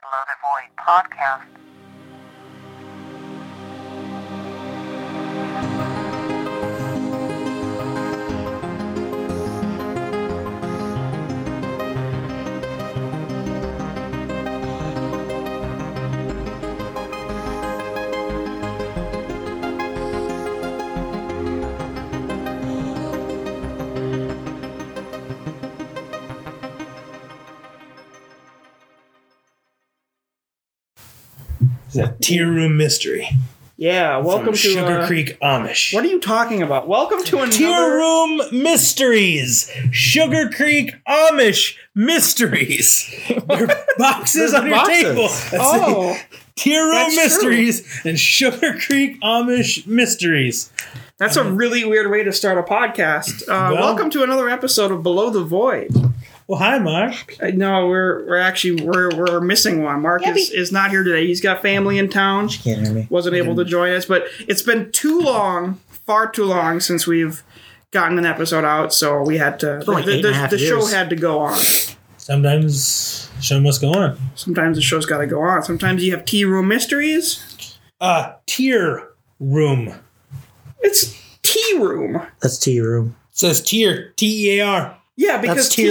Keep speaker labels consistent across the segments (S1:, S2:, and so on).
S1: Blow the Void podcast.
S2: The Tier Room Mystery.
S3: Yeah, welcome
S2: from
S3: to
S2: Sugar
S3: uh,
S2: Creek Amish.
S3: What are you talking about? Welcome to another
S2: Tier Room Mysteries. Sugar Creek Amish Mysteries. They're boxes on your
S4: boxes.
S2: table. That's
S3: Oh,
S2: the Tier Room
S3: That's true.
S2: Mysteries and Sugar Creek Amish Mysteries.
S3: that's a really weird way to start a podcast. Uh,
S2: Well-
S3: welcome to another episode of Below the Void.
S2: Well, hi, Mark.
S3: Uh, no, we're we're actually we're we're missing one. Mark is, is not here today. He's got family in town.
S4: Can't hear me.
S3: Wasn't able to join us, but it's been too long, far too long since we've gotten an episode out. So we had to.
S4: been like
S3: the
S4: eight and
S3: the,
S4: a half
S3: the show
S4: years.
S3: had to go on.
S2: Sometimes show must go on.
S3: Sometimes the show's got to go on. Sometimes you have tea room mysteries.
S2: Uh, tier Room.
S3: It's tea room.
S4: That's tea room.
S2: says tier, T E A R.
S3: Yeah, because
S4: That's tea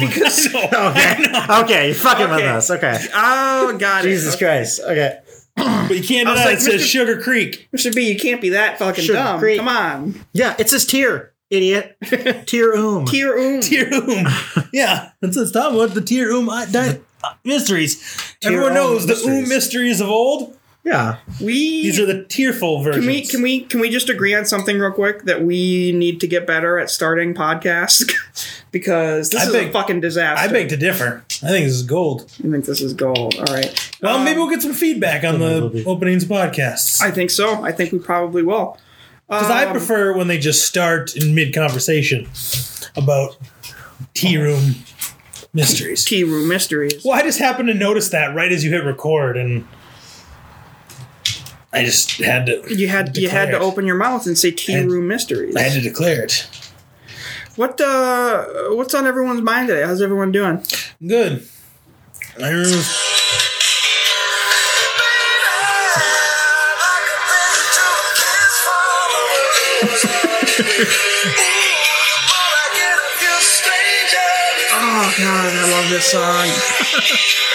S3: because
S4: Okay. okay. You're fucking with
S3: Okay.
S4: us. Okay.
S3: Oh, got
S4: Jesus
S3: it. Okay.
S4: Christ. Okay.
S2: But you can't
S3: I was
S2: deny
S3: like,
S2: it says
S3: Mr.
S2: Sugar Creek.
S3: Mr. B, you can't be that fucking
S4: Sure,
S3: dumb.
S4: great.
S3: Come on.
S4: Yeah, it's his tier, idiot. tier um. oom.
S3: Tier oom.
S2: Tier Oom. yeah, that's it's Tom. What the Tier Oom uh, di- uh, mysteries?
S4: Tier
S2: Everyone
S4: Oom
S2: knows the
S4: mysteries.
S2: Oom mysteries of old.
S4: Yeah.
S3: We
S2: These are the tearful versions.
S3: can we can we can we just agree on something real quick that we need to get better at starting podcasts because this
S2: I
S3: is a
S2: beg-
S3: fucking disaster.
S2: I beg to differ. I think this is gold.
S3: I think this is gold. All right.
S2: Well,
S3: Um,
S2: maybe we'll get some feedback on
S4: Maybe we'll
S2: the
S4: be-
S2: openings podcasts
S3: I think so. I think we probably will.
S2: because I
S3: Um,
S2: prefer when they just start in mid conversation about tea room mysteries.
S3: Tea room mysteries.
S2: Well, I just happened to notice that right as you hit record, and I just had to.
S3: You had you had to
S2: Declared.
S3: open your mouth and say tea
S2: And-
S3: room mysteries.
S2: I had to declare it.
S3: What uh what's on everyone's mind today? How's everyone doing?
S2: Good. I remember
S3: Oh god, I love this song.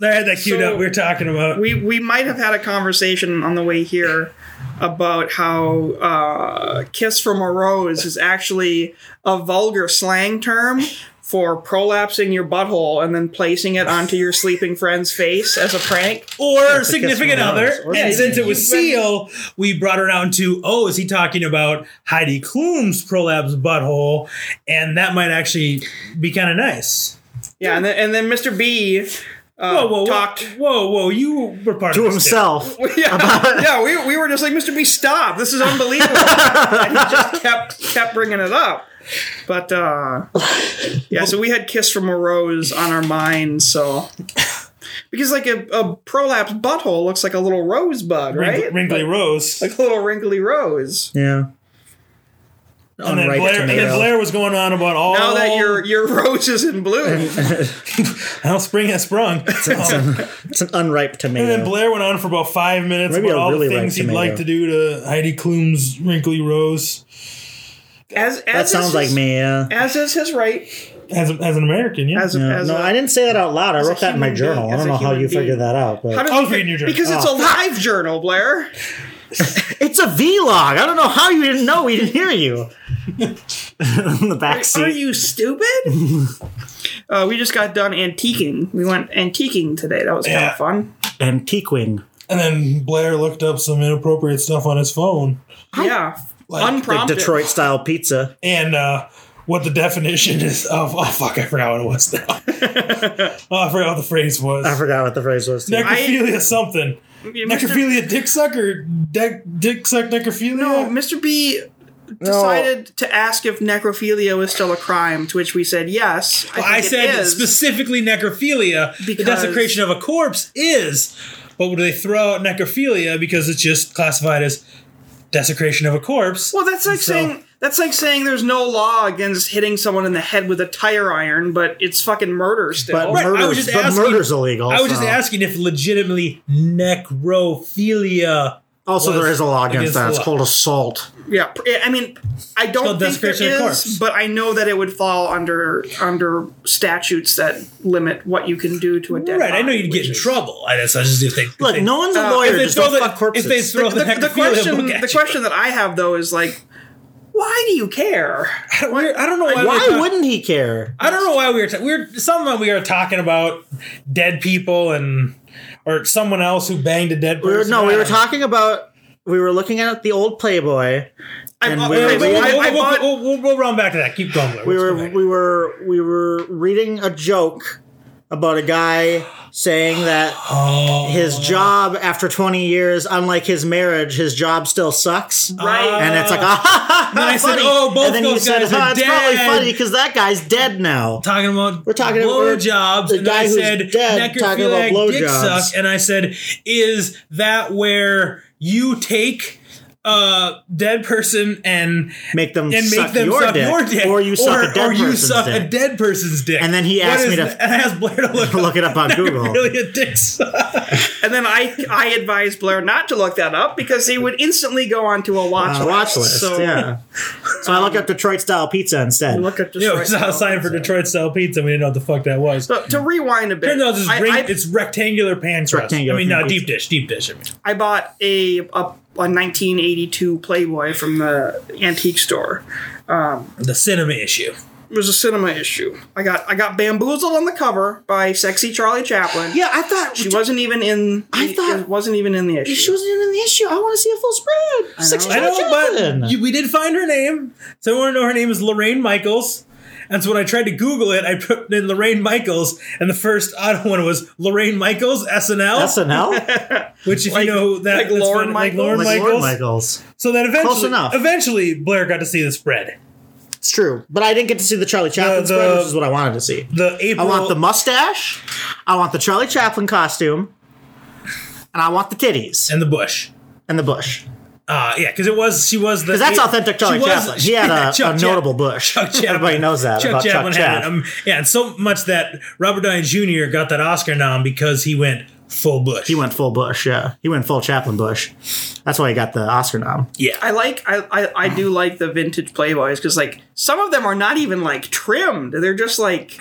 S2: I had that queued
S3: So-
S2: up. We were talking about.
S3: We we might have had a conversation on the way here about how uh, "kiss from a rose" is actually a vulgar slang term for prolapsing your butthole and then placing it onto your sleeping friend's face as a prank.
S2: or
S4: kiss
S2: significant
S4: from a
S2: other.
S4: rose, or
S2: and
S4: kiss
S2: since it was
S3: from a
S2: Seal, we brought her down to, oh, is he talking about Heidi Klum's prolapse butthole? And that might actually be kind of nice. Oh,
S3: Yeah, and then and then Mr. B. Uh,
S2: Whoa, whoa, whoa,
S3: talked.
S2: whoa, whoa! You were part
S4: To
S2: of this, too.
S4: himself.
S3: Yeah, yeah, we, we were just like Mr. B. Stop! This is unbelievable. and he just kept kept bringing it up. But uh, yeah, so we had "Kiss from a Rose" on our mind. So because like a, a prolapse butthole looks like a little rosebud,
S2: Wrinkly-
S3: right?
S2: Wrinkly Rose.
S3: Like a little wrinkly rose.
S4: Yeah.
S2: and, then
S4: Unripe
S2: Blair, and then
S4: tomato.
S2: Blair was going on about all.
S3: Now
S4: Oh.
S3: that your your rose is in bloom,
S2: how spring has sprung. and
S4: It's an unripe tomato.
S2: then Blair went on for about five minutes
S4: Maybe
S2: about
S4: a
S2: all
S4: really
S2: the
S4: ripe
S2: things he'd
S4: tomato.
S2: like to do to Heidi Klum's wrinkly rose.
S3: as, as
S4: that
S3: is
S4: sounds like
S3: his-
S4: me. Yeah.
S3: As is his right.
S2: As, a, as an American, yeah.
S3: As,
S4: Yeah.
S3: as
S4: no,
S3: a-
S4: I didn't say that out loud. I wrote that in my
S3: human being-
S4: journal. I
S3: as
S4: don't
S3: a
S4: know how
S3: human
S4: you
S3: beig.
S4: figured that out,
S3: How
S4: but
S3: did
S2: I was
S3: we fi-
S2: reading your journal. Oh.
S3: because it's a live journal, Blair.
S4: it's a vlog. I don't know how you didn't know. We didn't hear you. in the back
S3: Are
S4: seat.
S3: you stupid? uh, we just got done antiquing. We went antiquing today. That was kind
S2: Yeah.
S3: of fun.
S4: Antique wing.
S2: And then Blair looked up some inappropriate stuff on his phone
S3: yeah.
S2: like
S4: Like
S3: Unprompted.
S4: Detroit style pizza.
S2: and uh, what the definition is of. Oh, fuck, I forgot what it was now. oh, I forgot what the phrase was.
S4: I forgot what the phrase was. too.
S2: necrophilia something.
S3: Yeah, Mr.
S2: Necrophilia dick suck or dec- dick suck necrophilia?
S3: No, Mr. Oh, B decided to ask if necrophilia was still a crime, to which we said yes. I, think
S2: I
S3: it
S2: said
S3: is.
S2: specifically necrophilia. the
S3: Because-
S2: desecration of a corpse is. But would they throw out necrophilia because it's just classified as desecration of a corpse?
S3: Well, that's like
S2: So-
S3: saying That's like saying there's no law against hitting someone in the head with a tire iron, but it's fucking murder
S4: But
S3: still.
S2: Right, I was
S4: murder's,
S2: just
S4: but
S2: asking-
S4: murder's illegal.
S2: I was just
S4: so-
S2: asking if legitimately necrophilia.
S4: Also,
S2: was
S4: there is a law
S2: against
S4: against that.
S2: the
S4: It's
S2: law.
S4: called assault.
S3: Yeah, pr- I mean, I don't
S2: called
S3: think there
S2: desecration of corpse.
S3: is, but I know that it would fall under under statutes that limit what you can do to a dead.
S2: Right, I know
S3: body,
S2: you'd get
S3: which
S2: in
S3: is-
S2: trouble. I just, I just didn't think.
S4: Look,
S2: think-
S4: no one's a
S3: Uh,
S4: lawyer.
S2: If they
S4: Just
S2: throw
S4: don't
S2: the-
S4: fuck corpses.
S2: If they throw the,
S3: the, the
S2: necrophilia
S3: question,
S2: book at
S3: the
S2: you.
S3: question that I have though is like, why do you care?
S2: We're- I don't know why. we're
S4: Why
S2: talk-
S4: wouldn't he care?
S2: I don't know why we were. Ta- we were someone we were talking about dead people and or someone else who banged a dead
S4: We were,
S2: person.
S4: no, we were
S2: talking.
S4: talking about. We were looking at the old Playboy.
S3: I
S4: And
S3: bought-
S4: we-
S3: I-
S2: We'll, we'll,
S3: I- I
S2: we'll-
S3: bought-
S2: we'll- we'll- we'll run back to that. Keep going. Blair.
S4: We
S2: Let's
S4: were
S2: go back.
S4: we were we were reading a joke about a guy saying that
S2: Oh.
S4: his job after 20 years, unlike his marriage, his job still sucks.
S3: Right.
S4: And it's like, ah, ha, ha,
S2: Uh, then I said,
S4: funny.
S2: "Oh, both
S4: And then you
S2: those
S4: said,
S2: guys are
S4: "Ah, it's probably
S2: dead."
S4: funny because that guy's dead now.
S2: talking about
S4: We're talking about- we're-
S2: blowjobs,
S4: the
S2: and
S4: guy
S2: I
S4: who's
S2: said
S4: dead talking about
S2: necrophiliac dick
S4: blowjobs.
S2: suck, and I said, is that where you take a dead person and
S4: Make them
S2: and
S4: suck,
S2: make them
S4: your,
S2: suck
S4: dick,
S2: your dick,
S4: Or you suck a dead
S2: or you
S4: person's
S2: suck
S4: dick.
S2: a dead person's dick?
S4: And then he
S2: What
S4: asked
S2: is
S4: me to-
S2: that? and I asked Blair to look,
S4: Look it up on Google.
S2: Really, a dick suck.
S3: And then I I advised Blair not to look that up because he would instantly go onto a watch,
S4: on a
S3: list.
S4: Uh, watch list.
S3: So
S4: yeah. So I look up Detroit style pizza instead.
S3: look at
S2: Yeah, it was
S3: Detroit.
S2: a sign for Detroit style pizza. and We didn't know what the fuck that was.
S3: So to rewind a bit,
S2: Turns out it's,
S3: I,
S2: ring,
S3: I-
S2: it's rectangular pan crust.
S4: rectangular
S2: I mean,
S4: pan
S2: no, deep
S4: pizza.
S2: dish, deep dish. I mean.
S3: I bought a, a a 1982 Playboy from the antique store.
S2: The cinema issue.
S3: It was a cinema issue. I got I got bamboozled on the cover by sexy Charlie Chaplin.
S4: yeah, I thought
S3: she wasn't even in.
S4: I thought-
S3: it wasn't even in the issue.
S4: she wasn't even in the issue. I want to see a full spread.
S3: know.
S4: Six
S2: I
S4: Joe
S2: know,
S4: Joplin.
S2: but you, we did find her name. So I want to know her name is Lorraine Michaels. And so when I tried to Google it, I put in Lorraine Michaels, and the first odd one was Lorraine Michaels SNL,
S4: SNL?
S2: which if
S3: Like-
S2: you know that
S3: like
S2: that's
S3: Lorne
S2: funny,
S3: Michaels?
S2: Lorne
S4: Like
S2: Michaels.
S4: Lorne Michaels.
S2: So that
S4: Close
S2: eventually,
S4: enough.
S2: eventually Blair got to see the spread.
S4: It's true, but I didn't get to see the Charlie Chaplin
S2: The-
S4: spread,
S2: the-
S4: which is what I wanted to see.
S2: The
S4: I
S2: April.
S4: want the mustache. I want the Charlie Chaplin costume, and I want the titties
S2: and the bush.
S4: and the bush.
S2: Uh, yeah, because it was she was the
S4: Because that's
S2: it-
S4: authentic Charlie
S2: she was-
S4: Chaplin. He had a,
S2: Chuck
S4: a
S2: Chap-
S4: notable bush.
S2: Chuck Chaplin.
S4: Everybody knows that
S2: Chuck
S4: about
S2: Chaplin
S4: Chuck
S2: had it.
S4: Chaplin.
S2: Um, yeah, and so much that Robert Downey Jr. got that Oscar nom because he went full bush.
S4: he went full bush. Yeah, he went full Chaplin bush. That's why he got the Oscar nom.
S2: yeah.
S3: I like I, I I do like the vintage Playboys because like some of them are not even like trimmed. They're just like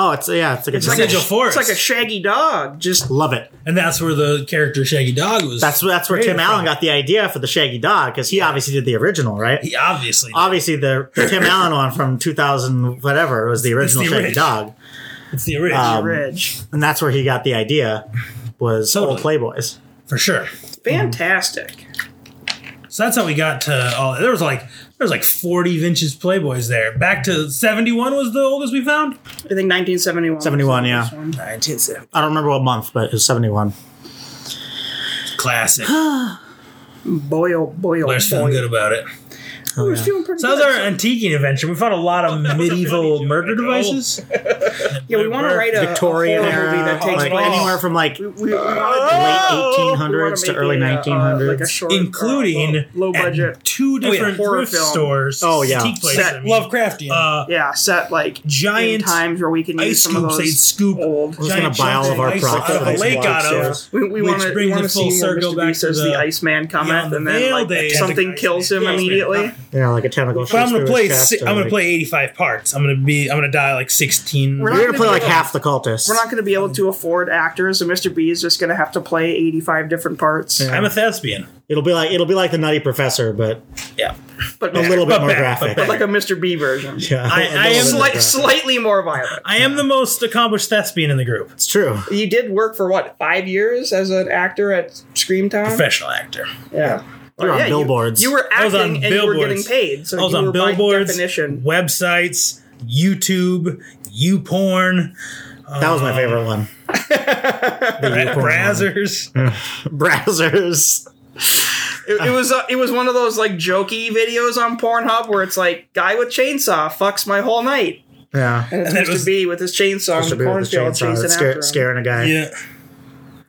S4: Oh, it's yeah, it's like a
S3: it's like,
S4: giant-
S3: a,
S2: Sigil
S3: it's like a
S2: Forest.
S3: shaggy dog. Just
S4: love it.
S2: And that's where the character Shaggy Dog was.
S4: That's that's where
S2: created
S4: Tim Allen
S2: from.
S4: got the idea for the Shaggy Dog because he obviously did the original, right?
S2: He obviously. did.
S4: obviously the, the Tim Allen one from 2000 whatever was the original
S2: the
S4: Shaggy
S2: orig-
S4: Dog,
S2: It's the original
S4: Um,
S3: ridge,
S4: and that's where he got the idea was old
S2: Totally.
S4: Playboys.
S2: for sure.
S3: fantastic.
S2: So that's how we got to all. There was like there was like forty vintage Playboys there. Back to seventy one was the oldest we found.
S3: I think 1971. was
S4: 71,
S3: the
S4: yeah.
S3: first one.
S2: Nineteen seventy.
S4: I don't remember what month, but it was 71.
S2: Classic.
S3: Boy, oh boy, oh boy.
S2: Blair's feeling good about about it.
S3: I was feeling pretty
S2: So that was
S3: good.
S2: our antiquing adventure. We found a lot of medieval murder devices.
S3: yeah, we want to write a
S4: Victorian
S3: a horror
S4: era,
S3: movie that takes
S4: like
S3: place-
S4: anywhere from like
S3: We,
S2: Uh,
S3: we, we
S4: late
S3: wanna do- we wanna
S4: 1800s to
S3: make
S4: early
S3: a, uh,
S4: 1900s.
S3: like a short, uh,
S2: including
S3: low, low budget
S2: at two
S3: yeah,
S2: different
S3: horror
S2: thrift
S3: film.
S2: stores.
S4: Oh, yeah.
S2: antique places.
S3: Set-
S2: I mean,
S1: Lovecraftian.
S2: uh,
S3: yeah set like
S2: giant
S3: in times where we can
S2: ice
S3: use some of
S2: scoops. They'd
S3: those
S2: scoop
S3: old.
S4: We're just gonna
S2: giant
S4: buy all of
S2: chunks
S4: our
S2: ice
S4: profits
S2: out of
S4: and
S2: a lake
S4: walk
S2: out
S4: upstairs.
S2: of.
S3: We, we
S2: Which
S3: want to
S2: brings
S3: want to
S2: it full
S3: see where
S2: circle
S3: Mr.
S2: back
S3: B says
S2: to
S3: the,
S2: the-
S3: Iceman comment,
S2: the
S3: and then
S2: Veil
S3: like
S2: Day.
S3: something kills him
S2: Yeah, it's
S3: immediately.
S2: great.
S4: yeah, like a tentacle.
S2: But I'm gonna play. Si- I'm gonna play 85 parts. I'm gonna be. I'm gonna die like 16.
S3: We're
S4: You're gonna
S3: not
S4: play
S3: gonna
S4: like
S3: do it.
S4: half the cultists.
S3: We're not going to be able to afford actors, and Mr. B is just going to have to play eighty-five different parts.
S2: I'm a thespian.
S4: it'll be like it'll be like the Nutty Professor, but
S2: Yeah.
S3: But
S4: a little bit
S2: But
S4: more
S2: back,
S4: graphic.
S2: but
S3: like a Mr. B version,
S4: yeah,
S2: I-
S4: a little
S2: I am
S4: bit more
S3: Slight,
S4: graphic.
S3: slightly more violent.
S2: I am the most accomplished thespian in the group.
S4: It's true.
S3: You did work for what five years as an actor at Screamtown.
S2: Professional actor.
S3: Oh, Yeah.
S4: You're on billboards.
S3: You, were
S2: I was
S3: acting
S2: on
S3: and you were
S2: billboards.
S3: getting paid. So
S2: I was
S3: you
S2: on
S3: were
S2: billboards,
S3: by definition.
S2: websites, YouTube, YouPorn,
S4: That was my favorite one.
S2: Bra-
S4: porn.
S2: Brazzers.
S4: Browsers.
S3: It, it was uh, it was one of those like jokey videos on Pornhub where it's like guy with chainsaw fucks my whole night.
S4: Yeah.
S3: And it's
S2: And it
S3: Mr.
S2: was-
S3: B with his chainsaw in
S4: Mr.
S3: the
S4: Beer with the
S3: cornfield
S4: chainsaw
S3: chasing
S4: that's
S3: after
S4: scare,
S3: him.
S4: scaring a guy.
S2: Yeah.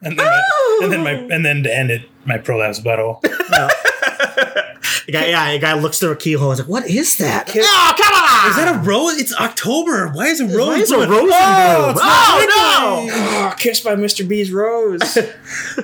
S2: And then, my, and then my and then to end it, my prolapse butthole.
S4: The guy, yeah, the guy looks through a keyhole. He's like, "What is that?
S3: Kid-
S4: oh, come on!
S2: Is that a rose? It's October. Why is a rose?
S4: Why is a
S2: blue?
S4: rose in
S2: Oh,
S4: bloom?
S2: it's
S4: Oh,
S2: not
S4: no!
S3: Oh, kissed by Mr. B's rose.
S2: and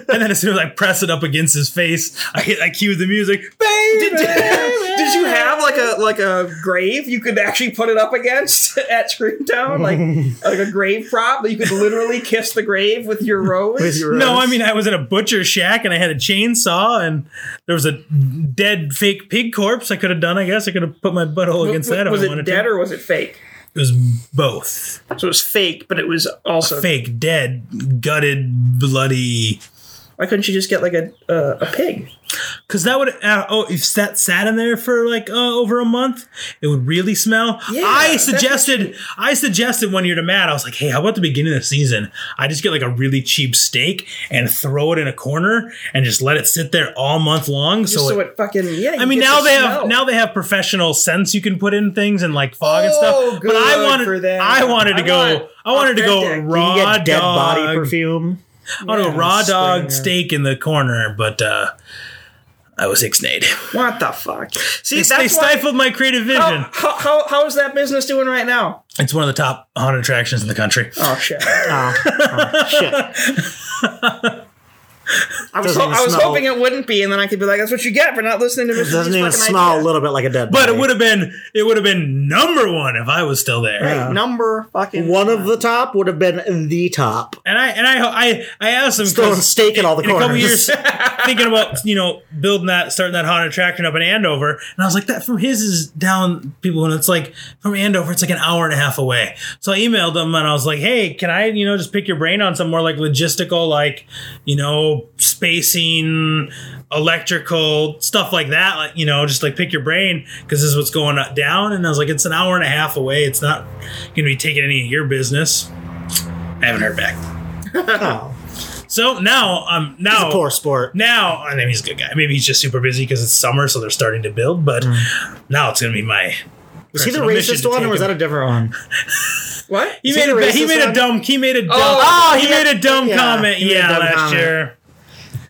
S2: then as soon as I press it up against his face, I hit, I cue the music. Baby,
S3: did, did you have like a like a grave you could actually put it up against at Screamtown? Like like a grave prop that you could literally kiss the grave with your rose?
S4: With your
S2: No,
S4: rose.
S2: I mean I was at a butcher shack and I had a chainsaw and there was a dead fake pig corpse I could have done. I guess I could have put my butthole against that.
S3: was
S2: if I
S3: it
S2: wanted
S3: dead
S2: to.
S3: or was it fake?
S2: It was both
S3: So it was fake, but it was also
S2: fake, dead, gutted, bloody.
S3: Why couldn't you just get like a uh, a pig?
S2: Cause that would uh, oh if that sat in there for like uh, over a month, it would really smell.
S3: Yeah,
S2: I
S3: that's-
S2: suggested I suggested one year to Matt. I was like, hey, how about the beginning of the season? I just get like a really cheap steak and throw it in a corner and just let it sit there all month long.
S3: Just so, it, fucking yeah.
S2: I
S3: you
S2: mean,
S3: get
S2: now
S3: the
S2: they
S3: smell.
S2: have now they have professional scents you can put in things and like fog and
S3: Oh,
S2: stuff. But I
S3: good
S2: wanted
S3: for them.
S2: I wanted to
S3: I
S2: go
S3: want
S2: I wanted to go
S3: authentic.
S2: raw
S4: You get dead
S2: dog.
S4: body perfume.
S2: I wanted a raw
S4: Yeah,
S2: dog
S4: sure.
S2: steak in the corner, but uh, I was ixnayed.
S3: What the fuck? See,
S2: They,
S3: that's
S2: they
S3: why. Oh.
S2: stifled my creative vision.
S3: How, how, how, how is that business doing right now?
S2: It's one of the top haunted attractions in the country.
S3: Oh shit!
S4: Oh, oh, shit.
S3: I was,
S4: Doesn't
S3: ho-
S4: even
S3: I was
S4: smell.
S3: hoping it wouldn't be, and then I could be like, "That's what you get for not listening to Mr.
S4: It doesn't
S3: B's
S4: even
S3: fucking
S4: smell
S3: idea.
S4: a little bit like a dead body.
S2: But it would have been it would have been number one if I was still there.
S3: Right, number fucking
S4: One of the top would have been the top.
S2: And I and I I I asked him
S4: Throwing
S2: 'cause-
S4: steak in all the
S2: in a
S4: corners.
S2: couple years thinking about you know building that starting that haunted attraction up in andover and i was like that from his is down people and it's like from andover it's like an hour and a half away so i emailed him and i was like hey can i you know just pick your brain on some more like logistical like you know spacing electrical stuff like that like you know just like pick your brain because this is what's going on- down and i was like it's an hour and a half away it's not gonna be taking any of your business i haven't heard back
S4: Oh,
S2: so now i'm
S4: it's
S2: now
S4: a poor sport.
S2: now, I mean, he's a good guy. Maybe he's just super busy because it's summer, so they're starting to build. But
S4: Mm.
S2: now it's going to be my.
S4: Was he the
S2: personal mission
S4: racist
S2: to
S4: one
S2: take
S4: or was
S2: him.
S4: that a different one?
S3: what?
S2: He
S4: is
S2: made
S4: he
S2: a
S4: the
S2: ba- he
S4: racist
S2: made a
S4: one?
S2: dumb he made a dumb
S3: Oh,
S2: he made a dumb
S4: yeah,
S2: comment
S4: he made a
S2: yeah
S4: dumb
S2: last
S4: comment.
S2: year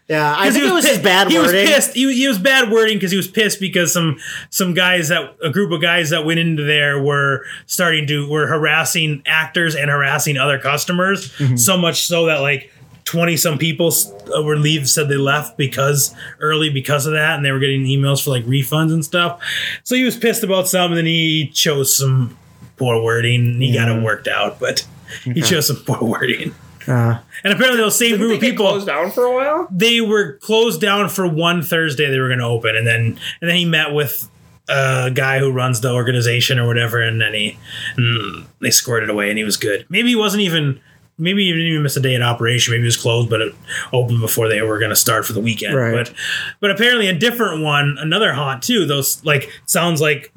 S4: Yeah, I
S2: because
S4: think
S2: he
S4: it was
S2: pi-
S4: his bad
S2: he
S4: wording.
S2: was pissed he was, he was bad wording because he was pissed because some some guys that a group of guys that went into there were starting to were harassing actors and harassing other customers
S4: Mm-hmm.
S2: so much so that like 20 some people s- uh, were leave said they left because early because of that and they were getting emails for like refunds and stuff so he was pissed about some and then he chose some poor wording he got it worked out but he chose some poor wording
S4: Uh,
S2: and apparently those same
S3: Didn't
S2: group
S3: they
S2: of
S3: get
S2: people
S3: closed down for a while?
S2: they were closed down for one Thursday. They were going to open, and then and then he met with a guy who runs the organization or whatever, and then he mm, they squirted away, and he was good. Maybe he wasn't even. Maybe he didn't even miss a day in operation. Maybe it was closed, but it opened before they were going to start for the weekend.
S4: Right.
S2: But, but apparently a different one, another haunt too. Those like sounds like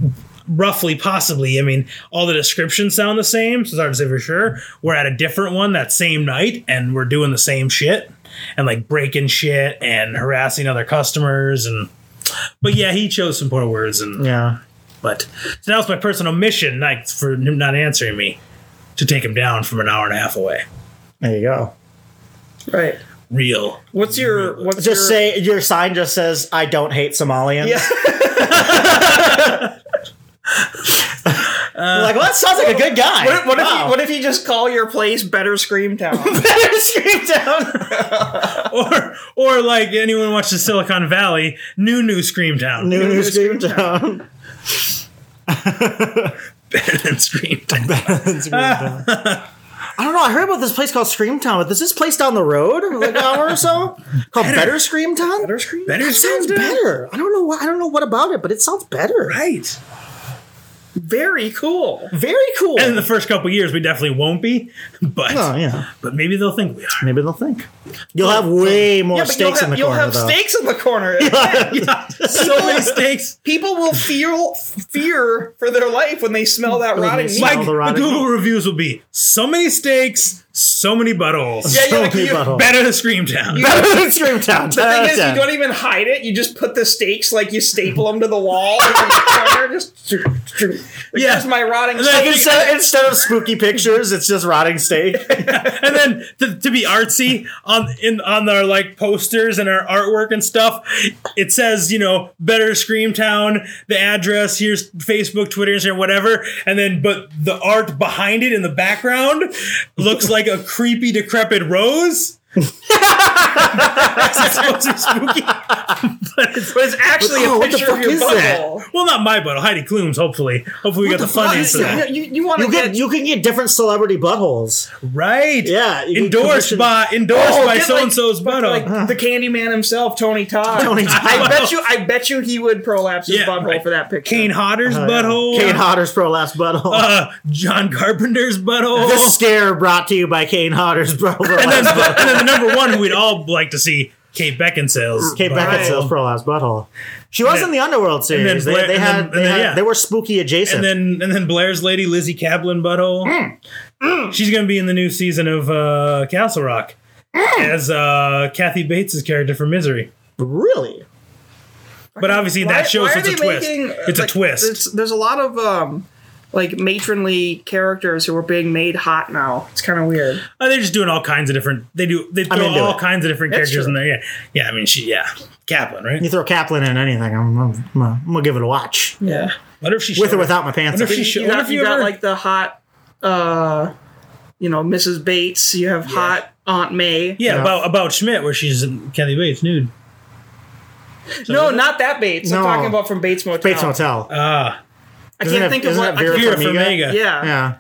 S2: roughly, possibly. I mean, all the descriptions sound the same, so it's hard to say for sure. We're at a different one that same night, and we're doing the same shit and like breaking shit and harassing other customers and. But yeah, he chose some poor words, and
S4: yeah.
S2: but so now it's my personal mission, like for him not answering me, to take him down from an hour and a half away.
S4: There you go.
S3: Right.
S2: Real.
S3: What's your what's
S4: Mm-hmm. Just
S3: your,
S4: say your sign just says I don't hate Somalians.
S3: Yeah.
S4: You're like, well, that sounds like a good guy.
S3: What, what if
S4: Wow.
S3: you, what if you just call your place Better Screamtown?
S4: Scream down?
S2: Or or like anyone watches Silicon Valley, new new Screamtown.
S4: New,
S3: new
S4: new Scream
S3: Scream
S4: down.
S2: Better than Screamtown.
S4: I don't know. I heard about this place called Screamtown, but there's this place down the road, like an hour or so, called Better Screamtown.
S3: Better Scream.
S2: Better
S4: It sounds
S2: Screamtown.
S4: better. I don't know what I don't know what about it, but it sounds better.
S2: Right.
S3: Very cool.
S4: Very cool.
S2: And in the first couple years, we definitely won't be, but
S4: oh yeah,
S2: but maybe they'll think we are.
S4: maybe they'll think you'll have way more
S3: Yeah, but you'll
S4: stakes in
S3: have,
S4: the
S3: you'll
S4: corner
S3: have
S4: though.
S3: stakes in the corner.
S2: so many stakes.
S3: People will feel fear for their life when they smell that rotting meat.
S4: smell
S2: Like
S4: the
S2: the
S4: rotting
S2: Google reviews will be so many stakes, so many buttholes.
S3: Yeah, you're like,
S4: Totally
S3: you-
S4: butthole.
S2: Better than Scream Town.
S4: Better than Scream Town.
S3: The thing is,
S4: Yeah.
S3: you don't even hide it. You just put the stakes, like you staple them to the wall. in the corner, just
S2: Yeah.
S3: here's my rotting.
S2: And then-
S3: steak.
S4: Instead, instead of spooky pictures, it's just rotting steak.
S2: and then to, to be artsy on in on our like posters and our artwork and stuff, it says you know better Scream Town, the address here's Facebook, Twitter, Instagram, whatever, and then but the art behind it in the background looks like a creepy decrepit rose. it's supposed to be spooky, but it's
S3: But it's actually
S4: Oh,
S3: a
S4: what the
S3: picture of
S4: fuck
S3: your
S4: is that?
S3: butthole.
S2: well not my butthole, Heidi Klum's. Hopefully, hopefully we got the,
S4: the fuck
S2: funding
S4: is
S2: for that.
S3: You, want
S4: You
S3: to
S4: can
S3: get.
S4: you can get different celebrity buttholes.
S2: Right?
S4: Yeah, you can
S2: Endorsed
S4: commission-
S2: by endorsed
S3: Oh,
S2: by
S3: get, like,
S2: so and so's butthole.
S3: like the Candyman himself, Tony Todd.
S4: Tony Todd.
S3: I bet you, I bet you, he would prolapse his
S2: Yeah,
S3: butthole
S2: right.
S3: for that picture.
S2: Kane Hodder's butthole.
S4: Uh, Kane Hodder's pro last butthole.
S2: uh, John Carpenter's butthole.
S4: this scare brought to you by Kane Hodder's pro
S2: and, then,
S4: last butthole.
S2: and then the number one we'd all like to see Kate Beckinsale's.
S4: Kate
S2: butthole.
S4: Beckinsale's pro last butthole. She was
S2: then-
S4: in the Underworld series.
S2: then
S4: They-
S2: Blair-
S4: they
S2: and then-
S4: had
S2: and
S4: they
S2: then,
S4: had-
S2: yeah.
S4: they were spooky adjacent.
S2: And then and then Blair's lady Lizzie Kaplan butthole. She's gonna be in the new season of uh, Castle Rock as uh, Kathy Bates' character from Misery.
S4: really,
S2: But obviously
S3: Why-
S2: that shows
S3: why are
S2: it's a
S3: they
S2: twist.
S3: making, uh,
S2: it's
S3: like,
S2: a twist.
S3: There's, there's a lot of um, like matronly characters who are being made hot now. It's kind of weird.
S2: Uh, they're just doing all kinds of different. They do they throw
S4: into
S2: all
S4: it.
S2: kinds of different
S3: That's
S2: characters in
S3: true.
S2: there. Yeah, yeah. I mean, she yeah, Kaplan, right?
S4: you throw Kaplan in anything, I'm, I'm, I'm gonna- I'm gonna give it a watch.
S3: Yeah,
S2: What if she
S4: With or
S2: showed-
S4: without my pants.
S2: What if
S4: on.
S2: she showed-
S3: you
S2: what
S3: got,
S2: if
S3: you
S2: you
S3: got
S2: ever-
S3: like the hot, uh, you know, Mrs. Bates. You have hot Aunt May.
S2: Yeah,
S4: Yeah.
S2: about about Schmidt, where she's in Kathy Bates nude.
S3: No, not that Bates. I'm
S4: No.
S3: talking about from Bates Motel.
S4: Bates Motel.
S2: Ah,
S3: I
S4: Isn't
S3: can't
S4: it-
S3: think of
S4: isn't
S3: what.
S4: it
S3: I
S4: Vera
S3: can't-
S2: Vera
S4: Farmiga?
S2: Farmiga.
S3: yeah.
S4: yeah.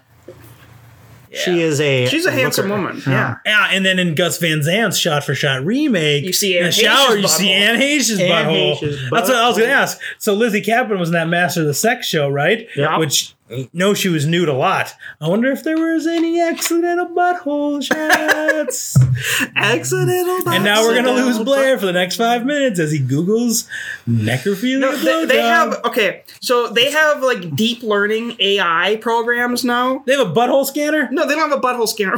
S4: She is a.
S3: She's a handsome
S4: looker.
S3: woman. Yeah.
S2: yeah, and then in Gus Van Zandt's shot for shot remake,
S3: You see
S2: in the
S3: Anne
S2: shower,
S3: Heche's
S2: you see
S3: butthole.
S2: Anne Heche's
S4: Anne
S2: butthole.
S4: Heche's
S2: That's what I was going
S4: butthole.
S2: to ask. So Lizzie Kaplan was in that Master of the Sex show, right?
S4: Yeah.
S2: Which no, she was nude a lot. I wonder if there was any accidental butthole shots.
S4: Accidental.
S2: and now we're gonna
S4: accidental
S2: lose Blair for the next five minutes as he googles necrophilia.
S3: No, they, they
S2: blowjob.
S3: have okay. So they have like deep learning AI programs now.
S2: they have a butthole scanner.
S3: No, they don't have a butthole scanner.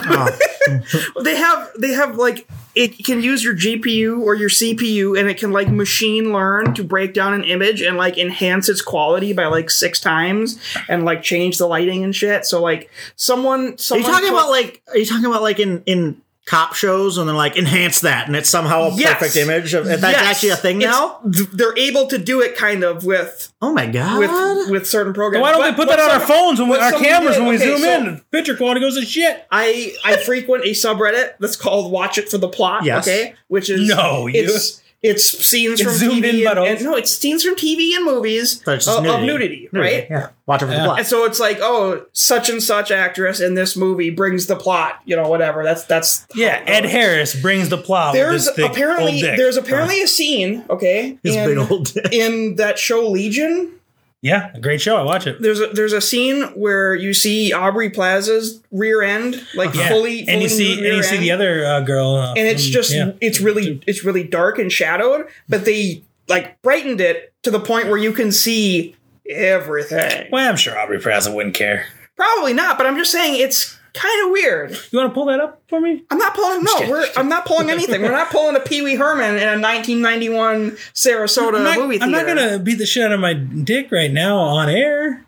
S4: Oh.
S3: they have they have like it can use your GPU or your CPU and it can like machine learn to break down an image and like enhance its quality by like six times and like change the lighting and shit. So like someone
S4: Are
S3: someone
S4: you talking
S3: put-
S4: about like? Are you talking about like in in cop shows and they're like enhance that and it's somehow a
S3: Yes.
S4: perfect image of that's
S3: Yes.
S4: actually a thing
S3: It's-
S4: now.
S3: th- they're able to do it kind of with
S4: Oh my god.
S3: with with certain programs.
S2: Why don't they
S3: But
S2: put
S3: what
S2: that on our
S3: some-
S2: phones when we,
S3: what
S2: our
S3: someone
S2: cameras
S3: did-
S2: when we
S3: okay,
S2: zoom
S3: so-
S2: in? Picture quality goes to shit.
S3: I I frequent a subreddit that's called "Watch It for the Plot."
S4: Yes.
S3: Okay, which is
S2: No, you-
S3: it's it's scenes from
S2: zoomed in oh.
S3: TV and,
S2: buttholes.
S3: and- no, it's scenes from TV and movies
S4: So it's
S3: of
S4: just
S3: of nudity, right?
S4: Yeah. Watch it for the
S3: And
S4: plot.
S3: so it's like, oh, such and such actress in this movie brings the plot, you know, whatever. That's that's how
S2: Yeah,
S3: it
S2: Ed
S3: goes.
S2: Harris brings the plow.
S3: Oh, There's
S2: with his thick
S3: apparently
S2: old dick. Uh-huh.
S3: there's apparently a scene, okay,
S4: His
S3: in,
S4: big old dick.
S3: in that show Legion.
S2: yeah, a great show. I watch it.
S3: There's a there's a scene where you see Aubrey Plaza's rear end, like
S2: Yeah.
S3: fully, fully
S2: Uh-huh. and you see
S3: nude
S2: and
S3: rear
S2: you see
S3: end.
S2: the other uh, girl, uh,
S3: and it's
S2: from-
S3: just
S2: yeah.
S3: it's really it's really dark and shadowed but they like brightened it to the point where you can see everything
S2: Well, I'm sure Aubrey Plaza wouldn't care.
S3: probably not but i'm just saying it's kind of weird
S2: You want to pull that up for me?
S3: i'm not pulling no we're i'm not pulling anything we're not pulling a pee-wee herman in a 1991 sarasota
S2: I'm not,
S3: Uh, movie theater
S2: I'm not gonna beat the shit out of my dick right now on air,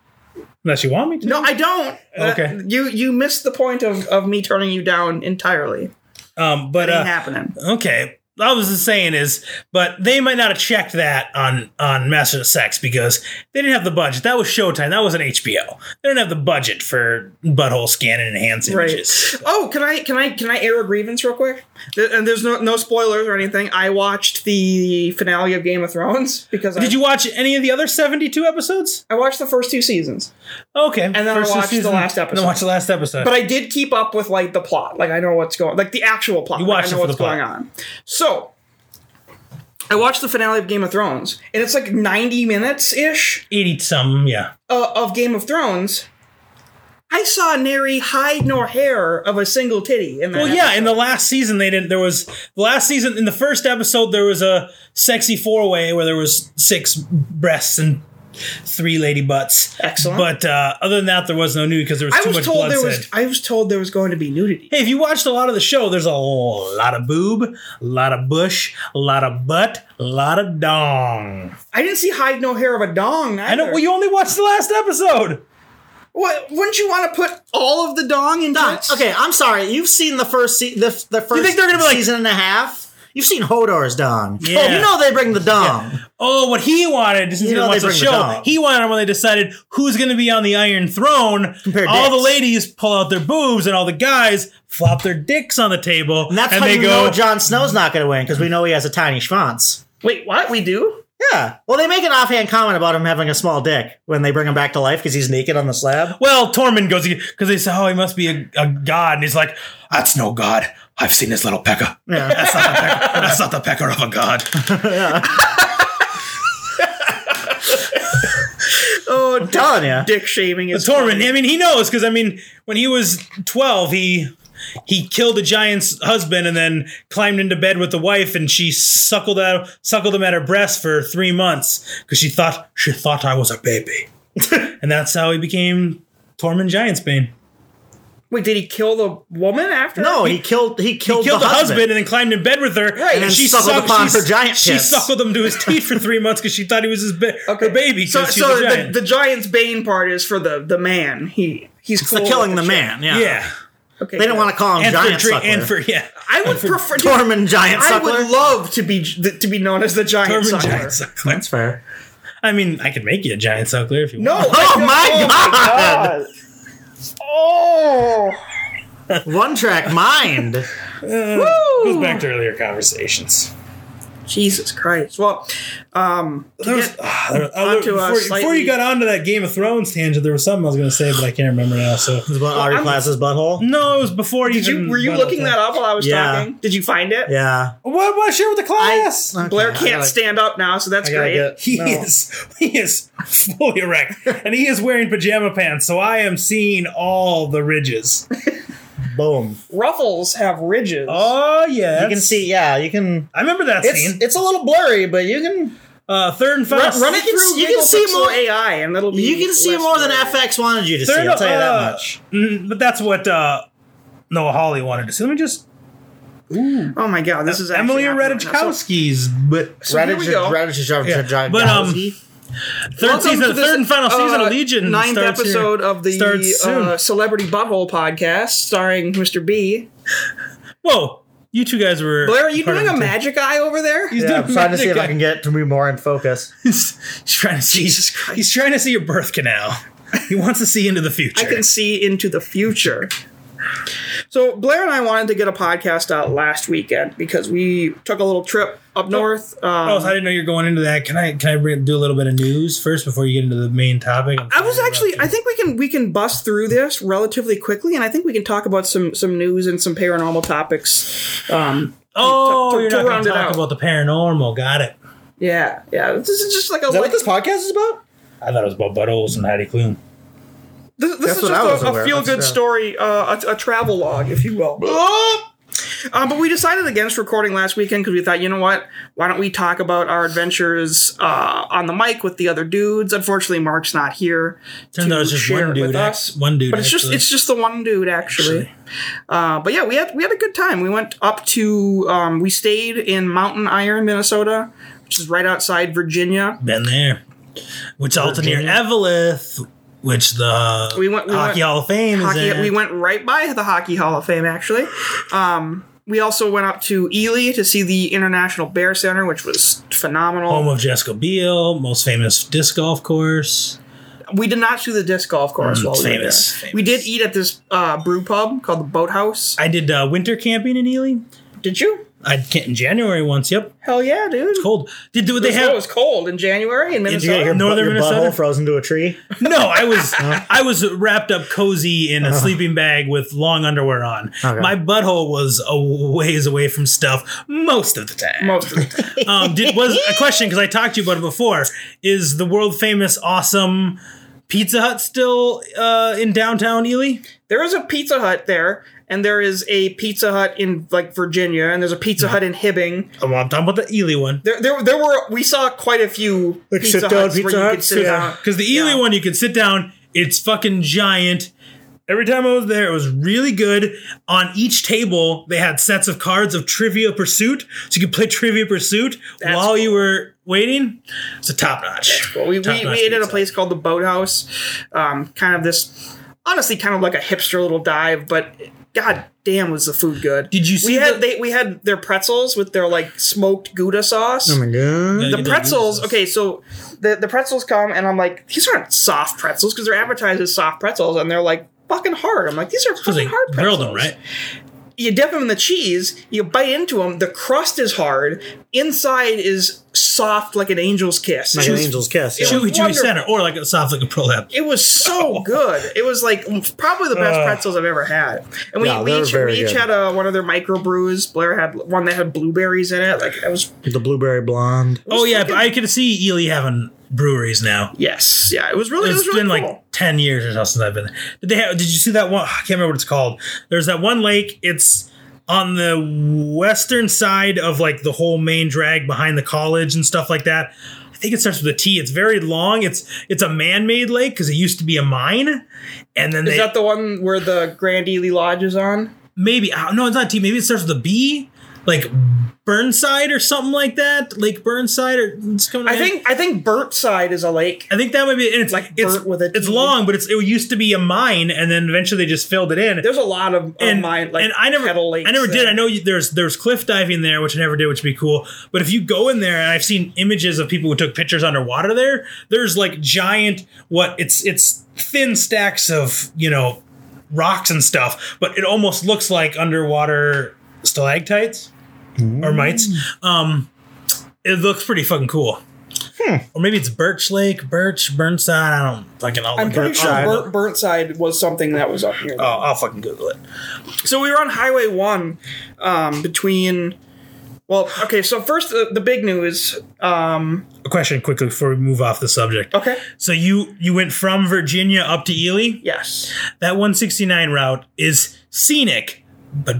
S2: unless you want me to.
S3: no i don't
S2: Okay.
S3: Uh, you you missed the point of of me turning you down entirely
S2: Um, but
S3: ain't
S2: uh,
S3: happening
S2: okay. I was just saying is, but they might not have checked that on on Master of Sex because they didn't have the budget. That was Showtime. That wasn't HBO. They didn't have the budget for butthole scan and enhance
S3: Right.
S2: images.
S3: Oh, can I can I can I air a grievance real quick? Th- and there's no no spoilers or anything. I watched the finale of Game of Thrones because I,
S2: Did you watch any of the other seventy-two episodes?
S3: I watched the first two seasons,
S2: Okay, and
S3: then I watched the last
S2: And
S3: episode.
S2: then watch the last episode.
S3: but I did keep up with like the plot. Like I know what's going, like the actual plot.
S2: You
S3: Like,
S2: watched
S3: I
S2: it
S3: know
S2: for
S3: what's
S2: the plot.
S3: going on. So I watched the finale of Game of Thrones, and it's like 90 minutes ish
S2: eighty some, yeah.
S3: uh, of Game of Thrones. I saw nary hide nor hair of a single titty in that.
S2: Well,
S3: episode.
S2: Oh, yeah. In the last season, they didn't. There was the last season in the first episode. There was a sexy four way where there was six breasts and three lady butts.
S3: Excellent.
S2: But uh, other than that, there was no nudity because there was
S3: I
S2: too
S3: was
S2: much
S3: told
S2: blood.
S3: there
S2: said.
S3: was. I was told there was going to be nudity.
S2: Hey, if you watched a lot of the show, there's a lot of boob, a lot of bush, a lot of butt, a lot of dong.
S3: I didn't see hide no hair of a dong. Either.
S2: I know. Well, you only watched the last episode.
S3: What, wouldn't you want to put all of the dong in?
S4: Don, okay, I'm sorry. You've seen the first se- the, the first
S2: think they're gonna be like-
S4: season and a half. You've seen Hodor's Dong.
S2: Yeah.
S4: You know they bring the Dong.
S2: Oh, what he wanted since
S4: You
S2: he
S4: know
S2: watched
S4: they
S2: the
S4: bring the
S2: show.
S4: dong.
S2: he wanted when they decided who's going to be on the Iron Throne.
S4: Compare
S2: all
S4: dicks.
S2: the ladies pull out their boobs, and all the guys flop their dicks on the table,
S4: And that's how
S2: they
S4: you
S2: go.
S4: know Jon Snow's not going to win because we know he has a tiny schwanz.
S3: Wait, what? We do?
S4: Yeah. Well, they make an offhand comment about him having a small dick when they bring him back to life because he's naked on the slab.
S2: well, Tormund goes because they say, "Oh, he must be a, a god," and he's like, "That's no god. I've seen this little pecker.
S4: Yeah.
S2: That's not the pecker. That's not the pecker of a god."
S3: Oh,
S4: I'm telling you.
S3: dick shaming is
S2: Tormund, I mean, he knows because I mean, when he was twelve, he he killed a giant's husband and then climbed into bed with the wife, and she suckled out suckled him at her breast for three months because she thought she thought I was a baby, and that's how he became Tormund Giantsbane.
S3: Wait, did he kill the woman after?
S4: No, he killed. He killed,
S2: He killed
S4: the, husband.
S2: and then climbed in bed with her,
S3: Right, and
S4: then suckled upon
S2: she-
S4: her giant
S2: She
S4: tits.
S2: suckled him to his teeth for three months because she thought he was his ba- her baby.
S3: So,
S2: 'cause she's
S3: so
S2: a
S3: the,
S2: giant.
S3: the giant's bane part is for the the man. He he's
S4: It's the killing the man. Yeah.
S2: yeah,
S3: Okay,
S4: They don't want to call him
S2: and
S4: giant
S2: for, dra-
S4: suckler.
S2: and for yeah,
S3: I would prefer
S4: Tormund Giant
S3: I
S4: Suckler.
S3: would love to be to be known as the giant
S2: Tormund
S3: suckler.
S2: Giant Suckler.
S4: That's fair.
S2: I mean, I could make you a giant suckler if you
S3: No,
S2: want.
S3: I-
S4: Oh my God.
S3: God. Oh,
S4: One track mind.
S2: Goes back to earlier conversations.
S3: Jesus Christ! Well, um, to
S2: There was,
S3: get-
S2: ah, there was- oh,
S3: onto
S2: there-
S3: a
S2: before, before
S3: slightly-
S2: you got onto that Game of Thrones tangent, there was something I was going to say, but I can't remember now. So
S4: It's about Aubrey
S3: I'm- Mm.
S4: Plaza's butthole.
S2: no, it was before
S3: did you
S2: even
S3: were you
S2: brought up
S3: looking that up while I was
S4: Yeah.
S3: talking? Did you find it?
S4: Yeah.
S2: What? What? Share with the class.
S4: Okay,
S3: Blair
S4: I
S3: can't
S4: gotta-
S3: stand up now, so that's
S4: I gotta
S3: great.
S4: get-
S2: he
S4: no.
S2: is he is fully erect, and he is wearing pajama pants. So I am seeing all the ridges.
S4: Boom.
S3: Ruffles have ridges.
S2: Oh yeah,
S4: You can see. Yeah. You can.
S2: I remember that
S4: It's
S2: scene.
S4: it's a little blurry, but you can
S2: Uh, third and
S3: Run,
S2: final.
S3: run it
S4: You can-
S3: through
S4: you can
S3: Google
S4: see
S3: Pixel
S4: more-
S3: AI, and that'll be
S4: you can see
S3: less
S4: more than
S3: blurry.
S4: FX wanted you to see.
S2: Third
S4: I'll tell you
S2: uh,
S4: that much.
S2: mm, but that's what uh, Noah Hawley wanted to see. Let me just
S3: Oh my god, this is
S2: Emily
S3: house.
S2: Radichkowski's, but
S3: So here we go.
S2: Yeah. But, um, third
S3: Welcome
S2: season,
S3: to this,
S2: third and final season
S3: uh,
S2: of Legion.
S3: Ninth
S2: starts here-
S3: episode of the
S2: starts soon.
S3: uh, Celebrity Butthole podcast, starring Mr. B.
S2: Whoa, you two guys were.
S3: Blair, are you
S2: part of
S3: doing a
S2: the team.
S3: magic eye over there?
S2: He's
S4: yeah,
S2: doing
S4: I'm trying to see if I
S2: magic.
S4: can get to be more in focus.
S2: he's, he's trying to see.
S3: Jesus Christ.
S2: He's trying to see your birth canal. He wants to see into the future.
S3: I can see into the future. So Blair and I wanted to get a podcast out last weekend because we took a little trip up north. Um,
S2: Oh, so I didn't know you're going into that. Can I can I bring, do a little bit of news first before you get into the main topic? I'm
S3: I was
S2: sorry
S3: actually. I
S2: about
S3: think we can we can bust through this relatively quickly, and I think we can talk about some some news and some paranormal topics. Um,
S2: that. oh,
S3: to- to-
S2: you're
S3: to
S2: not going
S3: round it
S2: to talk
S3: out.
S2: about the paranormal. Got it.
S3: yeah, yeah. This is just like a light-
S4: podcast is about?
S2: I thought it was about Bud Olson and Heidi Klum.
S3: This, this
S4: That's
S3: is
S4: what I was
S3: just a,
S4: aware
S3: a
S4: of.
S3: feel good
S4: That's-
S3: story, uh, a, a travel log, if you will. Um, but we decided against recording last weekend because we thought, you know what? Why don't we talk about our adventures uh, on the mic with the other dudes? Unfortunately, Mark's not here.
S2: Turns
S3: to
S2: out it's just
S3: share
S2: one
S3: it with
S2: dude.
S3: us.
S2: act- One dude.
S3: But it's just
S2: actually.
S3: it's just the one dude actually. Uh, but yeah, we had we had a good time. We went up to um, we stayed in Mountain Iron, Minnesota, which is right outside Virginia.
S2: been there. Which also near
S4: Virginia.
S2: Eveleth, which the
S3: We went- we
S2: Hockey
S3: went-
S2: Hall of Fame is
S3: hockey.
S2: at.
S3: We went right by the Hockey Hall of Fame, actually. Um, we also went up to Ely to see the International Bear Center, which was phenomenal.
S2: Home of Jessica Biel, most famous disc golf course.
S3: we did not do the disc golf course.
S2: Mm,
S3: while we, were
S2: famous,
S3: there.
S2: famous.
S3: we did eat at this uh, brew pub called the Boathouse.
S2: I did uh, winter camping in Ely.
S3: Did you?
S2: I did in January once. Yep,
S3: Hell yeah, dude!
S2: cold. Did do
S3: They
S2: they have?
S3: it was cold in January in
S4: Did you
S3: Minnesota.
S4: get your,
S2: Northern
S4: Northern your
S2: Minnesota?
S4: butthole frozen to a tree?
S2: No, I was I was wrapped up cozy in a sleeping bag with long underwear on.
S4: Okay.
S2: My butthole was a ways away from stuff most of the time.
S3: Most of the time.
S2: um, did, was a question because I talked to you about it before. Is the world famous awesome Pizza Hut still uh, in downtown Ely?
S3: there is a Pizza Hut there, and there is a Pizza Hut in like Virginia, and there's a Pizza Hut in Hibbing.
S2: Oh, Well, I'm talking about the Ely one.
S3: There, there, there were we saw quite a few
S4: Like
S3: Pizza
S4: sit-down
S3: Huts
S4: Pizza
S3: where you could
S4: Huts?
S3: sit
S4: Yeah.
S3: down.
S2: Because the Ely
S3: Yeah.
S2: one, you could sit down. It's fucking giant. Every time I was there, it was really good. On each table, they had sets of cards of Trivia Pursuit, so you could play Trivia Pursuit while you were waiting. It's a top notch.
S3: Well, we, we,
S2: Top-notch
S3: we ate at a
S2: pizza.
S3: place called the Boathouse. Um, kind of this, honestly, kind of like a hipster little dive, but god damn, was the food good.
S2: Did you
S3: we
S2: see
S3: had
S2: the-
S3: they, we had their pretzels with their like smoked Gouda sauce.
S4: Oh my god.
S2: Yeah,
S3: the
S2: they do
S3: pretzels,
S2: this.
S3: okay, so the, the pretzels come and I'm like, these aren't soft pretzels because they're advertised as soft pretzels and they're like fucking hard. I'm like, these are
S2: Because
S3: fucking
S2: they
S3: hard pretzels.
S2: grilled them, right?
S3: You dip them in the cheese, you bite into them, the crust is hard, inside is soft like an angel's kiss.
S4: Like
S3: It
S4: an
S3: was
S4: angel's kiss. yeah.
S2: Chewy, chewy
S3: wonderful.
S2: center, or like a soft like a prolapse.
S3: It was so good. It was like probably the best
S2: Oh. Ugh.
S3: pretzels I've ever had. And we,
S4: Yeah,
S3: we
S4: they're
S3: each,
S4: very
S3: we each
S4: good.
S3: had a, one of their micro brews. Blair had one that had blueberries in it. Like that was
S4: The blueberry blonde.
S2: Oh yeah,
S3: freaking-
S2: I could see Ely having breweries now.
S3: yes, yeah. It was really. it
S2: It's
S3: was really
S2: been
S3: cool.
S2: like ten years or so since I've been there. Did they have? Did you see that one? I can't remember what it's called. There's that one lake. It's on the western side of like the whole main drag behind the college and stuff like that. I think it starts with a T. It's very long. It's it's a man-made lake because it used to be a mine, and then
S3: Is
S2: they
S3: that the one where the Grand Ely Lodge is on?
S2: maybe I don't- no, it's not T. Maybe it starts with a B, like Burnside or something like that. Lake Burnside or it's coming.
S3: I think I think Burtside is a lake.
S2: I think that might be and it's like it's
S3: burnt with a
S2: it's
S3: T.
S2: long, but it's it used to be a mine, and then eventually they just filled it in.
S3: There's a lot of, of
S2: and
S3: mine like
S2: and I never
S3: kettle lakes. uh,
S2: I never did.
S3: there.
S2: I know you, there's there's cliff diving there, which I never did, which would be cool. But if you go in there, and I've seen images of people who took pictures underwater there. There's like giant what it's it's thin stacks of you know rocks and stuff, but it almost looks like underwater stalactites or mites.
S3: Mm.
S2: Um, it looks pretty fucking cool.
S3: Hmm.
S2: Or maybe it's Birch Lake, Birch, Burnside. I don't fucking. I'll
S3: I'm
S2: look it
S3: pretty
S2: up.
S3: sure
S2: I'll look-
S3: Burt, Burtside was something that was up here.
S2: uh, Oh, I'll fucking Google it.
S3: So we were on Highway One um, between. Well, okay. So first, the, the big news. Um,
S2: A question quickly before we move off the subject.
S3: okay.
S2: So you you went from Virginia up to Ely.
S3: Yes.
S2: That 169 route is scenic, but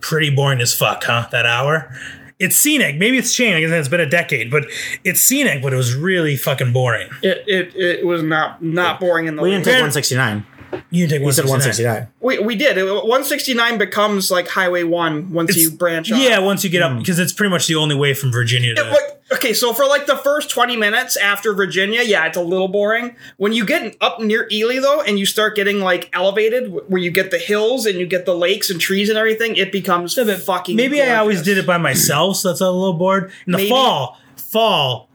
S2: pretty boring as fuck, huh? That hour. It's scenic. Maybe it's changed. Like I said, it's been a decade, but it's scenic. But it was really fucking boring.
S3: It, it, it was not not boring in the
S4: We didn't take
S3: least.
S4: 169.
S2: You didn't take
S4: We said
S2: 169.
S4: 169.
S3: we, we did. It- 169 becomes like Highway 1 once
S2: It's-
S3: you branch off.
S2: Yeah, once you get up, because it's pretty much the only way from Virginia to.
S3: It- what- okay, so for like the first 20 minutes after Virginia, yeah, it's a little boring. When you get up near Ely, though, and you start getting like elevated, wh- where you get the hills and you get the lakes and trees and everything, it becomes
S2: but
S3: fucking.
S2: Maybe I always
S3: gorgeous.
S2: did it by myself, so that's a little bored. In the
S3: Maybe.
S2: fall, fall,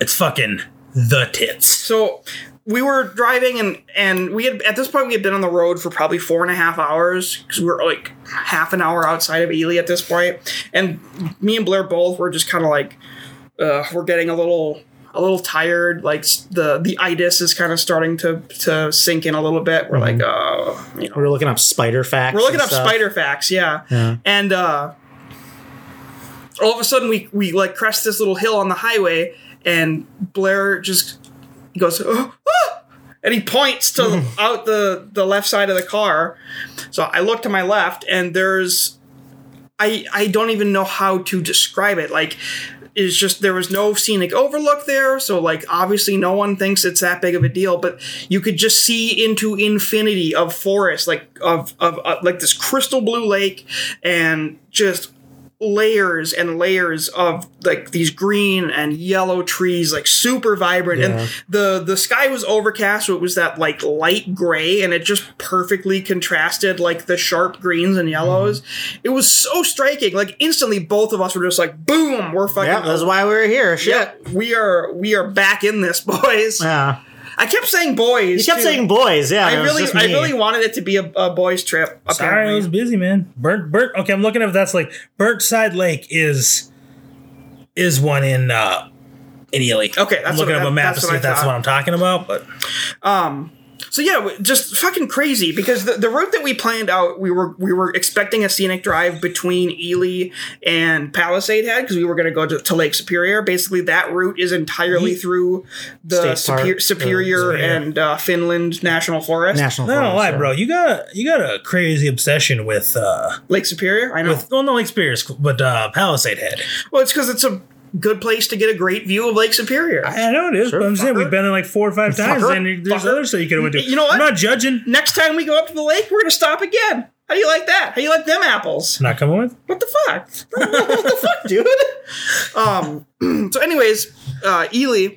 S2: it's fucking the tits.
S3: So we were driving and and we had at this point we had been on the road for probably four and a half hours because we were like half an hour outside of Ely at this point, and me and Blair both were just kind of like uh, we're getting a little a little tired like s- the the itis is kind of starting to to sink in a little bit we're like oh you know
S4: We were looking up spider facts.
S3: we're looking
S4: and
S3: up
S4: stuff.
S3: spider facts, yeah.
S4: Yeah.
S3: And uh, all of a sudden, we we like crest this little hill on the highway, and Blair just goes, "Oh, ah!" and he points to out the the left side of the car. So I look to my left, and there's I I don't even know how to describe it. Like it's just there was no scenic overlook there, so like obviously no one thinks it's that big of a deal. But you could just see into infinity of forest, like of of, of like this crystal blue lake, and just layers and layers of like these green and yellow trees like super vibrant
S4: Yeah.
S3: and the the sky was overcast so it was that like light gray and it just perfectly contrasted like the sharp greens and yellows
S4: Mm-hmm.
S3: it was so striking like instantly both of us were just like boom we're fucking
S4: Yeah, that's why we were here. Shit.
S3: yeah, we are we are back in this boys
S4: Yeah.
S3: i kept saying boys
S4: You kept
S3: too.
S4: saying boys. Yeah.
S3: i
S4: it was
S3: really
S4: just
S3: i
S4: me.
S3: really wanted it to be a, a boys trip
S2: Sorry, I was
S3: apparently.
S2: busy, man. Burnt, burnt. Okay, I'm looking at if that's like Burnside Lake is is one in uh in Ely.
S3: Okay, that's
S2: I'm looking up
S3: what-
S2: a
S3: that-
S2: map
S3: that's
S2: to see
S3: what I
S2: if that's
S3: thought.
S2: what I'm talking about. But
S3: um So yeah, w- just fucking crazy because the, the route that we planned out, we were we were expecting a scenic drive between Ely and Palisade Head because we were going to go to, to Lake Superior. Basically, that route is entirely through the
S4: State Park,
S3: Superior,
S4: uh,
S3: Superior
S2: Superior.
S3: and uh, Finland National Forest.
S4: National.
S2: I don't
S4: Forest,
S2: lie,
S4: yeah.
S2: bro. You got you got a crazy obsession with uh
S3: Lake Superior, I know.
S2: with well, not Lake Spears, but uh, Palisade Head.
S3: well, it's because it's a good place to get a great view of Lake Superior.
S2: I know it is.
S4: Sure,
S2: but I'm saying
S4: fucker.
S2: we've been there like four or five times,
S4: Fucker.
S2: and there's
S3: Fucker.
S2: other stuff you could have went to.
S3: You know what?
S2: I'm not judging.
S3: Next time we go up to the lake, we're going to stop again. How do you like that? How do you like them apples?
S2: Not coming with.
S3: What the fuck? what the fuck, dude? Um, so, anyways, uh, Ely,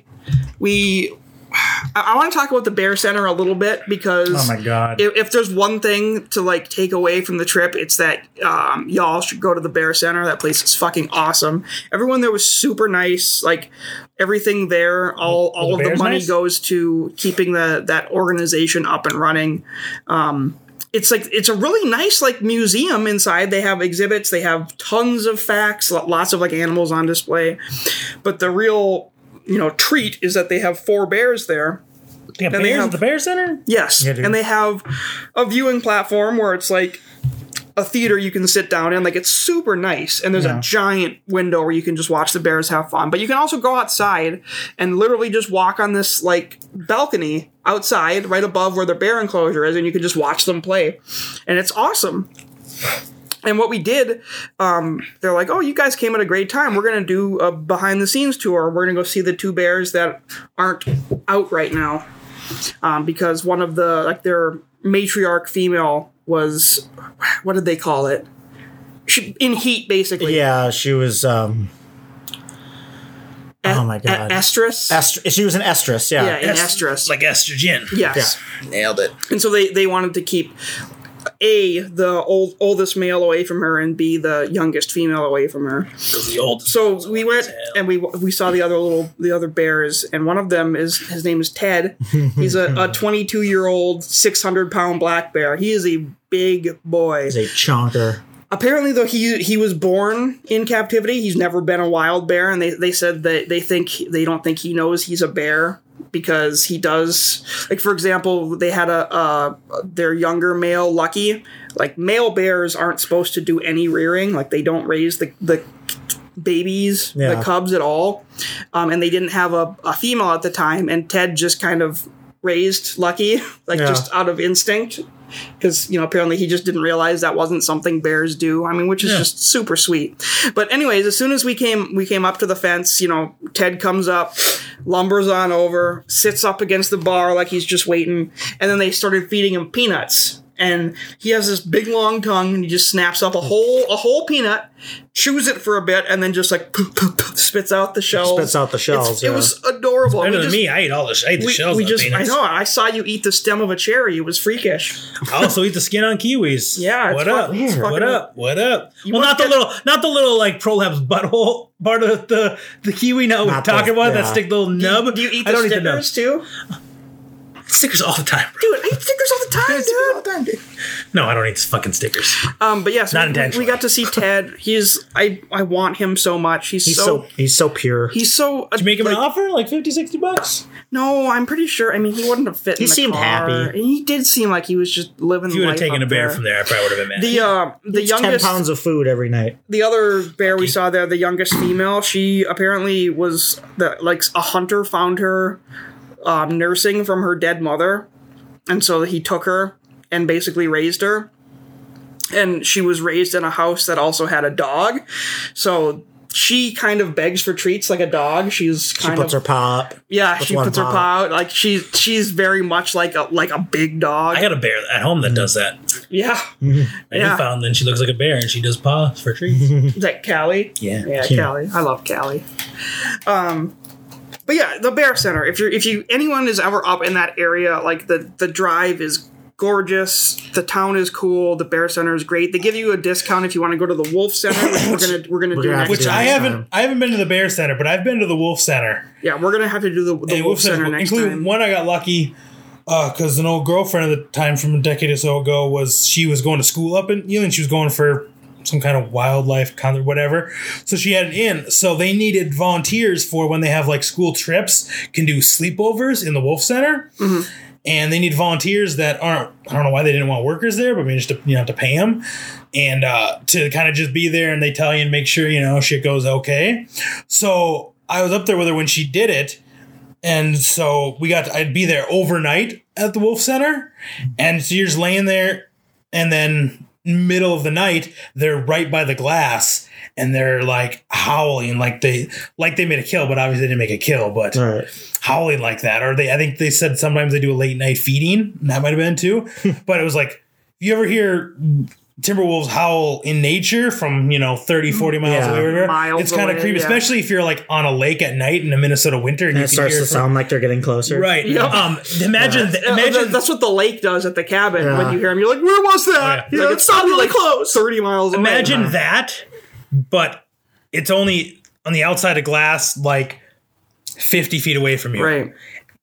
S3: we. I, I want to talk about the Bear Center a little bit because
S2: Oh my god.
S3: if, if there's one thing to like take away from the trip, it's that um, y'all should go to the Bear Center. That place is fucking awesome. Everyone there was super nice. Like everything there, all all
S2: the
S3: of the
S2: bears
S3: money
S2: nice?
S3: goes to keeping the that organization up and running. Um, it's like it's a really nice like museum inside. They have exhibits. They have tons of facts. lo- Lots of like animals on display. But the real you know treat is that they have four bears there.
S2: yeah,
S3: they
S2: bears
S3: have-
S2: at the Bear Center.
S3: Yes.
S2: Yeah, dude.
S3: and they have a viewing platform where it's like a theater you can sit down in. Like it's super nice. And there's a giant window where you can just watch the bears have fun. But you can also go outside and literally just walk on this like balcony outside right above where the bear enclosure is and you can just watch them play. And it's awesome. And what we did, um, they're like, "Oh, you guys came at a great time. We're gonna do a behind the scenes tour. We're gonna go see the two bears that aren't out right now." um, because one of the like their matriarch female was what did they call it she, in heat basically
S4: Yeah, she was. um
S3: E-
S4: Oh my
S3: e-
S4: God.
S3: estrus
S4: est- She was an estrus. Yeah.
S3: yeah in
S2: Est-
S3: estrus
S2: Like estrogen.
S3: yes
S2: Nailed it.
S3: and so they they wanted to keep a the old oldest male away from her and b the youngest female away from her
S2: The old.
S3: so we went and we we saw the other little the other bears and one of them is his name is ted he's a, a 22 year old 600 pound black bear he is a big boy
S4: He's a chonker.
S3: apparently though he he was born in captivity he's never been a wild bear and they, they said that they think they don't think he knows he's a bear because he does like for example they had a uh, their younger male lucky like male bears aren't supposed to do any rearing like they don't raise the the babies
S4: Yeah.
S3: the cubs at all um, and they didn't have a, a female at the time and ted just kind of raised lucky like
S4: Yeah.
S3: just out of instinct because you know apparently he just didn't realize that wasn't something bears do. I mean, which is
S2: Yeah.
S3: just super sweet. But anyways, as soon as we came we came up to the fence, you know, Ted comes up, lumbers on over, sits up against the bar like he's just waiting, and then they started feeding him peanuts. And he has this big long tongue, and he just snaps up a whole a whole peanut, chews it for a bit, and then just like spits out the shells.
S4: Spits out the shells,
S3: It's- It
S4: yeah.
S3: was adorable.
S2: Better
S3: We
S2: than
S3: just-
S2: me. I ate all the. sh- I ate the
S3: We,
S2: shells.
S3: we
S2: of
S3: just, I
S2: peanuts.
S3: know, I saw you eat the stem of a cherry. It was freakish.
S2: I also eat the skin on kiwis.
S3: Yeah, it's
S2: What
S3: fuck-
S2: up?
S3: it's
S2: What
S3: fucking-
S2: up? What up?
S3: You
S2: well,
S3: must
S2: not the
S3: get-
S2: little, not the little like prolapse butthole part of the the kiwi. Now we're
S4: Not the-
S2: talking about that
S4: yeah.
S2: stick little nub.
S3: Do you eat
S2: I
S3: the
S2: don't eat the nub.
S3: stickers too?
S2: Stickers all the time, bro.
S3: Dude, I eat stickers all the time, dude.
S2: No, I don't eat fucking stickers.
S3: Um, but yes,
S2: Not
S3: yeah, so we- we,
S2: intentionally.
S3: got to see Ted. He's I I want him so much. He's,
S4: He's
S3: so,
S4: so, he's so pure. He,
S3: he's so.
S2: Did you make him
S3: like,
S2: an offer like 50, 60 bucks?
S3: No, I'm pretty sure. I mean, he wouldn't have fit.
S4: He
S3: in the
S4: seemed
S3: car.
S4: happy.
S3: And he did seem like he was just living.
S2: If you
S3: the
S2: would
S3: life
S2: have taken
S3: up
S2: a bear
S3: there.
S2: from there, I probably would have been mad.
S3: The uh, the
S4: ten
S3: youngest
S4: pounds of food every night.
S3: the other bear we saw there, the youngest female, she apparently was the like a hunter found her um, nursing from her dead mother, and so he took her and basically raised her. And she was raised in a house that also had a dog, so she kind of begs for treats like a dog. She's
S4: She
S3: kind
S4: puts
S3: of
S4: her paw up.
S3: yeah, she
S4: one
S3: puts her
S4: paw
S3: paw out like she's she's very much like a like a big dog.
S2: I got a bear at home that does that.
S3: yeah,
S4: Hmm.
S2: I
S3: Yeah.
S2: yeah. found then she looks like a bear and she does paw for treats.
S3: Is that Callie?
S2: yeah.
S3: Yeah,
S4: Yeah.
S3: Cali. I love Cali. Um, but yeah, the Bear Center. If you're if you anyone is ever up in that area, like the the drive is gorgeous. The town is cool. The Bear Center is great. They give you a discount if you want to go to the Wolf Center, which we're gonna we're gonna
S4: We're
S3: do
S4: gonna have
S3: next
S4: to
S2: Which
S4: do
S3: time.
S2: I
S4: next
S2: haven't
S4: time.
S2: I haven't been to the bear center, but I've been to the wolf center.
S3: Yeah, we're gonna have to do the, the
S2: And
S3: Wolf
S2: Wolf
S3: Center
S2: Center's-
S3: next
S2: including
S3: time.
S2: One I got lucky because an old girlfriend at the time from a decade or so ago was she was going to school up in Ely and she was going for some kind of wildlife kind of whatever. So she had an inn. So they needed
S3: Mm-hmm.
S2: volunteers for when they have like school trips, can do sleepovers in the Wolf Center. and they need volunteers that aren't. I don't know why they didn't want workers there, but maybe just to, you know to pay them and uh, to kind of just be there and they tell you and make sure you know shit goes okay. So I was up there with her when she did it, and so we got. To, I'd be there overnight at the Wolf Center, and so you're just laying there, and then middle of the night they're right by the glass and they're like howling like they like they made a kill but obviously they didn't make a kill but
S4: All right.
S2: howling like that. Or they, I think they said sometimes they do a late night feeding. and That might have been too. but it was like, if you ever hear Timberwolves howl in nature from, you know, 30, 40 miles
S4: Yeah.
S2: away, whatever,
S3: Miles
S2: it's kind of
S3: away,
S2: creepy,
S3: yeah.
S2: especially if you're like on a lake at night in a Minnesota winter and,
S4: And
S2: you
S4: it
S2: can
S4: starts
S2: hear
S4: to
S2: it from,
S4: sound like they're getting closer.
S2: Right. Um, imagine, th-
S3: Uh,
S2: imagine,
S3: that's what the lake does at the cabin
S4: Yeah.
S3: when you hear them. You're like, where was that?
S2: yeah.
S3: You're like, it's not really close. 30 miles away.
S2: imagine that, but it's only on the outside of glass, like 50 feet away from you.
S3: Right.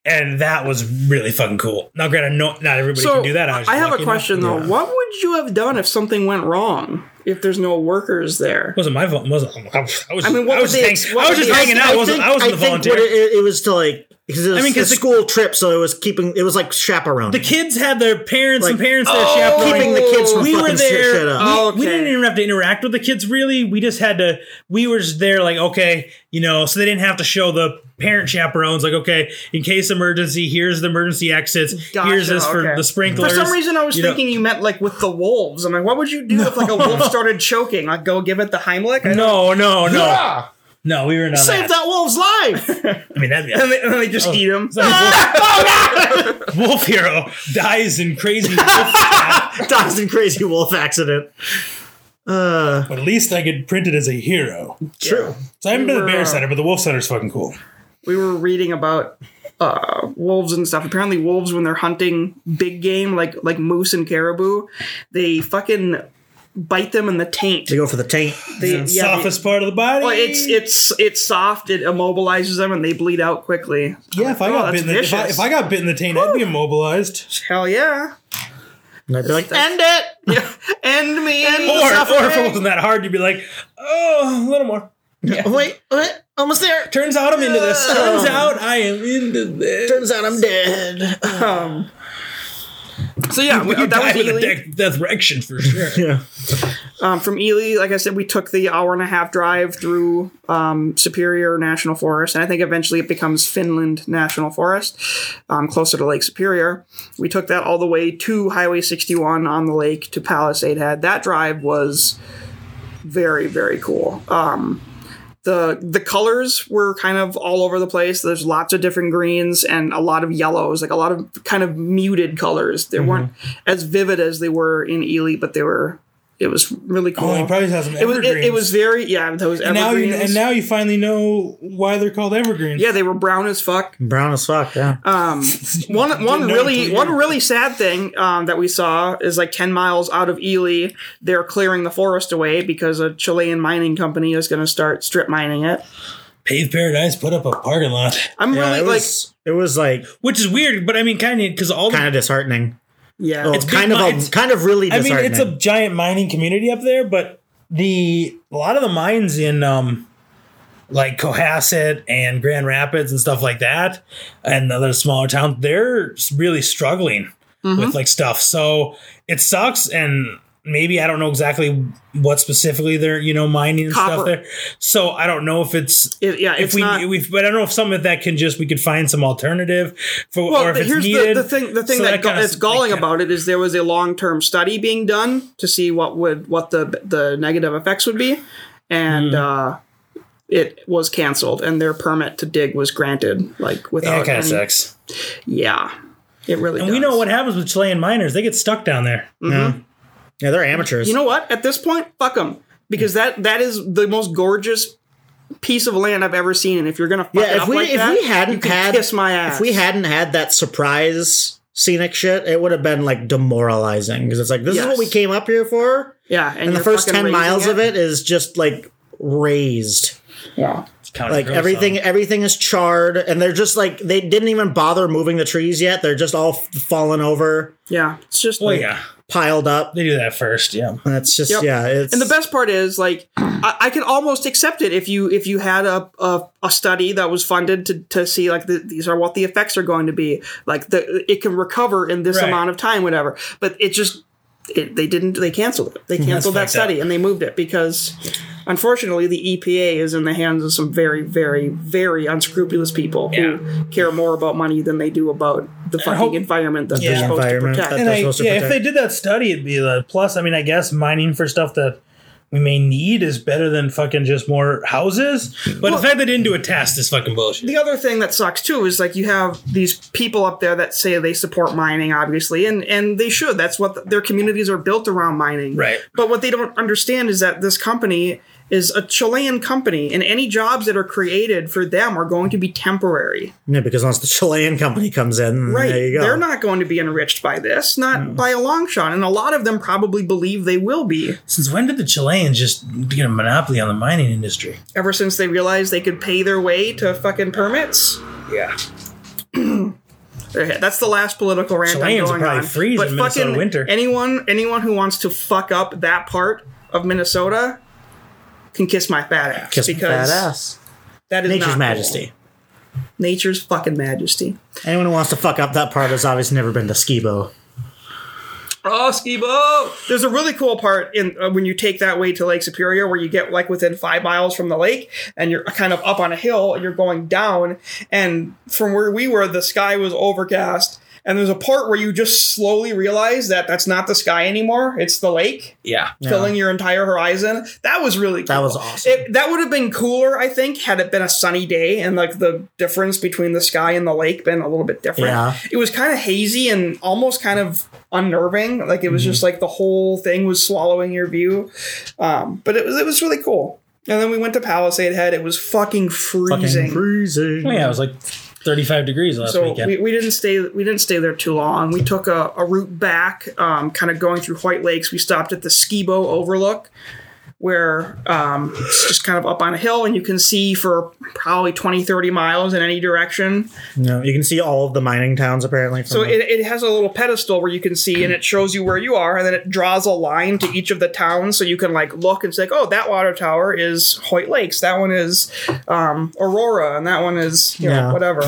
S2: And that was really fucking cool. Now, granted, no, not everybody
S3: So
S2: can do that. was
S3: I have
S2: lucky
S3: a
S2: enough.
S3: question though. What would you have done if something went wrong? If there's no workers there?
S2: wasn't my fault. Wasn't I was? I was
S3: mean, what
S2: I was
S3: would they-
S2: just hang-
S3: what
S2: I was
S3: would
S2: just
S3: they-
S2: hanging out. I wasn't. I wasn't the volunteer.
S4: what It, it was to like because it was
S2: mean,
S4: a
S2: 'cause the-
S4: school trip, so it was keeping it was like chaperone,
S2: the kids had their parents and
S4: Like,
S2: parents there
S4: keeping
S2: chaperoning.
S4: the kids from
S2: we
S4: fucking
S2: were there.
S4: shit, shit up.
S2: We,
S3: Oh,
S2: we didn't
S3: okay.
S2: even have to interact with the kids really. We just had to. We were just there, like okay, you know. So they didn't have to show the parent chaperones, like okay, in case emergency, here's the emergency exits.
S3: Gotcha,
S2: here's this for
S3: okay.
S2: the
S3: For
S2: sprinklers.
S3: some reason, I was
S2: you know.
S3: thinking you meant like with the wolves. I'm like, what would you do if like a wolf started choking? Like, go give it the Heimlich? I don't-
S2: No, no, no, no. We were not.
S4: Save
S2: That.
S4: that wolf's life.
S2: I mean, that'd be.
S3: And they, and
S2: Oh,
S3: they just eat him.
S2: Wolf Hero dies in crazy wolf
S4: Dies in crazy wolf accident.
S2: But at least I could print it as a hero.
S4: True.
S2: So I haven't been to the
S3: Wow.
S2: Bear Center, but the Wolf Center's fucking cool.
S3: we were reading about uh, wolves and stuff. Apparently, wolves when they're hunting big game like like moose and caribou, they fucking bite them in the taint.
S4: They go for the taint.
S3: They, yeah, they-
S2: Softest part of the body.
S3: well, it's it's it's soft. It immobilizes them and they bleed out quickly.
S2: yeah. If I
S3: Oh,
S2: got
S3: that's
S2: bitten, the, if, I,
S3: vicious.
S2: if I got bitten in the taint, I'd be immobilized.
S3: Hell yeah!
S4: And I'd be like,
S3: End it. Yeah. End me.
S2: Or, or if it wasn't that hard, you'd be like, oh, a little more.
S4: "Eh, wait, what? Almost there.
S2: Turns out I'm into this. Turns out I am into this.
S4: Turns out I'm dead.
S3: Um, so yeah, we,
S2: you
S3: that
S2: die
S3: was
S2: with a
S3: Ely.
S2: death, death rection for sure.
S4: Yeah.
S3: Um, from Ely, like I said, we took the hour and a half drive through um, Superior National Forest, and I think eventually it becomes Finland National Forest, um, closer to Lake Superior. We took that all the way to Highway 61 on the lake to Palisade Head. That drive was very, very cool. Um, the the colors were kind of all over the place. There's lots of different greens and a lot of yellows, like a lot of kind of muted colors.
S2: Mm-hmm.
S3: They weren't as vivid as they were in Ely, but they were. It was really cool.
S2: Oh, you probably has some
S3: it was
S2: evergreens.
S3: it, it was very yeah. Those evergreens.
S2: And now, you, and now you finally know why they're called evergreens.
S3: yeah, they were brown as fuck.
S4: Brown as fuck. Yeah.
S3: Uh, One one
S2: know
S3: really
S2: until you-
S3: one really sad thing um, that we saw is like ten miles out of Ely, they're clearing the forest away because a Chilean mining company is going to start strip mining it.
S2: Paved Paradise put up a parking lot,
S3: I'm
S4: Yeah,
S3: really
S4: it was. it was like
S2: which is weird, but I mean, kind of because all the
S4: kind of disheartening.
S3: like yeah,
S4: Well,
S3: it's
S4: kind
S2: big
S4: of
S2: mi-
S4: a,
S2: it's-
S4: kind of really
S2: I mean,
S4: disheartening.
S2: it's a giant mining community up there, but the a lot of the mines in um like Cohasset and Grand Rapids and stuff like that, and other smaller towns, they're s- really struggling
S3: Mm-hmm.
S2: with like stuff. So it sucks, and maybe I don't know exactly what specifically they're you know mining and stuff
S3: Copper.
S2: there. So I don't know if it's.
S3: it, yeah,
S2: If
S3: it's
S2: we,
S3: not.
S2: we, but I don't know if some of that can just we could find some alternative for,
S3: well,
S2: or if
S3: the-
S2: it's
S3: here's
S2: needed.
S3: the, the thing. The thing
S2: So
S3: that,
S2: that kinda
S3: that's
S2: s-
S3: galling
S2: like, uh,
S3: about it is there was a long term study being done to see what would what the the negative effects would be,
S2: Hmm.
S3: and uh, it was canceled, and their permit to dig was granted. Like
S2: Yeah,
S3: without
S2: it kind of
S3: any-
S2: sucks.
S3: Yeah, it really.
S2: And we
S3: does.
S2: know what happens with Chilean miners. They get stuck down there.
S4: yeah, they're amateurs.
S3: You know what? At this point, fuck them because that that is the most gorgeous piece of land I've ever seen. And if you're gonna fuck it
S4: yeah,
S3: up
S4: if we
S3: like
S4: if
S3: that,
S4: we hadn't
S3: you can
S4: had
S3: kiss my ass.
S4: if we hadn't had that surprise scenic shit, it would have been like demoralizing because it's like this is
S3: Yes.
S4: what we came up here for,
S3: yeah, and,
S4: and the
S3: you're
S4: first
S3: fucking
S4: ten
S3: raising
S4: miles of it is just like raised.
S3: Yeah.
S2: County
S4: Like
S2: Crow
S4: everything,
S2: song.
S4: everything is charred, and they're just like they didn't even bother moving the trees yet. They're just all f- fallen over,
S3: Yeah. It's just
S2: Well,
S3: like-
S2: Oh, yeah,
S4: piled up.
S2: they do that first. Yeah,
S4: That's just
S3: Yep.
S4: yeah. It's
S3: And the best part is, like, I, I could almost accept it if you if you had a a, a study that was funded to, to see like the, these are what the effects are going to be, like the it can recover in this
S2: Right.
S3: amount of time, whatever. But it just it, they didn't they canceled it. They canceled
S2: Mm-hmm. fucked
S3: that
S2: up.
S3: study and they moved it because unfortunately the EPA is in the hands of some very very very unscrupulous people
S2: Yeah.
S3: who care more about money than they do about the fucking
S2: hope-
S3: environment that
S2: Yeah.
S3: they're supposed
S4: Environment,
S3: to protect.
S4: that-
S2: and
S4: they're
S2: I,
S4: supposed to
S2: yeah, if they
S4: protect.
S2: did that study, it'd be the plus. I mean, I guess mining for stuff that we may need is better than fucking just more houses. But the fact they didn't do a test is fucking bullshit.
S3: the other thing that sucks too is like you have these people up there that say they support mining obviously and and they should that's what their communities are built around mining
S2: Right.
S3: but what they don't understand is that this company is a Chilean company and any jobs that are created for them are going to be temporary
S4: yeah, because once the Chilean company comes in,
S3: right
S4: there you go.
S3: they're not going to be enriched by this not by a long shot and a lot of them probably believe they will be
S2: Since when did the Chileans just get a monopoly on the mining industry?
S3: ever since they realized they could pay their way to fucking permits
S2: Yeah,
S3: Okay, That's the last political rant I'm
S2: Chileans
S3: going
S2: probably
S3: on.
S2: freeze
S3: but
S2: in Minnesota
S3: fucking
S2: winter.
S3: anyone anyone who wants to fuck up that part of Minnesota can kiss my fat ass
S4: Kiss my
S3: because
S4: fat ass.
S3: that is not
S4: Nature's
S3: cool.
S4: majesty.
S3: Nature's fucking majesty.
S4: Anyone who wants to fuck up that part has obviously never been to Skibo.
S3: Oh, Skibo! There's a really cool part in uh, when you take that way to Lake Superior, where you get like within five miles from the lake, and you're kind of up on a hill, and you're going down. And from where we were, the sky was overcast, and there's a part where you just slowly realize that that's not the sky anymore; it's the lake.
S2: yeah.
S3: filling your entire horizon. That was really cool.
S4: That was awesome.
S3: It, that would have been cooler, I think, had it been a sunny day and like the difference between the sky and the lake been a little bit different.
S4: Yeah.
S3: It was kind of hazy and almost kind of unnerving. Like it
S4: Mm-hmm.
S3: was just like the whole thing was swallowing your view. Um, but it was it was really cool. And then we went to Palisade Head. It was fucking freezing.
S4: Fucking freezing.
S2: Well, Oh, yeah, it was like 35 degrees last
S3: so
S2: weekend.
S3: we, we didn't stay we didn't stay there too long. We took a, a route back, um, kind of going through White Lakes. We stopped at the Skibo Overlook, where um, it's just kind of up on a hill, and you can see for probably 20, 30 miles in any direction.
S4: No, you can see all of the mining towns apparently. From
S3: So
S4: the-
S3: it, it has a little pedestal where you can see, and it shows you where you are, and then it draws a line to each of the towns, so you can like look and say, like, "Oh, that water tower is Hoyt Lakes. That one is um, Aurora, and that one is you
S4: Yeah.
S3: know whatever."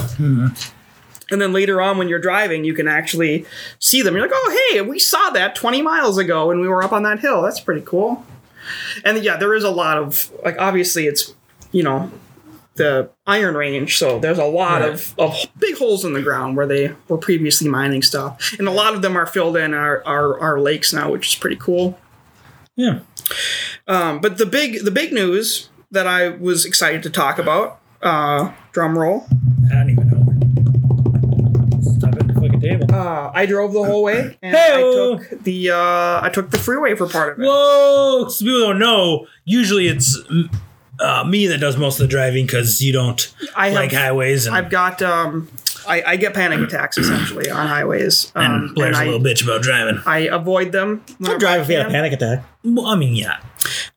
S3: And then later on, when you're driving, you can actually see them. You're like, "Oh, hey, we saw that 20 miles ago when we were up on that hill. That's pretty cool." And yeah, there is a lot of like obviously it's you know the Iron Range, so there's a lot of, of big holes in the ground where they were previously mining stuff, and a lot of them are filled in our our, our lakes now, which is pretty cool.
S2: yeah.
S3: Um, but the big the big news that I was excited to talk about, uh, drum roll,
S2: I don't even know. Stop at the fucking table.
S3: uh, I drove the whole way, and
S2: Hey-o.
S3: I took the uh, I took the freeway for part of it.
S2: Whoa! 'cause people don't know. Usually it's mm, uh, me that does most of the driving because you don't
S3: I have-
S2: like highways and
S3: I've got um, I, I get panic attacks essentially on highways, um,
S2: and Blair's
S3: I,
S2: a little bitch about driving.
S3: I avoid them.
S4: I'd
S3: whenever
S4: drive if
S3: I
S4: you had a
S3: can.
S4: panic attack.
S2: Well, I mean, yeah.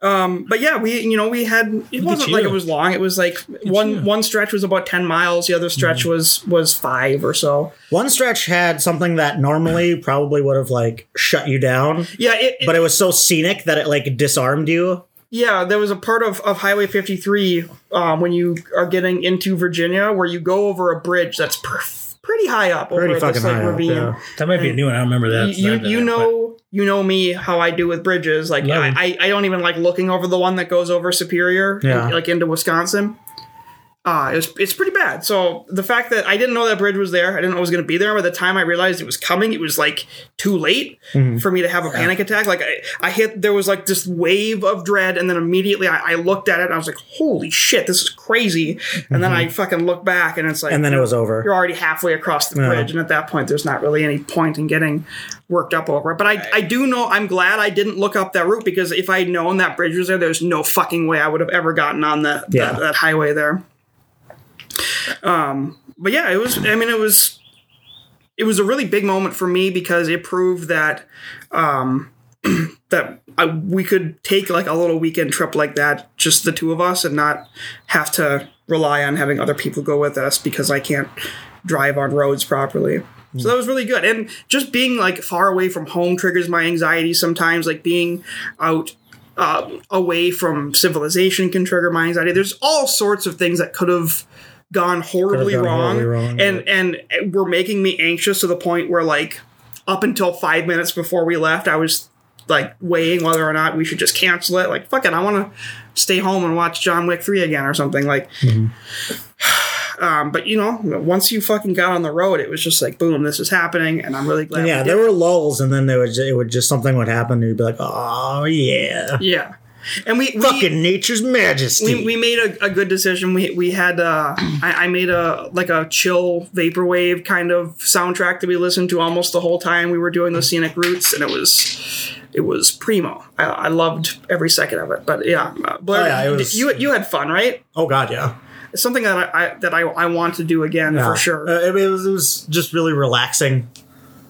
S3: Um, but yeah, we you know we had it wasn't like
S2: you.
S3: it was long. It was like one
S2: you.
S3: one stretch was about ten miles, the other stretch was was five or so.
S4: One stretch had something that normally probably would have like shut you down,
S3: Yeah, it, it-
S4: but it was so scenic that it like disarmed you.
S3: yeah. There was a part of of Highway fifty three um, when you are getting into Virginia where you go over a bridge that's pr- pretty high up
S4: Pretty
S3: over
S4: fucking
S3: this like
S4: high up,
S3: ravine.
S4: yeah.
S2: That might be a new one. I don't remember that. It's
S3: you,
S2: not
S3: you,
S2: been
S3: you
S2: there,
S3: know you know me how I do with bridges. Like
S2: Love
S3: I,
S2: 'em.
S3: I, I don't even like looking over the one that goes over Superior,
S4: Yeah.
S3: like into Wisconsin. Uh, it's it's pretty bad. So the fact that I didn't know that bridge was there, I didn't know it was going to be there. By the time I realized it was coming, it was like too late
S4: Mm-hmm.
S3: for me to have a panic attack. Like I, I hit there was like this wave of dread, and then immediately I, I looked at it and I was like, "Holy shit, this is crazy!" And then I fucking look back and it's like,
S4: Mm-hmm. And then it was
S3: you're
S4: over.
S3: already halfway across the bridge, and at that point, there's not really any point in getting worked up over it. But I, I do know I'm glad I didn't look up that route because if I had known that bridge was there, there's no fucking way I would have ever gotten on that
S4: Yeah.
S3: that, that highway there. Um, but yeah, it was. I mean, it was it was a really big moment for me because it proved that um, that I, we could take like a little weekend trip like that, just the two of us, and not have to rely on having other people go with us because I can't drive on roads properly. So that was really good. And just being like far away from home triggers my anxiety sometimes. Like being out uh, away from civilization can trigger my anxiety. There's all sorts of things that could have gone horribly
S4: gone
S3: wrong,
S4: horribly wrong,
S3: and and were making me anxious to the point where like up until five minutes before we left, I was like weighing whether or not we should just cancel it. Like fuck it, I want to stay home and watch John Wick three again or something. Like
S4: Mm-hmm.
S3: um, but you know, once you fucking got on the road, it was just like, boom, this is happening, and I'm really glad.
S4: Yeah,
S3: we did.
S4: there were lulls, and then there would it would just something would happen, and you'd be like, "Oh yeah,
S3: yeah, and we, we
S4: fucking nature's majesty."
S3: we, we made a, a good decision. We we had uh, I, I made a like a chill vaporwave kind of soundtrack that we listened to almost the whole time we were doing the scenic routes, and it was it was primo. I, I loved every second of it. But yeah, uh, Blair,
S4: Oh, yeah, it was-
S3: you you had fun, right?
S4: oh god, yeah,
S3: It's something that I, I that I, I want to do again
S4: Yeah.
S3: for sure.
S4: Uh, it, was, it was just really relaxing.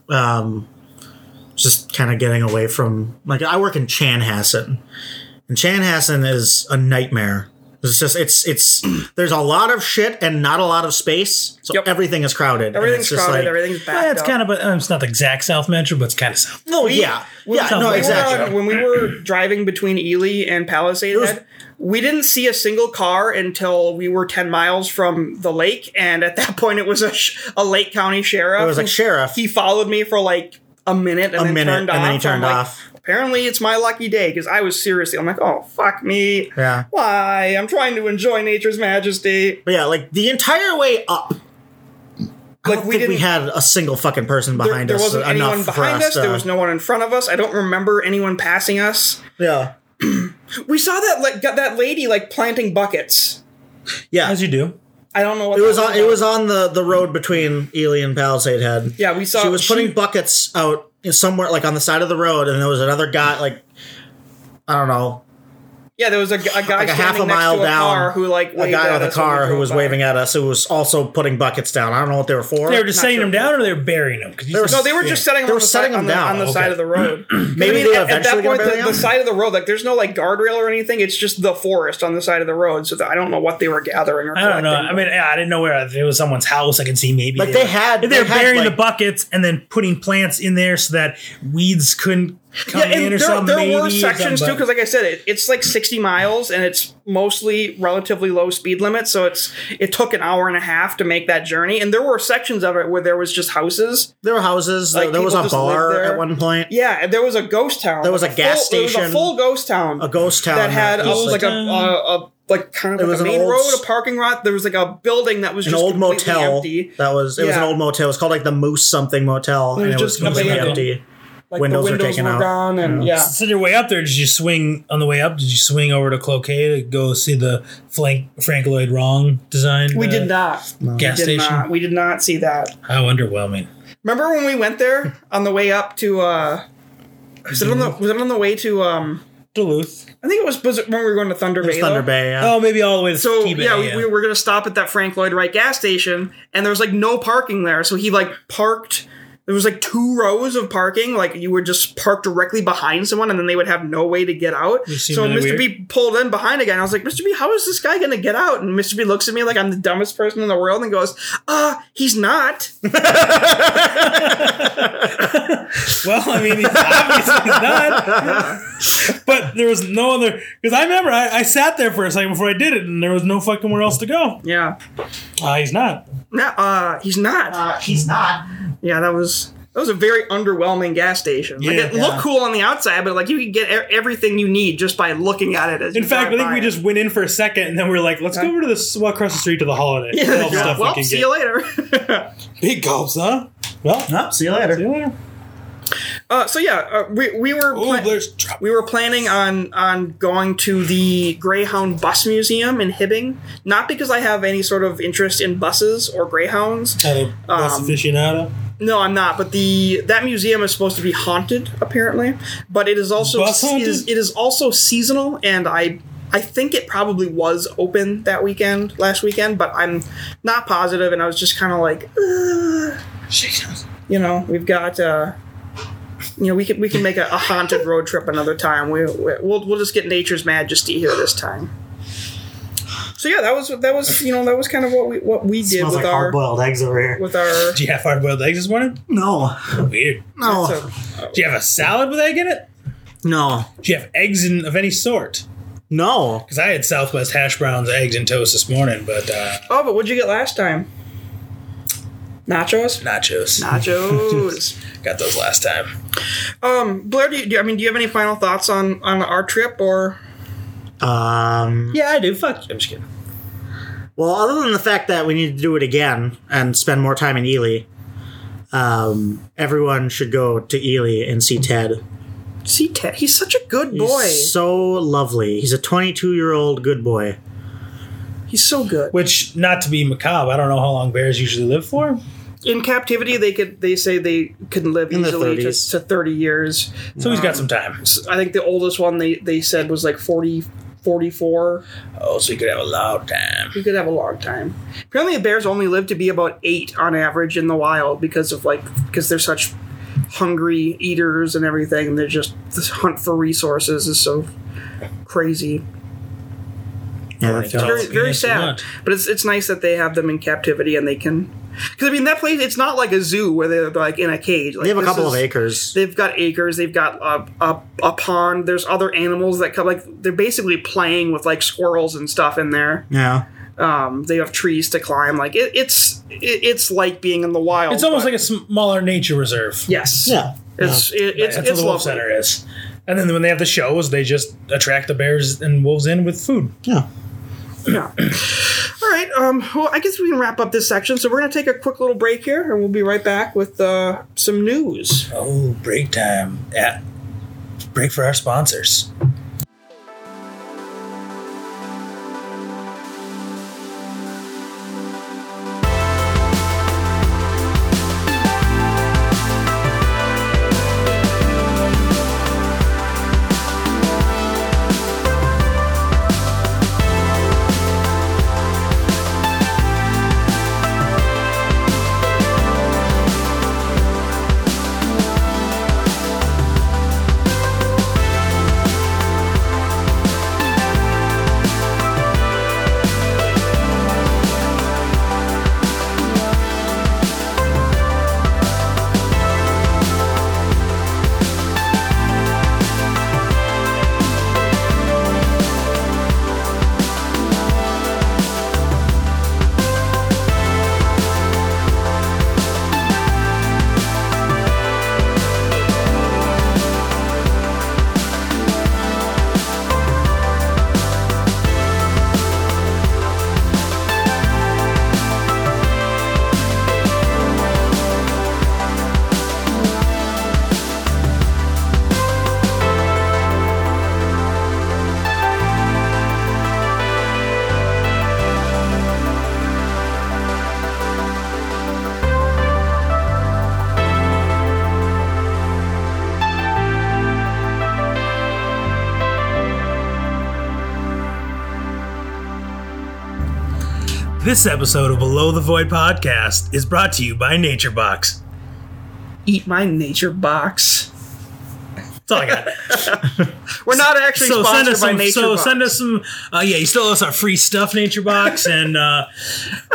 S4: Um, just kind of getting away from like I work in Chanhassen, and Chanhassen is a nightmare. It's just it's it's there's a lot of shit and not a lot of space, so
S3: Yep.
S4: everything is crowded. and
S3: everything's
S4: it's just
S3: crowded.
S4: like-
S3: everything's backed
S2: Yeah, it's
S3: up.
S2: kind of, a, um, it's not the exact South Metro, but it's kind of South.
S4: No, oh, yeah, yeah,
S2: talking
S4: no,
S2: about-
S4: exactly.
S3: We were on- when we were driving between Ely and Palisade
S4: was-
S3: Head, we didn't see a single car until we were 10 miles from the lake. And at that point, it was a, sh- a Lake County sheriff.
S4: It was like sheriff.
S3: He followed me for like a minute and
S4: a
S3: then
S4: minute, and
S3: turned off.
S4: then he
S3: I'm
S4: turned
S3: like,
S4: off.
S3: Apparently, it's my lucky day because I was seriously, I'm like, oh, fuck me.
S4: Yeah.
S3: Why? I'm trying to enjoy nature's majesty.
S4: But yeah, like the entire way up,
S3: Like, we
S4: we,
S3: didn't.
S4: we had a single fucking person
S3: there,
S4: behind
S3: there
S4: us.
S3: wasn't
S4: enough
S3: anyone
S4: for
S3: behind us.
S4: to-
S3: There was no one in front of us. I don't remember anyone passing us.
S4: Yeah,
S3: We saw that like got that lady like planting buckets.
S4: yeah.
S2: As you do.
S3: I don't know what
S4: It
S3: that
S4: was on. It was on the the road between Ely and Palisade Head.
S3: Yeah, we saw.
S4: she was putting buckets out somewhere, like on the side of the road, and there was another guy, like I don't know,
S3: yeah, there was a, g- a guy
S4: like a
S3: standing
S4: half a
S3: next
S4: mile
S3: to a
S4: down,
S3: car who like
S4: a
S3: waved
S4: guy
S3: at
S4: with a
S3: us when we
S4: car who
S3: drove
S4: was
S3: by.
S4: waving at us, who was also putting buckets down. I don't know what they were for.
S2: They were just
S3: Not
S2: setting
S3: sure.
S2: them down, or they were burying them. Because
S4: There was-
S3: No, they were just setting them.
S4: They
S3: on
S4: were
S3: the
S4: setting
S3: side,
S4: them
S3: on
S4: down,
S3: the, on the
S4: okay.
S3: side of the road.
S4: Maybe
S3: I
S4: they
S3: mean, at, at
S4: eventually
S3: that
S4: gonna
S3: point,
S4: bury
S3: the, the
S4: them?
S3: side of the road, like there's no like guardrail or anything. It's just the forest on the side of the road. So that, I don't know what they were gathering or
S2: I don't know.
S3: collecting.
S2: I mean, yeah, I didn't know where if it was someone's house. I could see maybe
S4: Like, they had-
S2: if they
S4: they
S2: were
S4: had,
S2: burying
S4: like-
S2: the buckets and then putting plants in there so that weeds couldn't come
S3: yeah,
S2: in
S3: and
S2: or
S3: there,
S2: something.
S3: there were
S2: maybe, or
S3: sections too,
S2: something,
S3: because
S2: but-
S3: like I said, it, it's like 60 miles and it's mostly relatively low speed limit, so it's it took an hour and a half to make that journey. And there were sections of it where there was just houses.
S4: there were houses.
S3: Like,
S4: there was
S3: people
S4: a
S3: just lived
S4: bar
S3: there.
S4: at one point.
S3: Yeah, and there was a ghost town.
S4: There was a gas
S3: full, There was
S4: station.
S3: a full ghost town
S4: A ghost town
S3: that had a,
S4: was,
S3: like a,
S2: town.
S3: a, a like kind of like
S4: was
S3: a
S4: an
S3: main
S4: old
S3: road,
S4: s-
S3: a parking lot. There was like a building that was
S4: an
S3: just
S4: old
S3: completely
S4: motel
S3: empty.
S4: that was it was an
S3: Yeah.
S4: old motel. It was called like the Moose something
S3: It
S4: motel,
S3: was
S4: and it was
S3: just
S4: completely
S2: abandoned.
S4: empty.
S3: Like
S4: Windows
S3: the
S4: were
S3: windows
S4: taken
S3: were
S4: out.
S3: down, and yeah.
S2: So your way up there, did you swing on the way up? Did you swing over to Cloquet to go see the Frank, Frank Lloyd Wrong design?
S3: We
S2: uh,
S3: did not.
S2: gas
S3: Did
S2: station.
S3: not. We did not see that.
S2: How underwhelming!
S3: Remember when we went there on the way up to uh was it on the was it on the way to um
S2: Duluth.
S3: I think it was, was it when we were going to Thunder
S4: It was
S3: Bay.
S4: Thunder
S3: though?
S4: Bay. yeah.
S2: Oh, maybe all the way to
S3: So
S2: Ski Bay,
S3: yeah, we, we were gonna stop at that Frank Lloyd Wright gas station, and there was like no parking there. So he like parked. There was like two rows of parking. Like you would just park directly behind someone, and then they would have no way to get out.
S2: seemed
S3: So Mr.
S2: really weird.
S3: B pulled in behind again. I was like, Mr. B, how is this guy gonna get out? And Mr. B looks at me like I'm the dumbest person in the world, and goes, "Uh, he's not."
S2: Well, I mean, he's obviously not. but there was no other because I remember I, I sat there for a second before I did it, and there was no fucking where else to go.
S3: Yeah,
S2: Ah, he's not.
S3: no, uh, he's not.
S4: Uh, he's not.
S3: Yeah, that was that was a very underwhelming gas station. Like
S2: Yeah.
S3: it looked cool on the outside, but like you could get e- everything you need just by looking at it. As
S2: In
S3: you
S2: fact, I
S3: drive
S2: think
S3: by
S2: we
S3: it.
S2: just went in for a second, and then we are like, let's go over to this well, across the street to the Holiday.
S3: yeah,
S2: What else
S3: yeah.
S2: stuff we
S3: Well,
S2: can
S3: see
S2: get?
S3: you later.
S2: Big gulps, huh? Well,
S4: Oh, see
S2: see
S4: you later.
S2: you later.
S3: uh, so yeah, uh, we we were
S2: Oh,
S3: pla-
S2: there's trouble.
S3: we were planning on on going to the Greyhound Bus Museum in Hibbing, not because I have any sort of interest in buses or greyhounds.
S2: Had a bus
S3: Um,
S2: aficionado.
S3: No, I'm not. But the that museum is supposed to be haunted, apparently. But it is also
S2: Bus haunted?
S3: it is, it is also seasonal, and I I think it probably was open that weekend last weekend, but I'm not positive. And I was just kind of like, "Ugh," you know, we've got. Uh, you know, we can we can make a, a haunted road trip another time. We, we we'll we'll just get nature's majesty here this time. So yeah, that was that was you know that was kind of what we what we did
S4: Smells
S3: with
S4: like
S3: our
S4: hard boiled eggs over here.
S3: with our.
S2: Do you have hard boiled eggs this morning?
S4: No,
S2: Weird.
S4: no,
S3: so-
S2: Do you have a salad with egg in it?
S4: no,
S2: Do you have eggs in, of any sort?
S4: no.
S2: Because I had Southwest hash browns, eggs, and toast this morning, but uh,
S3: oh, but what'd you get last time? Nachos.
S2: nachos.
S3: Nachos.
S2: Got those last time.
S3: um, Blair, do you, do you- I mean, do you have any final thoughts on on our trip or?
S4: Um,
S2: Yeah, I do. Fuck. I'm just kidding.
S4: well, other than the fact that we need to do it again and spend more time in Ely, um, everyone should go to Ely and see Ted.
S3: See, Ted, he's such a good boy.
S4: He's so lovely. He's a 22 year old good boy.
S3: He's so good.
S2: Which, not to be macabre, I don't know how long bears usually live for.
S3: In captivity, they could they say they can live
S4: In their
S3: easily to,
S4: 30s.
S3: to thirty years.
S2: So he's got some time.
S3: I think the oldest one they they said was like 40, 44.
S2: Oh, so he could have a loud time.
S3: You could have a long time. Apparently, bears only live to be about eight on average in the wild because of like because they're such hungry eaters and everything. They're just this hunt for resources is so crazy.
S4: Yeah, that's
S2: Tell
S3: very,
S2: us
S3: very
S2: if you
S3: sad.
S2: want.
S3: But it's it's nice that they have them in captivity and they can. Because I mean, that place it's not like a zoo where they're like in a cage. Like,
S4: They have a
S3: this
S4: couple
S3: is-
S4: of acres.
S3: They've got acres. They've got a, a, a pond. There's other animals that come. Like they're basically playing with like squirrels and stuff in there.
S4: yeah.
S3: Um, they have trees to climb. Like it, it's it, it's like being in the wild.
S2: It's almost
S3: but-
S2: like a smaller nature reserve.
S3: yes,
S4: Yeah.
S3: It's it, it's
S2: That's
S3: it's
S2: what the wolf
S3: lovely.
S2: center is. And then when they have the shows, they just attract the bears and wolves in with food.
S4: Yeah.
S3: Yeah. All right. Um, well, I guess we can wrap up this section. So we're gonna take a quick little break here, and we'll be right back with uh, some news.
S2: Oh, break time. Yeah. Break for our sponsors. This episode of Below the Void podcast is brought to you by Nature Box.
S3: Eat my nature box.
S2: That's all I got.
S3: We're not actually
S2: so send
S3: sponsored
S2: us
S3: by
S2: some.
S3: Nature
S2: So
S3: Box.
S2: send us some. Uh, yeah, you still owe us our free stuff, Nature Box, and uh,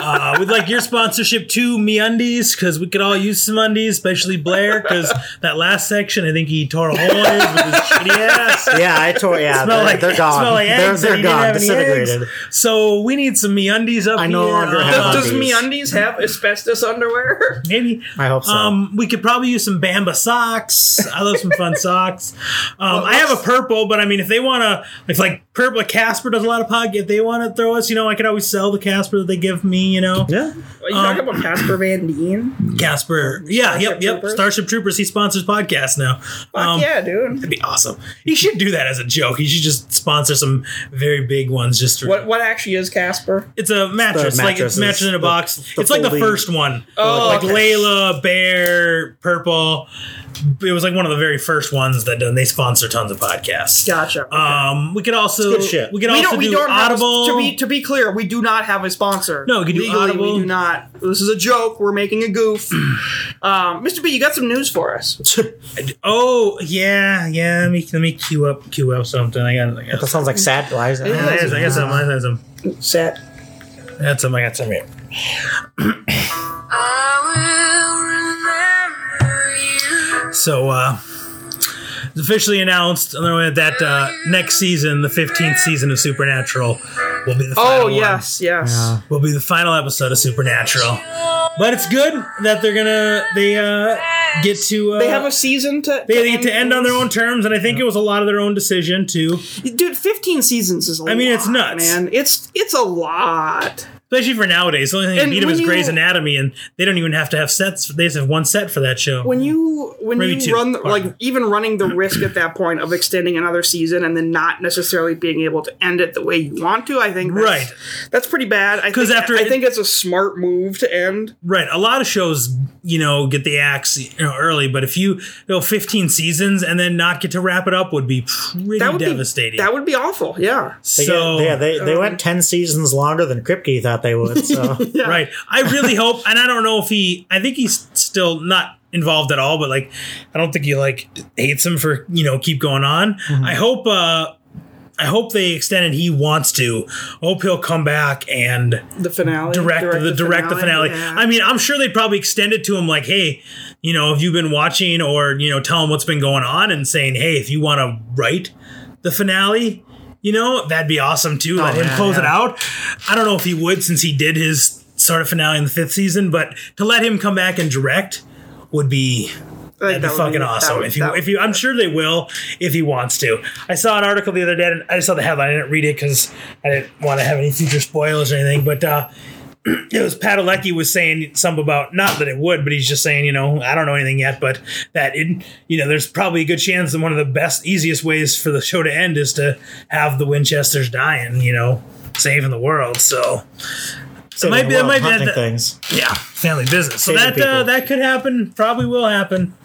S2: uh, we'd like your sponsorship too, Me Undies, because we could all use some undies, especially Blair, because that last section, I think he tore a hole in his with his shitty ass.
S4: Yeah, I tore. Yeah,
S2: Smell
S4: they're,
S2: like
S4: they're gone.
S2: Smell like
S4: they're
S2: eggs
S4: they're
S2: and he didn't
S4: gone.
S2: have any
S4: Disintegrated.
S2: eggs. So we need some me undies up
S4: I no
S2: here.
S4: longer
S2: Uh,
S4: have
S3: Does, does
S4: Undies.
S3: MeUndies have asbestos underwear?
S2: Maybe
S4: I hope so.
S2: Um, we could probably use some Bamba socks. I love some fun socks. Um, I have a purple, but I mean, if they want to, if like purple Casper does a lot of pod, if they want to throw us, you know, I could always sell the Casper that they give me. You know,
S4: yeah.
S3: Are you talking
S2: Um,
S3: about Casper Van Dien?
S2: Casper. Yeah, yep, yep.
S3: Troopers?
S2: Starship Troopers. He sponsors podcasts now.
S3: Fuck
S2: um,
S3: yeah, dude.
S2: That'd be awesome. He should do that as a joke. He should just sponsor some very big ones. Just for,
S3: What what actually is Casper?
S2: It's a mattress, like it's
S4: mattresses,
S2: mattress in a
S4: the-
S2: box.
S4: the
S2: it's like the
S4: folding-
S2: first one,
S3: Oh,
S2: like
S3: okay.
S2: Layla, Bear, Purple. It was like one of the very first ones that done. They sponsor tons of podcasts.
S3: Gotcha.
S2: Um, we could also do.
S4: good shit.
S2: We could
S3: We
S2: also
S3: don't.
S2: do
S3: We don't
S2: Audible.
S3: Have, to be to be clear, we do not have a sponsor.
S2: No, we could do
S3: Legally,
S2: Audible.
S3: We do not. This is a joke. We're making a goof. um, Mr. B, you got some news for us?
S2: oh yeah, yeah. Let me let me queue up queue up something. I got. I got
S4: That sounds like sad. Why is
S3: Yeah.
S4: it?
S2: I got something. I got something. I got something.
S3: Set.
S2: I got something. I got something. here. So uh, it's officially announced uh, that uh, next season, the 15th season of Supernatural, will be the final
S3: Oh
S2: one.
S3: yes, yes.
S4: Yeah.
S2: will be the final episode of Supernatural. But it's good that they're gonna they uh, get to uh,
S3: They have a season to.
S2: they, they get to end on their own terms, and I think it was a lot of their own decision too,
S3: Dude, fifteen seasons is. I
S2: mean, it's nuts.
S3: man. It's it's a lot.
S2: especially for nowadays. The only thing
S3: And
S2: you need them
S3: when
S2: is
S3: you-
S2: Grey's Anatomy, and they don't even have to have sets. They just have one set for that show.
S3: When you when
S2: Maybe
S3: you
S2: two.
S3: run the,
S2: Pardon.
S3: like even running the risk at that point of extending another season and then not necessarily being able to end it the way you want to, I think that's,
S2: Right.
S3: That's pretty bad. I
S2: 'Cause
S3: think-
S2: after
S3: I
S2: it-
S3: think it's a smart move to end.
S2: Right. A lot of shows, you know, get the axe you know, early, but if you, you know, 15 seasons and then not get to wrap it up would be pretty
S3: That would
S2: devastating.
S3: be that would be awful. Yeah.
S4: They get-
S2: so,
S4: yeah, they, they went ten seasons longer than Kripke thought they would. So
S3: Yeah.
S2: Right. I really hope, and I don't know if he, I think he's still not involved at all, but like, I don't think he like hates him for, you know, keep going on.
S3: Mm-hmm.
S2: I hope, uh, I hope they extend and he wants to. I hope he'll come back and
S3: The finale.
S2: direct, the, direct the finale.
S3: yeah.
S2: I mean, I'm sure they'd probably extend it to him like, hey, you know, have you been watching or, you know, tell him what's been going on and saying, hey, if you want to write the finale, you know, that'd be awesome too. Let him
S4: yeah,
S2: close it
S4: yeah.
S2: out. I don't know if he would since he did his sort of finale in the fifth season, but to let him come back and direct would be
S3: I
S2: That'd
S3: think that
S2: be
S3: would
S2: fucking
S3: that
S2: awesome.
S3: would-
S2: if you,
S3: that would-
S2: if you, I'm sure they will if he wants to. I saw an article the other day, and I just saw the headline. I didn't read it because I didn't want to have any future spoilers or anything. But uh, it was Padalecki was saying something about not that it would, but he's just saying, you know, I don't know anything yet, but that it, you know, there's probably a good chance that one of the best, easiest ways for the show to end is to have the Winchesters dying, you know, saving the world. So. So might be, that might be
S4: hunting
S2: that,
S4: things.
S2: yeah, family business. So
S4: Saving
S2: that uh,
S4: people.
S2: that could happen, probably will happen.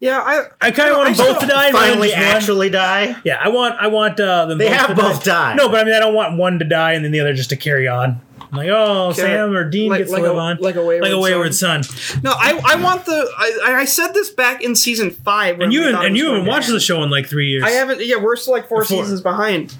S3: yeah, I
S2: I kind of want
S3: I
S2: them
S3: still
S2: both to die. and
S4: Finally,
S2: then just one-
S4: actually die.
S2: Yeah, I want I want uh, them.
S4: They have
S2: to
S4: both died.
S2: No, but I mean I don't want one to die and then the other just to carry on. I'm like oh Sam or Dean
S3: like-
S2: gets
S3: like
S2: to live
S3: a-
S2: on
S3: like a wayward
S2: son.
S3: no, I I want the I, I said this back in season five. when
S2: And you
S3: we
S2: and,
S3: thought it
S2: and
S3: was
S2: you
S3: going
S2: haven't
S3: to
S2: watched
S3: end.
S2: the show in like three years.
S3: I haven't. Yeah, we're still like four,
S2: Four.
S3: seasons behind.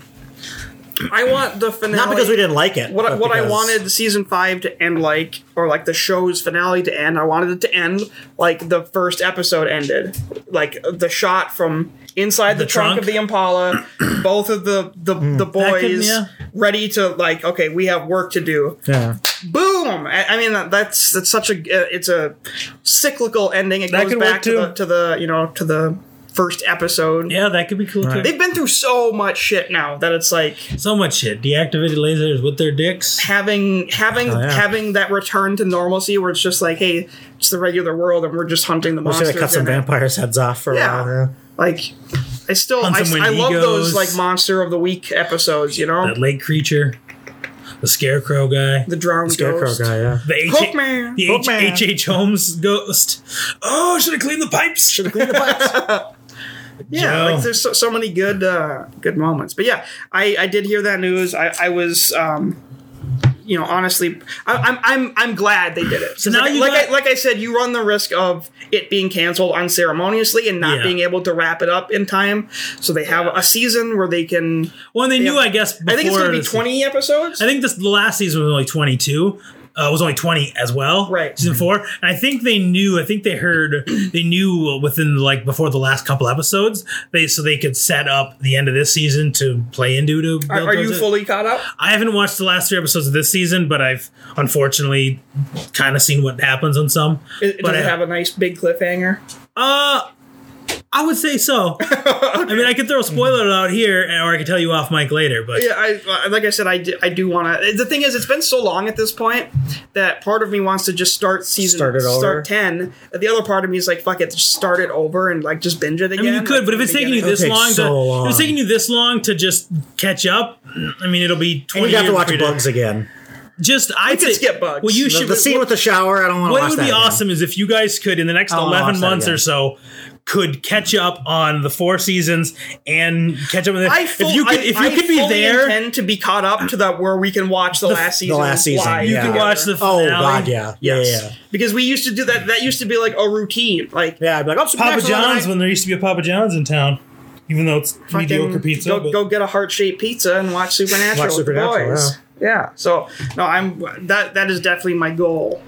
S3: I want the finale.
S4: Not because we didn't like it.
S3: What, I-
S4: but
S3: what I
S4: because-
S3: wanted season five to end like, or like the show's finale to end, I wanted it to end like the first episode ended, like the shot from inside the,
S2: The
S3: trunk.
S2: trunk? Hmm.
S3: of the Impala, both of the the, the
S2: That could-
S3: boys
S2: yeah.
S3: ready to like, okay, we have work to do.
S4: Yeah.
S3: Boom! I, I mean, that's that's such a uh, it's a cyclical ending. It
S2: That
S3: goes
S2: could work
S3: back to
S2: too.
S3: the, to the you know to the first episode.
S2: yeah, that could be cool
S4: Right.
S2: too.
S3: They've been through so much shit now that it's like
S2: So much shit. Deactivated lasers with their dicks.
S3: having having
S4: Oh, yeah.
S3: having that return to normalcy where it's just like, hey, it's the regular world and we're just hunting the
S4: We should
S3: monsters.
S4: have cut some
S3: and-
S4: vampires' heads off for
S3: Yeah.
S4: a while. Yeah.
S3: Like, I still
S2: Hunt
S3: I,
S2: some
S3: I love those
S2: Wendigos.
S3: like monster of the week episodes. You know,
S2: That lake creature, the scarecrow guy,
S3: the drowned
S4: Scarecrow
S3: ghost.
S4: guy. Yeah.
S2: the H-
S3: Pokemon.
S2: the H-
S4: Pokemon.
S2: H H Holmes ghost. Oh, should have cleaned the pipes.
S4: Should have cleaned the pipes.
S3: Yeah,
S2: Joe.
S3: like there's so, so many good uh, good moments. But yeah, I, I did hear that news. I, I was um, you know honestly, I, I'm I'm I'm glad they did it. So
S2: now
S3: like,
S2: you
S3: like
S2: got-
S3: I like I said, you run the risk of it being canceled unceremoniously and not
S2: Yeah.
S3: being able to wrap it up in time. So they have a season where they can.
S2: Well, and they knew,
S3: Yeah.
S2: I guess. Before
S3: I think it's going to be
S2: this-
S3: 20 episodes.
S2: I think this the last season was only 22. Uh, it was only 20 as well.
S3: Right.
S2: Season four. And I think they knew, I think they heard, they knew within like before the last couple episodes, they so they could set up the end of this season to play into to build
S3: Are, are you
S2: towards it.
S3: fully caught up?
S2: I haven't watched the last three episodes of this season, but I've unfortunately kind of seen what happens on some.
S3: It,
S2: But
S3: does it
S2: I-
S3: have a nice big cliffhanger?
S2: Uh, I would say so. I mean, I could throw a spoiler out here, or I could tell you off mic later, but
S3: Yeah, I I- like I said, I do, I do want to. The thing is, it's been so long at this point that part of me wants to just start season
S4: Start it over.
S3: start ten. The other part of me is like, fuck it, just start it over and like just binge it
S2: I
S3: again.
S2: mean, you could,
S3: like,
S2: but if
S3: from
S2: it's
S3: the
S2: taking you
S3: beginning.
S2: this
S4: It'll take
S2: long,
S4: so
S2: to, if it's
S4: long.
S2: taking you this long to just catch up, I mean, it'll be
S4: And
S2: twenty.
S4: you'd have to
S2: years
S4: watch
S2: for you
S4: Bugs again.
S2: Just I
S3: could skip Bugs.
S2: Well, you
S4: The,
S2: should.
S4: the scene with the shower. I don't want to
S2: what
S4: watch
S2: would
S4: that
S2: be
S4: again.
S2: awesome is if you guys could in the next
S4: I wanna
S2: eleven
S4: watch that
S2: months
S4: again.
S2: or so could catch up on the four seasons and catch up with it.
S3: I full,
S2: if you could, if you
S3: I,
S2: could
S3: I
S2: be
S3: fully
S2: there,
S3: intend to be caught up to that where we can watch the, last season.
S4: the last season.
S3: live
S4: yeah.
S2: you can watch the
S4: Oh
S2: finale.
S4: god, yeah, yeah, yeah, yeah.
S3: because we used to do that. That used to be like a routine. Like
S4: Yeah, I'd be like, oh,
S2: Papa
S4: Supernatural
S2: John's
S4: tonight.
S2: when there used to be a Papa John's in town, even though it's
S3: fucking
S2: mediocre pizza.
S3: Go,
S2: but-
S3: go get a heart shaped pizza and watch Supernatural.
S4: Watch
S3: with the
S4: Supernatural,
S3: boys. Yeah. So no, I'm that that is definitely my goal.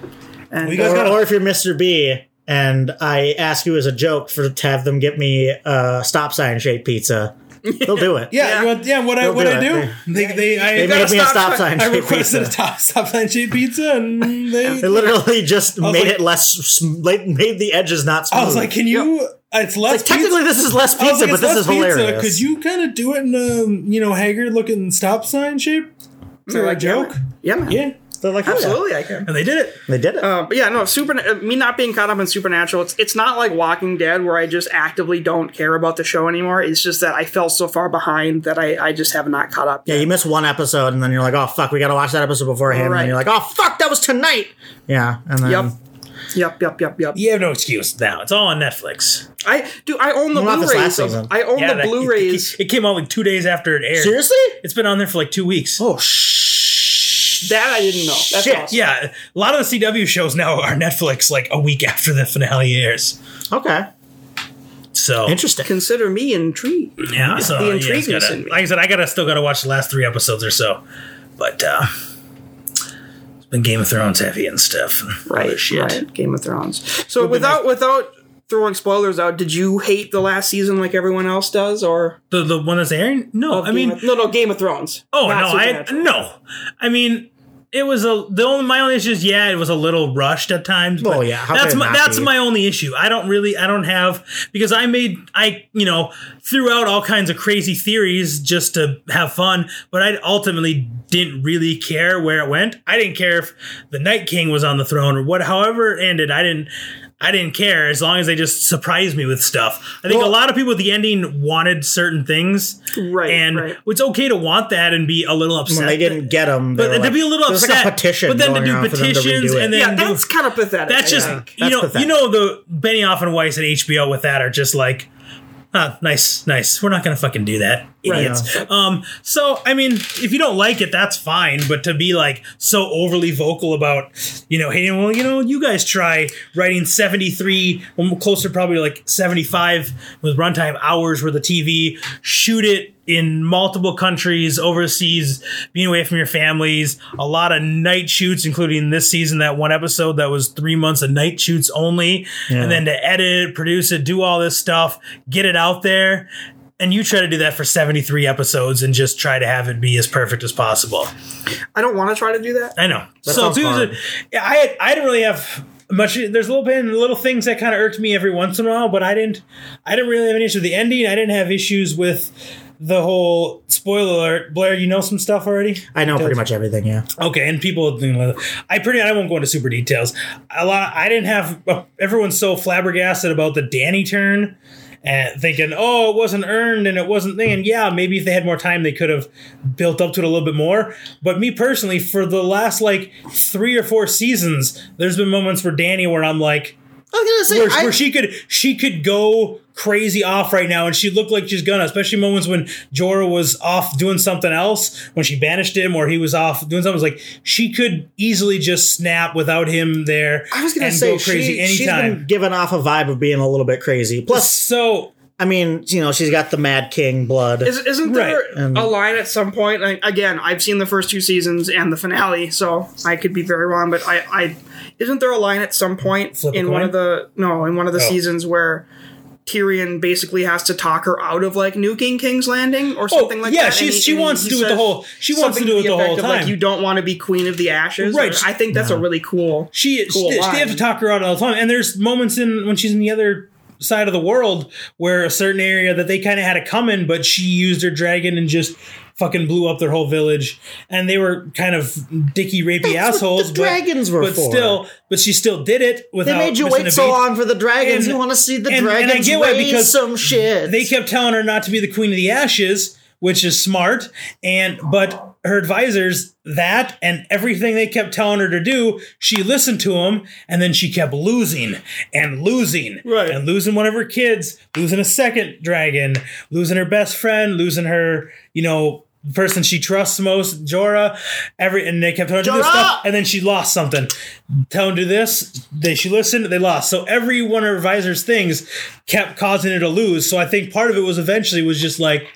S3: And uh,
S2: We got-
S4: or, or if you're Mr. B and I ask you as a joke for to have them get me a stop sign shaped pizza, they'll do it.
S2: yeah,
S3: yeah.
S2: you want- yeah. What I
S4: They'll
S2: what
S4: do
S2: I
S4: it,
S2: do? They they I,
S4: They made me a stop
S3: stop sign-
S4: sign
S2: I
S4: shaped
S2: requested a
S4: pizza.
S2: top stop line shape pizza and they
S4: They literally just made
S2: like-
S4: it less, s- made made the edges not smooth.
S2: I was like, can you? It's less
S4: Like, technically,
S2: pizza.
S4: this is less
S2: I was
S4: pizza,
S2: like,
S4: but
S2: it's
S4: this
S2: less
S4: is hilarious.
S2: Could you kind of do it in a you know haggard looking stop sign shape? Is
S4: Mm,
S2: that a
S3: like, yeah,
S2: joke?
S3: Yeah, man.
S2: Yeah,
S4: They're like, yeah.
S3: absolutely, I can.
S2: and they did it.
S4: They did
S2: Oh.
S4: it.
S3: Uh, but yeah, no, super. uh, Me not being caught up in Supernatural, it's it's not like Walking Dead where I just actively don't care about the show anymore. It's just that I fell so far behind that I, I just have not caught up.
S4: yeah, you miss one episode, and then you're like, oh, fuck, we got to watch that episode beforehand. And
S3: Right.
S4: then you're like, oh, fuck, that was tonight. Yeah. And then.
S3: Yep. Yep, yep, yep, yep.
S2: You have no excuse now. It's all on Netflix.
S3: I do. I own the
S4: Well, not this
S3: Blu-rays.
S4: last
S3: of-
S4: season.
S3: I own the
S2: that- it-
S3: Blu-rays.
S2: It, came out like two days after it aired.
S4: Seriously?
S2: It's been on there for like two weeks.
S4: Oh, shh.
S3: That I didn't know. That's
S4: Shit,
S3: awesome.
S2: Yeah, a lot of the CW shows now are Netflix like a week after the finale airs.
S4: Okay.
S2: So
S4: Interesting.
S3: Consider me intrigued.
S2: yeah, so
S3: the
S2: yeah,
S3: intrigue
S2: it's gotta-
S3: is in me.
S2: like I said, I gotta still gotta watch the last three episodes or so, but uh, it's been Game of Thrones heavy and stuff.
S3: Right,
S2: Shit.
S3: right. Game of Thrones. So without without throwing spoilers out, did you hate the last season like everyone else does, or
S2: The the one that's airing? No, I
S3: Game
S2: mean,
S3: of- no, no, Game of Thrones.
S2: oh
S3: not
S2: no, I
S3: Supernatural.
S2: no, I mean. It was a the only my only issue is yeah it was a little rushed at times. But
S4: Well, yeah, how could
S2: that's
S4: it
S2: my
S4: not
S2: that's
S4: be?
S2: my only issue. I don't really I don't have because I made I you know threw out all kinds of crazy theories just to have fun, but I ultimately didn't really care where it went. I didn't care if the Night King was on the throne or what. However it ended, I didn't I didn't care as long as they just surprised me with stuff. I think
S4: Well-
S2: a lot of people at the ending wanted certain things,
S3: Right,
S2: And
S3: right.
S2: it's okay to want that and be a little upset.
S4: When they didn't get them.
S2: But to be a little
S4: there's
S2: upset,
S4: like a petition.
S2: but then to
S4: going
S2: do
S4: on for them to
S2: petitions
S4: redo it.
S2: and then
S3: Yeah,
S2: do-
S3: that's kind of pathetic.
S2: that's
S3: I
S2: just
S3: think.
S2: you
S4: That's
S2: know
S4: pathetic.
S2: you know the Benioff and Weiss and HBO with that are just like, ah, nice, nice. We're not gonna fucking do that,
S3: Right.
S2: idiots. Um, so I mean, if you don't like it, that's fine. But to be like so overly vocal about, you know, hating, well, you know, you guys try writing seventy three, closer probably to like seventy five with runtime hours where the TV shoot it in multiple countries overseas being away from your families a lot of night shoots including this season that one episode that was three months of night shoots only
S4: Yeah.
S2: and then to edit produce it do all this stuff get it out there and you try to do that for 73 episodes and just try to have it be as perfect as possible
S3: I don't want to try to do that.
S2: I know. so
S4: sounds
S2: too,
S4: hard.
S2: the- yeah, I had- I didn't really have much. There's a little bit little things that kind of irked me every once in a while, but I didn't. I didn't really have any issue with the ending. I didn't have issues with the whole spoiler alert. Blair, you know some stuff already.
S4: I know pretty much everything, yeah.
S2: Okay, and people, I pretty, I won't go into super details. A lot, I didn't have. Everyone's so flabbergasted about the Danny turn, and thinking, oh, it wasn't earned and it wasn't. And yeah, maybe if they had more time, they could have built up to it a little bit more. But me personally, for the last like three or four seasons, there's been moments where Danny, where I'm like,
S4: I was gonna
S2: where,
S4: say, I-
S2: where she could she could go crazy off right now and she looked like she's gonna especially moments when Jorah was off doing something else when she banished him or he was off doing something it was like she could easily just snap without him there
S4: I was gonna
S2: and
S4: say
S2: go crazy
S4: she, she's
S2: anytime
S4: been giving off a vibe of being a little bit crazy. Plus,
S2: so
S4: I mean, you know, she's got the Mad King blood.
S3: Is, isn't there
S2: Right,
S4: and-
S3: a line at some point? Like, again, I've seen the first two seasons and the finale, so I could be very wrong. But I, I isn't there a line at some point
S2: Flip a
S3: in one
S2: coin?
S3: of the no in one of the
S2: Oh.
S3: seasons where Tyrion basically has to talk her out of like nuking King's Landing or something like
S2: Oh, yeah,
S3: that?
S2: she's-
S3: he-
S2: she wants
S3: he
S2: to do it the
S3: says
S2: whole- she wants to
S3: something
S2: do it
S3: the
S2: the whole
S3: effect of, Like,
S2: time.
S3: you don't want to be Queen of the Ashes,
S2: Right.
S3: Or- I think that's a really cool.
S2: she
S3: Cool
S2: she, they have to
S3: line.
S2: talk her out all the time and there's moments in when she's in the other side of the world where a certain area that they kind of had it coming but she used her dragon and just fucking blew up their whole village and they were kind of dicky rapey
S4: That's what
S2: assholes
S4: the dragons
S2: but,
S4: were
S2: but
S4: for.
S2: still but she still did it
S4: they
S2: without
S4: made you
S2: missing
S4: wait
S2: a
S4: so
S2: beat.
S4: long for the dragons.
S2: And-
S4: you want to see the
S2: and- and I
S4: dragons
S2: get why,
S4: raise
S2: because
S4: some shit.
S2: they kept telling her not to be the queen of the ashes which is smart and but her advisors that and everything they kept telling her to do, she listened to them and then she kept losing and losing
S3: Right.
S2: and losing one of her kids, losing a second dragon, losing her best friend, losing her, you know, person she trusts most, Jorah. Every and they kept telling her to do
S4: Jorah!
S2: stuff and then she lost something. Tell them to do this, they she listened, they lost. So every one of her advisors' things kept causing her to lose. So I think part of it was eventually was just like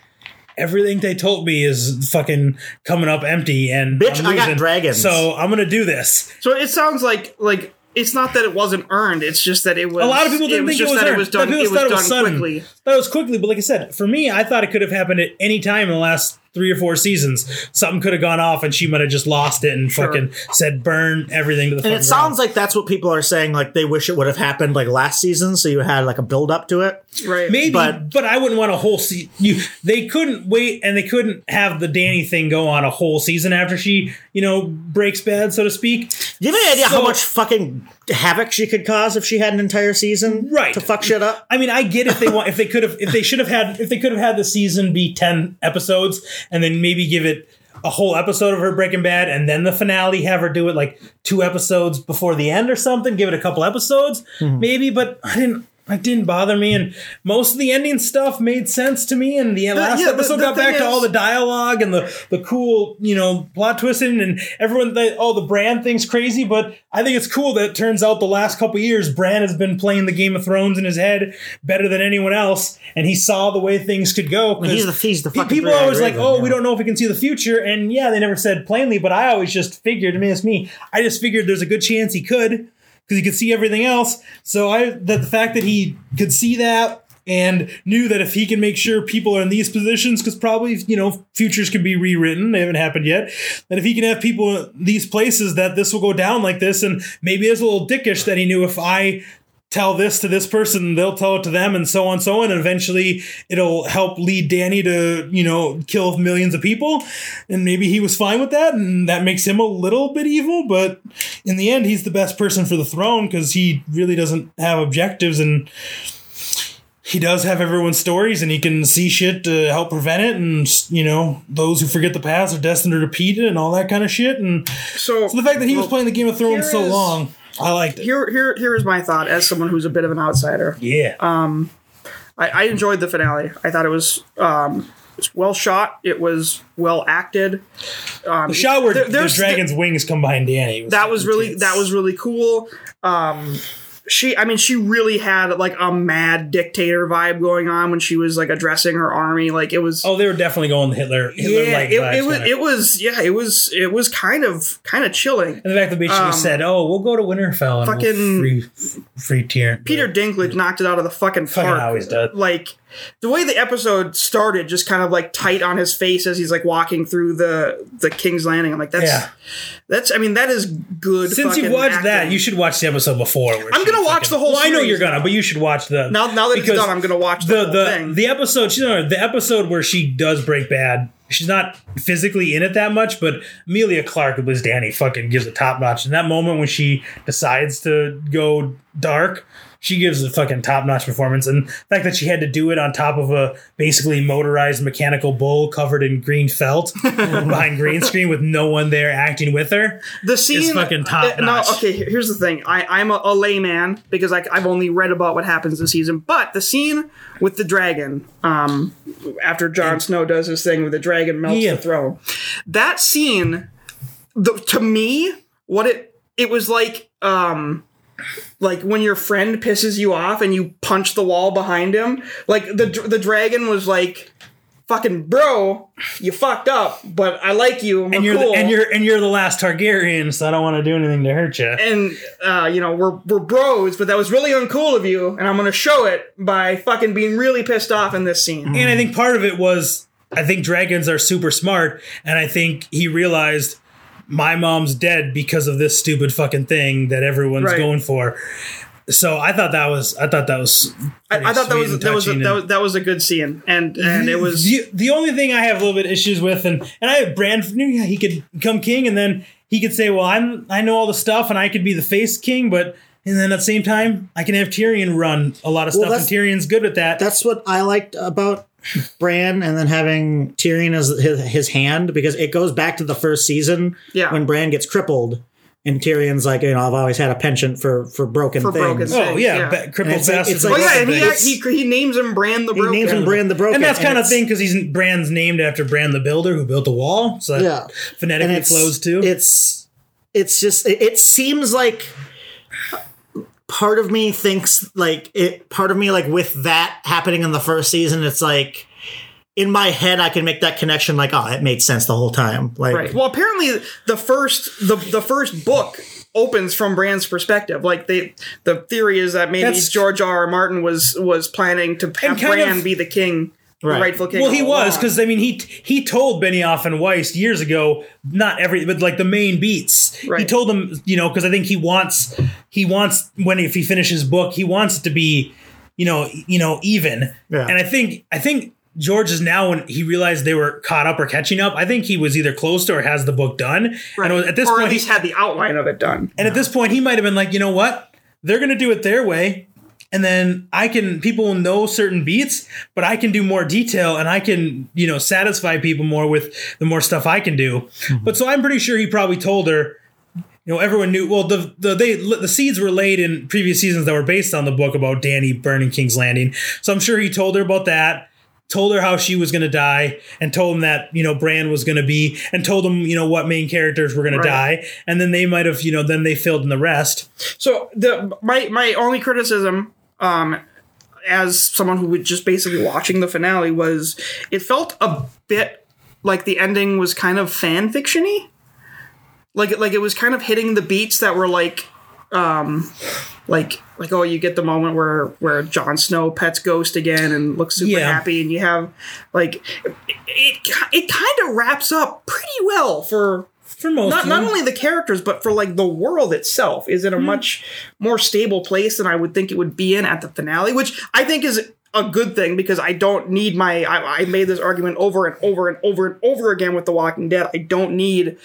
S2: everything they told me is fucking coming up empty and
S4: Bitch,
S2: I'm
S4: I got
S2: losing.
S4: dragons.
S2: So I'm gonna do this.
S3: So it sounds like like it's not that it wasn't earned. It's just that it was.
S2: A lot of people didn't think it was
S3: that
S2: earned.
S3: it was done.
S2: People
S3: It was
S2: thought
S3: done
S2: sudden.
S3: quickly.
S2: Thought it was quickly, but like I said, for me, I thought it could have happened at any time in the last three or four seasons. Something could have gone off, and she might have just lost it and
S3: Sure.
S2: fucking said, "Burn everything to the."
S4: And it sounds like that's what people are saying. Like they wish it would have happened like last season, so you had like a build up to it.
S3: Right.
S2: Maybe, but,
S4: But-
S2: I wouldn't want a whole season. You, they couldn't wait, and they couldn't have the Danny thing go on a whole season after she, you know, breaks bad, so to speak.
S4: Do you have any idea
S2: So-
S4: how much fucking havoc she could cause if she had an entire season
S2: Right.
S4: to fuck shit up?
S2: I mean, I get if they want, if they could have, if they should have had, if they could have had the season be ten episodes, and then maybe give it a whole episode of her Breaking Bad, and then the finale, have her do it like two episodes before the end or something, give it a couple episodes,
S3: Mm-hmm.
S2: maybe. But I didn't. It didn't bother me, and most of the ending stuff made sense to me. And the last
S3: Uh, yeah, the-
S2: episode
S3: the
S2: got back
S3: thing
S2: to all
S3: is-
S2: the dialogue and the the cool, you know, plot twisting, and everyone. They, oh, the Bran thing's crazy, but I think it's cool that it turns out the last couple years Bran has been playing the Game of Thrones in his head better than anyone else, and he saw the way things could go. 'cause
S4: He's the he's the
S2: pe-
S4: fucking.
S2: People are always like,
S4: Grey Raven,
S2: "Oh,
S4: yeah.
S2: we don't know if we can see the future," and yeah, they never said plainly. But I always just figured. I mean, it's me. I just figured there's a good chance he could because he could see everything else. So I that the fact that he could see that and knew that if he can make sure people are in these positions, because probably you know futures can be rewritten, they haven't happened yet. That if he can have people in these places, that this will go down like this, and maybe it's a little dickish that he knew if I tell this to this person, they'll tell it to them, and so on, so on. And eventually, it'll help lead Danny to, you know, kill millions of people. And maybe he was fine with that, and that makes him a little bit evil. But in the end, he's the best person for the throne because he really doesn't have objectives and. He does have everyone's stories, and he can see shit to help prevent it. And you know, those who forget the past are destined to repeat it, and all that kind of shit. And
S3: So,
S2: the fact that he was playing the Game of Thrones
S3: here
S2: so
S3: is-
S2: long, I liked it.
S3: here, here, here is my thought as someone who's a bit of an outsider.
S2: Yeah,
S3: Um, I, I enjoyed the finale. I thought it was um, it's well shot. It was well acted.
S2: The shot where
S3: There-
S2: the
S3: there's-
S2: dragon's wings come behind Danny. was
S3: That was
S2: fucking
S3: really
S2: tense.
S3: that was really cool. Um, she, I mean, she really had like a mad dictator vibe going on when she was like addressing her army. Like it was.
S2: Oh, they were definitely going Hitler. Hitler
S3: yeah,
S2: like
S3: it, it was. It was. Yeah, it was. It was kind of kind of chilling.
S2: and the fact that basically said, "Oh, we'll go to Winterfell and
S3: um, Fucking-
S2: we'll free free tier."
S3: Peter Dinklage knocked it out of the fucking
S2: Fucking
S3: park.
S2: always does.
S3: Like the way the episode started, just kind of like tight on his face as he's like walking through the the King's Landing. I'm like, that's
S2: Yeah.
S3: that's. I mean, that is good.
S2: Since you've
S3: fucking
S2: watched that,
S3: acting.
S2: you should watch the episode before. where
S3: I'm
S2: she
S3: gonna watch
S2: fucking-
S3: the whole
S2: Well, I know
S3: series
S2: you're gonna,
S3: now.
S2: but you should watch the
S3: now now that it's
S2: because
S3: done, I'm gonna watch the
S2: the
S3: whole
S2: the
S3: thing.
S2: the episode. She's on the episode where she does break bad. She's not physically in it that much, but Amelia Clark, who plays Danny, fucking gives a top notch. In that moment when she decides to go dark, she gives a fucking top notch performance. And the fact that she had to do it on top of a basically motorized mechanical bull covered in green felt behind green screen with no one there acting with her.
S3: The scene
S2: fucking top
S3: uh, no,
S2: notch.
S3: okay. here- Here's the thing. I, I'm a, a layman because I, I've only read about what happens this season. But the scene with the dragon, um, after Jon Snow does his thing with the dragon melts
S2: Yeah.
S3: the throne, that scene, the, to me, what it it was like, um, like when your friend pisses you off and you punch the wall behind him. Like the dr- the dragon was like. Fucking bro, you fucked up, but I like you.
S2: And you're the, and you're and you're the last Targaryen, so I don't want to do anything to hurt you.
S3: and uh, you know we're we're bros, but that was really uncool of you, and I'm gonna show it by fucking being really pissed off in this scene.
S2: And I think part of it was I think dragons are super smart, and I think he realized my mom's dead because of this stupid fucking thing that everyone's
S3: Right.
S2: going for. So I thought that was I thought that was
S3: I, I thought that
S2: sweet
S3: was
S2: and
S3: that was, a,
S2: touching
S3: that
S2: and-
S3: was that was a good scene, and and it was
S2: the, the only thing I have a little bit issues with, and and I have Brand knew yeah, he could become king, and then he could say, "Well, I'm I know all the stuff, and I could be the face king," but and then at the same time, I can have Tyrion run a lot of
S4: Well,
S2: stuff, and
S4: that's-
S2: Tyrion's good at that.
S4: That's what I liked about Bran and then having Tyrion as his, his hand because it goes back to the first season
S3: Yeah.
S4: when Bran gets crippled and Tyrion's like, you know, I've always had a penchant for for broken
S3: For
S4: things.
S3: broken things.
S2: Oh yeah,
S3: Yeah.
S2: ba- crippled
S4: It's like-
S2: bastard.
S4: it's like-
S3: Oh yeah, and
S4: It's-
S3: he, he he names him Brand the
S4: He
S3: Broken.
S4: names him Bran the Broken,
S2: and that's kind of
S4: it's-
S2: thing because he's Brand's named after Brand the Builder who built the wall, so that
S4: Yeah.
S2: phonetically
S4: it's-
S2: flows too.
S4: It's it's just it, it seems like part of me thinks like it part of me like with that happening in the first season, it's like in my head I can make that connection like, oh, it made sense the whole time. Like
S3: Right. Well, apparently the first the the first book opens from Brand's perspective. Like they the theory is that maybe
S2: That's-
S3: George R. R. Martin was was planning to have
S2: And kind
S3: Brand
S2: of-
S3: be the king,
S4: Right.
S3: the rightful king.
S2: Well, he
S3: all
S2: was
S3: along.
S2: because I mean he he told Benioff and Weiss years ago, not every but like the main beats. He
S3: Right.
S2: told them, you know, because I think he wants he wants when if he finishes book, he wants it to be, you know, you know, even.
S4: Yeah.
S2: And I think I think George is now when he realized they were caught up or catching up. I think he was either close to or has the book done.
S3: Right.
S2: And it was- at this
S3: or
S2: point,
S3: at least had the outline of it done.
S2: and at this point, he might have been like, you know what? They're going to do it their way. And then I can, people will know certain beats, but I can do more detail and I can, you know, satisfy people more with the more stuff I can do. But so I'm pretty sure he probably told her, you know, everyone knew. Well, the, the they the seeds were laid in previous seasons that were based on the book about Danny burning King's Landing. So I'm sure he told her about that. Told her how she was going to die, and told him that you know Bran was going to be, and told him you know what main characters were going to
S3: Right.
S2: die, and then they might have you know then they filled in the rest.
S3: So the my my only criticism, um, as someone who was just basically watching the finale, was it felt a bit like the ending was kind of fan fictiony. Like it- like it was kind of hitting the beats that were like, um, like like oh you get the moment where where Jon Snow pets Ghost again and looks super
S2: Yeah.
S3: happy, and you have like it it, it kind of wraps up pretty well for
S2: For most,
S3: not
S2: of
S3: not
S2: them.
S3: only the characters, but for like the world itself is in a much more stable place than I would think it would be in at the finale, which I think is a good thing because I don't need my. I, I made this argument over and over and over and over again with The Walking Dead. I don't need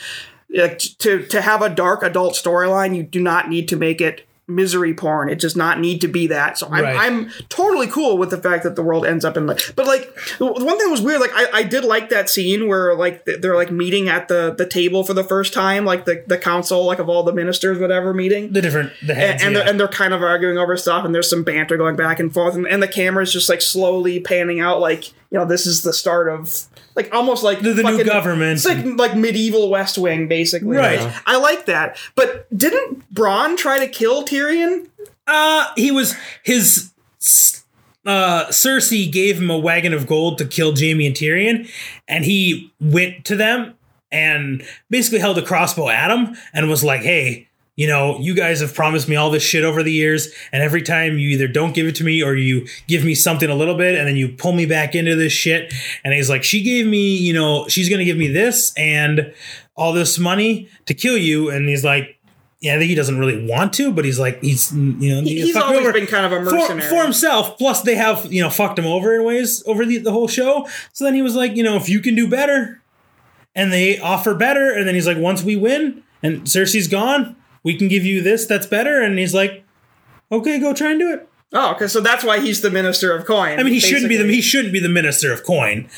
S3: like to to have a dark adult storyline. You do not need to make it misery porn. It does not need to be that. So I'm,
S2: Right.
S3: I'm totally cool with the fact that the world ends up in like. But like the one thing was weird. Like I, I did like that scene where like th- they're like meeting at the the table for the first time, like the the council, like of all the ministers, whatever meeting.
S2: the different the
S3: And,
S2: heads,
S3: and,
S2: yeah.
S3: they're, and they're kind of arguing over stuff, and there's some banter going back and forth, and, and the camera's just like slowly panning out, like you know, this is the start of like almost like
S2: the, the new
S3: fucking-
S2: government.
S3: It's like like medieval West Wing, basically.
S2: Right.
S3: Like, I like that. But didn't Braun try to kill Tyrion?
S2: Uh, he was his. Uh, Cersei gave him a wagon of gold to kill Jamie and Tyrion, and he went to them and basically held a crossbow at him and was like, "Hey, you know, you guys have promised me all this shit over the years, and every time you either don't give it to me or you give me something a little bit, and then you pull me back into this shit." And he's like, "She gave me, you know, she's gonna give me this and all this money to kill you," and he's like. Yeah, I think he doesn't really want to, but he's like he's you know he
S3: He's
S2: fucked
S3: always
S2: over
S3: been kind of a
S2: for,
S3: mercenary.
S2: for himself. Plus, they have you know fucked him over in ways over the, the whole show. So then he was like, you know, if you can do better, and they offer better, and then he's like, once we win and Cersei's gone, we can give you this that's better. And he's like, okay, go try and do it.
S3: oh, okay. So that's why he's the minister of coin.
S2: I mean, he shouldn't be the he shouldn't be the minister of coin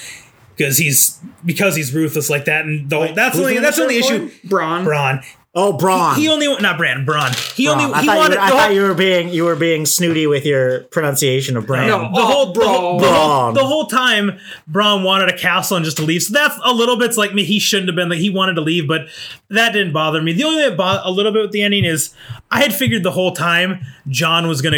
S2: because he's because he's ruthless like that. And the, whole that's
S4: who's
S2: only
S4: the
S2: that's only
S4: minister of
S2: issue.
S3: Braun.
S2: Braun.
S4: Oh Braun.
S2: He only not Bran. Braun. He
S4: Braun.
S2: only
S4: I,
S2: he
S4: thought,
S2: wanted
S4: you were, I
S2: the
S4: thought
S2: whole-
S4: you were being you were being snooty with your pronunciation of Bran.
S3: No.
S2: the
S3: Oh,
S2: whole, the whole, the, whole,
S4: Braun.
S2: the whole time Braun wanted a castle and just to leave. So that's a little bit's like me. He shouldn't have been like he wanted to leave, but that didn't bother me. The only thing that bothered a little bit with the ending is I had figured the whole time John was going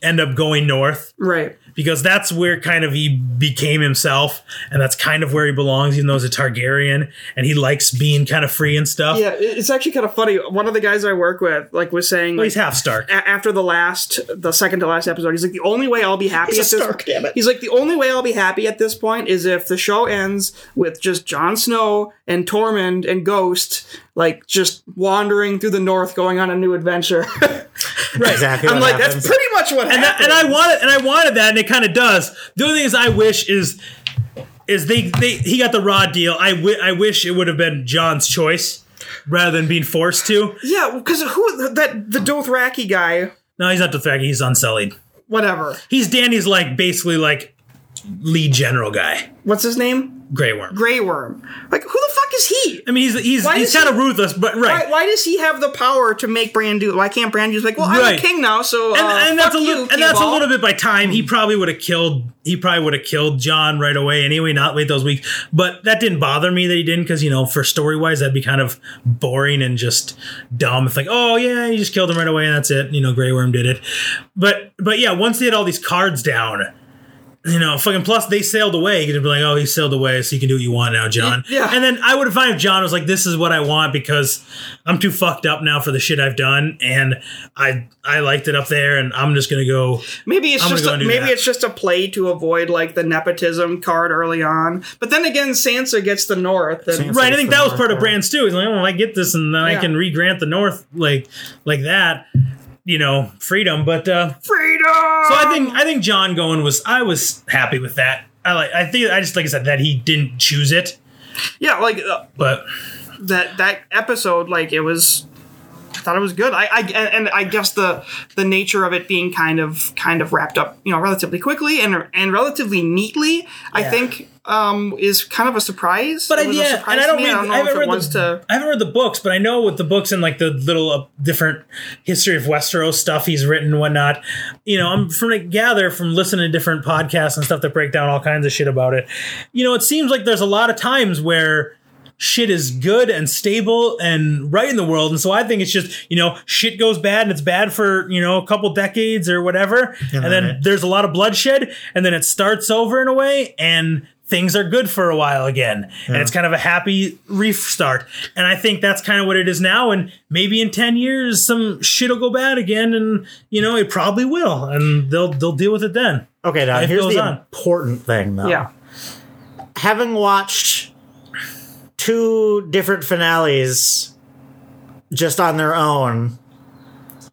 S2: to end up going north
S3: Right.
S2: because that's where kind of he became himself and that's kind of where he belongs, even though he's a Targaryen and he likes being kind of free and stuff.
S3: Yeah, it- it's actually kind of funny. One of the guys I work with, like, was saying
S2: But he's
S3: like,
S2: half Stark.
S3: a- after the last, the second to last episode, he's like, the only way I'll be happy
S4: He's
S3: at
S4: a
S3: this,
S4: Stark, damn it.
S3: he's like, the only way I'll be happy at this point is if the show ends with just Jon Snow and Tormund and Ghost, like, just wandering through the North, going on a new adventure.
S4: Right. Exactly.
S3: I'm
S4: what
S3: like,
S4: happens.
S3: that's pretty much what
S2: and, that,
S3: happened.
S2: and I wanted and I wanted that, and it kind of does. The only thing is, I wish is is they they he got the raw deal. I wi- I wish it would have been John's choice rather than being forced to.
S3: yeah, because who that the Dothraki guy,
S2: No, he's not Dothraki. He's Unsullied.
S3: whatever.
S2: He's Danny's like basically like lead general guy,
S3: What's his name?
S2: Grey Worm.
S3: Grey Worm. Like, who the fuck is he?
S2: I mean, he's he's
S3: Why
S2: he's
S3: is he-
S2: kind of ruthless, but right.
S3: Why, why does he have the power to make Brandu? Why can't Brandu's like, well, I'm
S2: Right.
S3: a king now, so uh,
S2: and, and that's a
S3: fuck
S2: little
S3: you,
S2: and that's a
S3: Keeball.
S2: little bit by time. He probably would have killed. He probably would have killed John right away anyway. Not wait those weeks, but that didn't bother me that he didn't because you know for story wise that'd be kind of boring and just dumb. It's like oh yeah, he just killed him right away and that's it. You know, Grey Worm did it. But but yeah, once they had all these cards down. You know, fucking. Plus, they sailed away. You'd be like, "Oh, he sailed away, so you can do what you want now, John."
S3: Yeah.
S2: And then I would have fine if John was like, "This is what I want because I'm too fucked up now for the shit I've done, and I I liked it up there, and I'm just gonna go."
S3: Maybe it's
S2: I'm gonna
S3: just
S2: go
S3: a,
S2: and do
S3: maybe
S2: that.
S3: it's just a play to avoid like the nepotism card early on. But then again, Sansa gets the North, and
S4: Sansa.
S2: Right, I think that was part of
S4: Yeah.
S2: Brands too. He's like, "Oh, I get this, and then I
S3: Yeah.
S2: can regrant the North like like that." You know, freedom. But uh,
S3: freedom.
S2: so I
S3: Um,
S2: think I think John Gowen was I was happy with that. I like I think I just like I said that he didn't choose it,
S3: yeah, like uh,
S2: but
S3: that that episode, like it was. I thought it was good. I, I and- and I guess the the nature of it being kind of kind of wrapped up, you know, relatively quickly and and relatively neatly. I think um is kind of a surprise.
S2: But
S3: It
S2: I,
S3: was a
S2: yeah,
S3: surprise
S2: and I
S3: to
S2: don't
S3: me.
S2: read.
S3: I don't know
S2: I haven't
S3: if it
S2: read
S3: wants
S2: the,
S3: to.
S2: I haven't read the books, but I know with the books and like the little uh, different history of Westeros stuff he's written and whatnot. You know, I'm from to gather from listening to different podcasts and stuff that break down all kinds of shit about it. You know, it seems like there's a lot of times where shit is good and stable and right in the world and so i think it's just you know shit goes bad and it's bad for you know a couple decades or whatever and, then
S4: then it-
S2: there's a lot of bloodshed and then it starts over in a way and things are good for a while again and it's kind of a happy restart and i think that's kind of what it is now and maybe in 10 years some shit will go bad again and you know it probably will and they'll they'll deal with it then
S4: Okay, now
S2: Life
S4: here's
S2: goes
S4: the
S2: on.
S4: important thing,
S2: Oh.
S4: though.
S3: Yeah,
S4: having watched two different finales just on their own,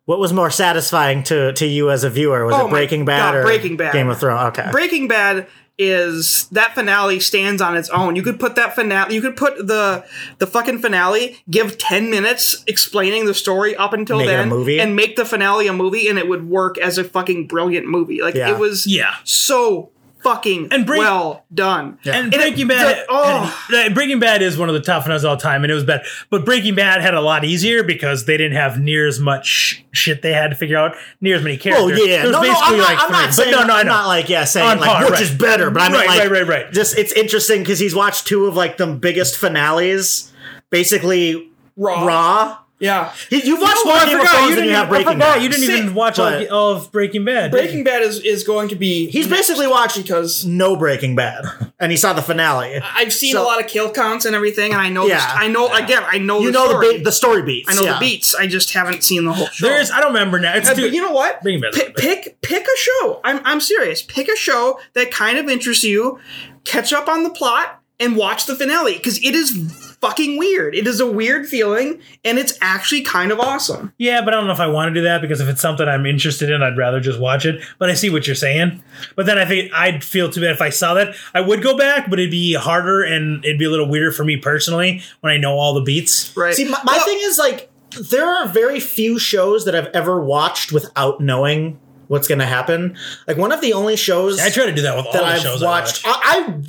S4: what was more satisfying to, to you as a viewer? Was
S3: Oh
S4: it
S3: my
S4: Breaking Bad
S3: God,
S4: or
S3: Breaking Bad.
S4: Game of Thrones? Okay.
S3: Breaking Bad is that finale stands on its own. You could put that finale, you could put the the fucking finale, give ten minutes explaining the story up until
S4: Make it a
S3: then,
S4: movie?
S3: and make the finale a movie, and it would work as a fucking brilliant movie. Like
S4: Yeah.
S3: it was,
S2: yeah
S3: so fucking
S2: And Break-
S3: well done.
S2: And
S3: And it-
S2: Breaking Bad,
S3: the- oh.
S2: had- Breaking Bad is one of the top finales of all time, and it was bad. But Breaking Bad had a lot easier because they didn't have near as much shit they had to figure out, near as many
S4: Oh
S2: characters.
S4: yeah,
S2: it was
S4: no, no, I'm
S2: basically
S4: not,
S2: like
S4: I'm
S2: three.
S4: not saying,
S2: but no, no, I
S4: I'm
S2: know.
S4: not like yeah, saying
S2: On
S4: like
S2: par,
S4: which
S2: right.
S4: is better, but I mean
S2: Right,
S4: like
S2: right, right, right.
S4: Just it's interesting because he's watched two of like the biggest finales, basically
S3: Raw.
S4: raw.
S3: Yeah,
S4: You- You've watched
S2: Oh,
S4: more
S2: I
S4: Game of
S2: forgot,
S4: Thrones
S2: you
S4: than you
S2: didn't-
S4: have
S2: I
S4: Breaking
S2: forgot,
S4: Bad.
S2: You didn't even watch
S4: But-
S2: all, all of Breaking Bad. did you?
S3: Breaking Bad is is going to be
S4: He's basically watched
S3: because
S4: no Breaking Bad, and he saw the finale.
S3: I've seen
S4: So-
S3: a lot of kill counts and everything, and I know.
S4: Yeah.
S3: this- I know again. I know.
S4: You
S3: the
S4: know the
S3: story.
S4: ba- the story beats.
S3: I know
S4: yeah.
S3: the beats. I just haven't seen the whole show.
S2: There is, I don't remember now. It's
S3: Uh,
S2: too,
S3: but you know what?
S2: Bring it back a
S3: Pick,
S2: little
S3: pick pick a show. I'm I'm serious. Pick a show that kind of interests you. Catch up on the plot and watch the finale because it is fucking weird. It is a weird feeling and it's actually kind of awesome.
S2: yeah, but I don't know if I want to do that because if it's something I'm interested in, I'd rather just watch it. But I see what you're saying. But then I think I'd feel too bad if I saw that. I would go back, but it'd be harder and it'd be a little weirder for me personally when I know all the beats.
S3: Right.
S4: See, my, my
S3: Well,
S4: thing is like there are very few shows that I've ever watched without knowing what's going to happen. Like one of the only shows
S2: I try to do that with all
S4: that
S2: the
S4: I've
S2: shows
S4: watched, I,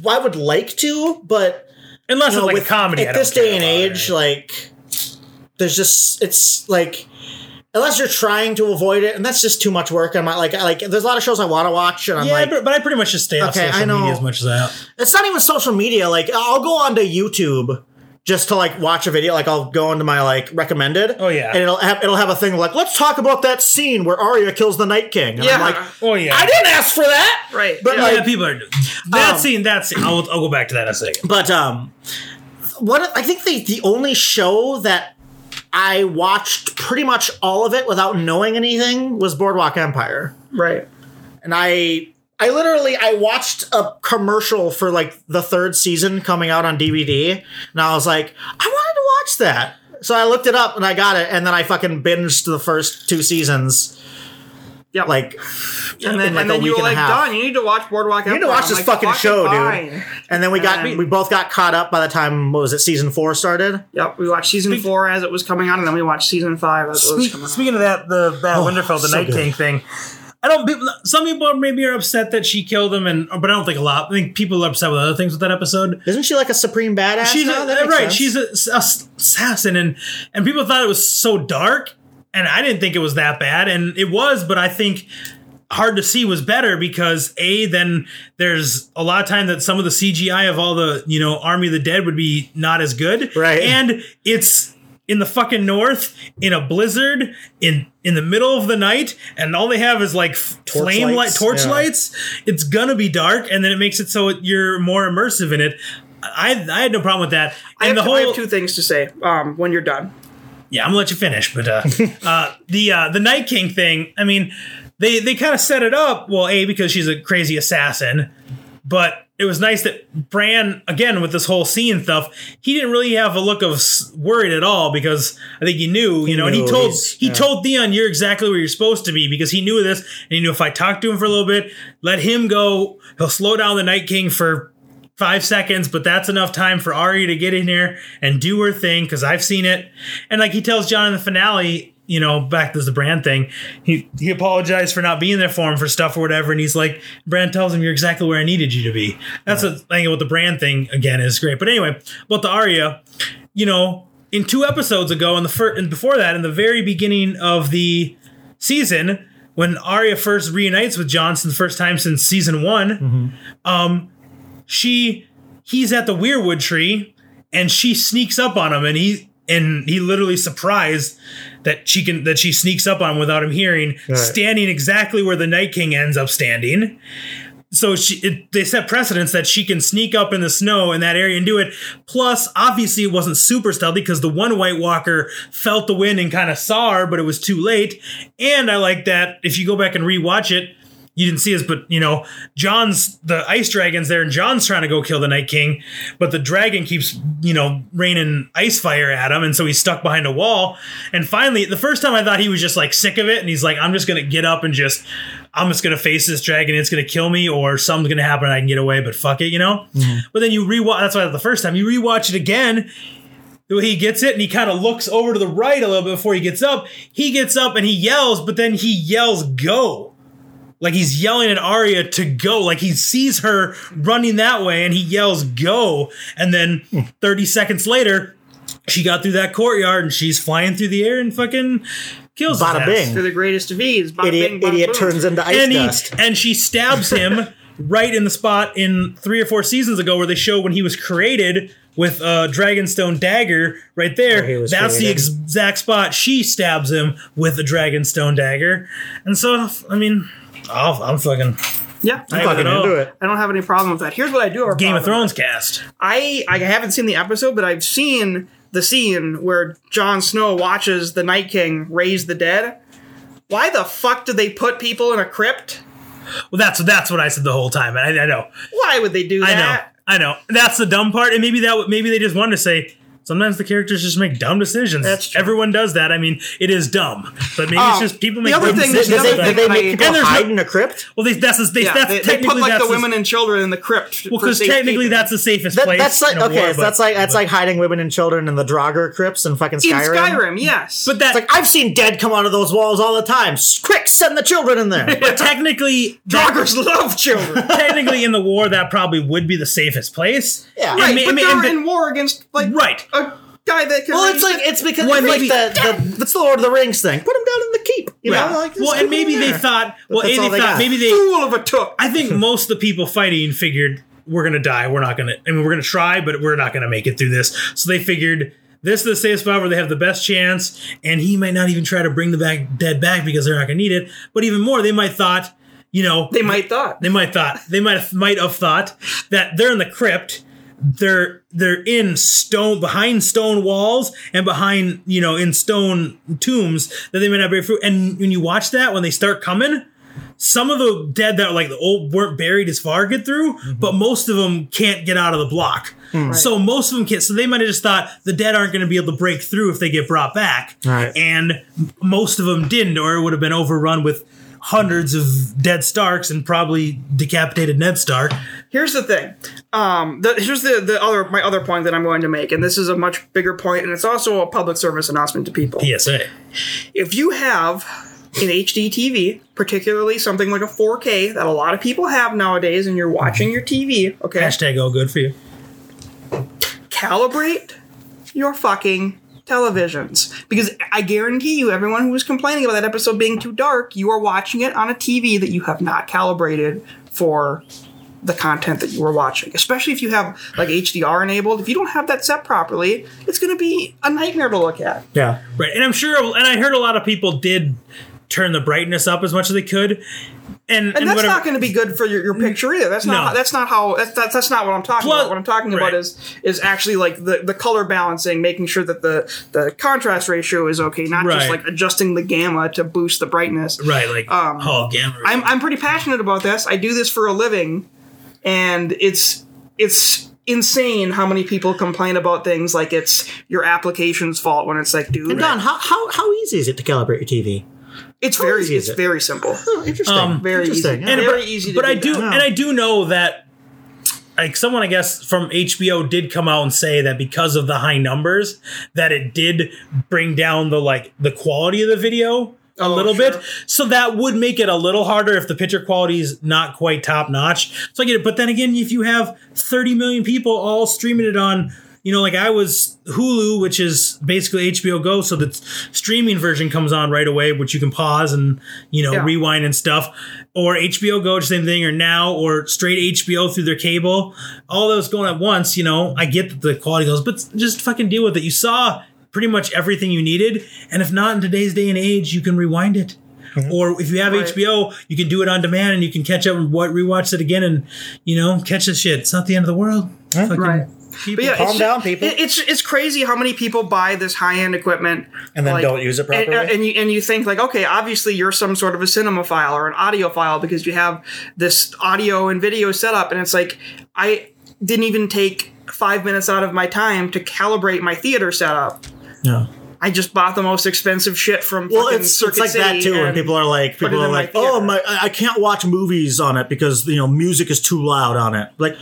S4: I I would like to, but
S2: unless
S4: you know,
S2: it's like
S4: with
S2: a comedy. I
S4: at
S2: don't
S4: this day
S2: care
S4: and
S2: about it.
S4: age, like there's just it's like. Unless you're trying to avoid it, and that's just too much work. I'm not like, I- like there's a lot of shows I want to watch, and I'm
S2: yeah,
S4: like,
S2: but, but I pretty much just stay off
S4: Okay, I
S2: social
S4: know.
S2: media as much as I.
S4: it's not even social media. Like I'll go onto YouTube just to like watch a video. Like I'll go into my like recommended.
S2: Oh, yeah.
S4: and it'll have it'll have a thing like let's talk about that scene where Arya kills the Night King. And
S3: yeah.
S4: I'm like
S2: Oh yeah,
S4: I didn't ask for that.
S3: right.
S4: But,
S3: yeah.
S4: like-
S2: Yeah, people are that
S4: Um,
S2: scene. That scene. I'll, I'll go back to that in a second.
S4: But um, what I think the the only show that I watched pretty much all of it without knowing anything was Boardwalk Empire.
S3: right.
S4: and I I literally I watched a commercial for like the third season coming out on DVD, and I was like, I wanted to watch that. So I looked it up and I got it, and then I fucking binged the first two seasons.
S3: Yeah.
S4: Like,
S3: and then,
S4: in like
S3: and
S4: a
S3: then you
S4: week
S3: were like,
S4: and a half.
S3: Don, you need to watch Boardwalk Empire.
S4: need to watch
S3: I'm
S4: this
S3: like,
S4: Oh fucking show, dude.
S3: fine.
S4: and then we got we both got caught up by the time what was it season four started.
S3: Yep. We watched season four as it was coming out, and then we watched season five as it was
S2: Speak,
S3: coming out.
S2: speaking of that, the that Winterfell, the
S4: Oh, so
S2: Night
S4: good.
S2: King thing. I don't. People, some people are maybe are upset that she killed him, and but I don't think a lot. I think people are upset with other things with that episode.
S4: Isn't she like a supreme badass?
S2: She's
S4: now?
S2: a,
S4: That makes
S2: right.
S4: sense.
S2: She's a, a assassin, and and people thought it was so dark, and I didn't think it was that bad, and it was, but I think. Hard to see was better because a then there's a lot of time that some of the CGI of all the you know Army of the Dead would be not as good,
S4: Right.
S2: And it's in the fucking north in a blizzard in in the middle of the night, and all they have is like f- flame light
S4: lights,
S2: torch
S4: yeah.
S2: lights. It's gonna be dark, and then it makes it so you're more immersive in it. I I had no problem with that.
S3: I
S2: And
S3: have,
S2: the
S3: two-
S2: whole
S3: I have two things to say um, when you're done.
S2: yeah, I'm gonna let you finish, but uh, uh, the uh, the Night King thing. I mean, they they kind of set it up. Well, a because she's a crazy assassin, but it was nice that Bran again with this whole scene stuff. He didn't really have a look of s- worried at all because I think he knew, you know, and he
S4: knew
S2: told
S4: he's-
S2: he
S4: yeah.
S2: told Theon, "You're exactly where you're supposed to be," because he knew this, and he knew if I talk to him for a little bit, let him go, he'll slow down the Night King for five seconds, but that's enough time for Arya to get in here and do her thing because I've seen it. And like he tells John in the finale, you know, back to the brand thing, he he apologized for not being there for him for stuff or whatever, and he's like, Brand tells him you're exactly where I needed you to be. That's the thing about the brand thing again is great. But anyway, about the Arya, you know, in two episodes ago, and the first and before that, in the very beginning of the season. When Arya first reunites with Johnson, the first time since season one, she he's at the weirwood tree and she sneaks up on him and he and he literally surprised that she can that she sneaks up on him without him hearing standing exactly where the night king ends up standing so she it, they set precedence that she can sneak up in the snow in that area and do it plus obviously it wasn't super stealthy because the one white walker felt the wind and kind of saw her but it was too late and i like that if you go back and rewatch it you didn't see us, but you know, John's the ice dragon's there, and John's trying to go kill the Night King, but the dragon keeps, you know, raining ice fire at him, and so he's stuck behind a wall. And finally, the first time I thought he was just like sick of it, and he's like, I'm just gonna get up and just I'm just gonna face this dragon, it's gonna kill me, or something's gonna happen, and I can get away, but fuck it, you know? But then you rewatch that's why the first time you rewatch it again, he gets it and he kind of looks over to the right a little bit before he gets up. He gets up and he yells, but then he yells, go. Like he's yelling at Arya to go. Like he sees her running that way and he yells, go. And then 30 seconds later, she got through that courtyard and she's flying through the air and fucking kills his
S4: Bada
S2: ass.
S4: bing.
S3: They're the greatest of ease. Bada bing,
S4: idiot.
S3: bada
S4: Idiot
S3: boom.
S4: turns into ice
S2: And, he,
S4: dust.
S2: and she stabs him right in the spot in three or four seasons ago where they show when he was created with a Dragonstone dagger right there.
S4: Where he was
S2: That's
S4: created.
S2: the exact spot she stabs him with a Dragonstone dagger. And so, I mean, I'll, I'm fucking
S3: Yeah, I,
S2: I- don't
S4: Fucking
S2: know.
S4: into it.
S3: don't have any problem with that. Here's what I do. have a
S2: Game of
S3: problem
S2: Thrones cast.
S3: I I haven't seen the episode, but I've seen the scene where Jon Snow watches the Night King raise the dead. Why the fuck did they put people in a crypt?
S2: Well, that's that's what I said the whole time, and I, I know,
S3: Why would they do
S2: I know,
S3: that?
S2: I know. That's the dumb part, and maybe that would- maybe they just wanted to say. Sometimes the characters just make dumb decisions.
S3: That's true.
S2: Everyone does that. I mean, it is dumb, but maybe it's
S3: Oh,
S2: just people
S3: the
S2: make
S3: other
S2: dumb
S3: thing
S4: Did,
S3: is-
S2: decisions.
S4: did they, did they make
S3: And
S4: people
S2: there's no-
S4: hide in a crypt?
S2: Well, they, that's the, they,
S3: Yeah,
S2: that's
S3: they, they
S2: technically
S3: put like
S2: that's
S3: the women and children in the crypt.
S2: well, because
S3: for
S2: technically
S3: safekeeping.
S2: that's the safest
S4: That,
S2: place.
S4: that's like
S2: in a
S4: okay.
S2: war,
S4: so
S2: but-
S4: that's
S3: uh,
S4: like that's like hiding women and children in the Draugr crypts and fucking
S3: in
S4: Skyrim.
S3: Skyrim. Yes,
S2: but that
S4: It's like I've seen dead come out of those walls all the time. Quick, send the children in there.
S2: but technically, that-
S3: Doggers love children.
S2: technically in the war that probably would be the safest place.
S4: Yeah.
S2: And
S3: right,
S2: may-
S3: but
S2: and may-
S3: they're
S2: and-
S3: in war against like
S2: right.
S3: a guy that can.
S4: Well,
S3: raise
S4: it's like
S3: the-
S4: it's because
S2: Well,
S4: it's like
S2: maybe-
S4: the, the it's the Lord of the Rings thing. Put him down in the keep. You
S3: Yeah.
S4: know, like just
S2: Well,
S4: keep
S2: and
S4: 'em
S2: maybe
S4: in
S2: they
S4: there.
S2: thought. Well,
S4: that's
S2: a, they,
S4: all they
S2: thought
S4: got.
S2: maybe they.
S3: fool of a took.
S2: I think most of the people fighting figured we're gonna die. We're not gonna. I mean, we're gonna try, but we're not gonna make it through this. So they figured this is the safe spot where they have the best chance, and he might not even try to bring the back dead back because they're not gonna need it. But even more, they might thought, you know,
S3: they might thought.
S2: They might thought they might have, might have thought that they're in the crypt. They're they're in stone behind stone walls and behind you know in stone tombs that they may not be fruit. And when you watch that, when they start coming, some of the dead that like the old weren't buried as far get through, but most of them can't get out of the block. So most of them can't. So they might have just thought the dead aren't going to be able to break through if they get brought back.
S4: Right.
S2: And m- most of them didn't, or it would have been overrun with hundreds of dead Starks and probably decapitated Ned Stark.
S3: Here's the thing. Um, the, here's the, the other my other point that I'm going to make, and this is a much bigger point, and it's also a public service announcement to people.
S2: PSA.
S3: If you have in HD TV, particularly something like a 4K that a lot of people have nowadays, and you're watching your TV, okay?
S2: Hashtag all good for you.
S3: calibrate your fucking televisions because i guarantee you everyone who was complaining about that episode being too dark you are watching it on a tv that you have not calibrated for the content that you were watching especially if you have like hdr enabled if you don't have that set properly it's going to be a nightmare to look at
S4: Yeah.
S2: Right. And I'm sure, and I heard a lot of people did turn the brightness up as much as they could. And, and,
S3: and, that's
S2: whatever.
S3: not going to be good for your, your picture either. That's not
S2: No.
S3: that's not how that's, that's that's not what I'm talking
S2: Plus-
S3: about. What I'm talking
S2: right.
S3: about is is actually like the, the color balancing, making sure that the the contrast ratio is okay, not just
S2: Right.
S3: like adjusting the gamma to boost the brightness.
S2: right. Like,
S3: Um,
S2: oh, gamma. ray.
S3: I'm I'm pretty passionate about this. I do this for a living, and it's it's insane how many people complain about things like it's your application's fault when it's like, dude,
S4: And Don, how, how, how easy is it to calibrate your TV?
S3: it's very
S4: easy is
S3: it's
S4: it?
S3: very simple.
S4: Oh, interesting.
S2: Um,
S3: Very
S4: interesting.
S3: easy.
S4: yeah.
S2: and
S3: very
S2: but,
S3: easy to
S2: but
S3: do
S2: I do,
S4: that.
S2: and I do know that like someone I guess from HBO did come out and say that because of the high numbers that it did bring down the like the quality of the video a
S3: Oh,
S2: little
S3: sure.
S2: bit so that would make it a little harder if the picture quality is not quite top notch so i get it but then again if you have 30 million people all streaming it on you know like i was hulu which is basically hbo go so the streaming version comes on right away which you can pause and you know
S3: Yeah.
S2: rewind and stuff or hbo go same thing or now or straight hbo through their cable all those going at once you know i get that the quality goes but just fucking deal with it you saw pretty much everything you needed and if not in today's day and age you can rewind it or if you have
S3: Right.
S2: HBO, you can do it on demand and you can catch up and wa- rewatch it again and you know catch the shit. It's not the end of the world. Fucking
S3: Right.
S2: people-
S3: But yeah,
S4: Calm
S3: it's
S4: down, people.
S3: it- it's it's crazy how many people buy this high end equipment
S4: and then
S3: like-
S4: don't use it
S3: and,
S4: properly.
S3: and you and you think like, okay, obviously you're some sort of a cinemaphile or an audiophile because you have this audio and video setup, and it's like I didn't even take five minutes out of my time to calibrate my theater setup.
S4: no.
S3: I just bought the most expensive shit from
S4: Well,
S3: fucking
S4: it's, it's
S3: Circuit
S4: like that
S3: City
S4: too. When
S3: and-
S4: people are like,
S3: put it
S4: people are
S3: in my
S4: like, "Oh
S3: theater."
S4: my, I I can't watch movies on it because you know music is too loud on it." Like,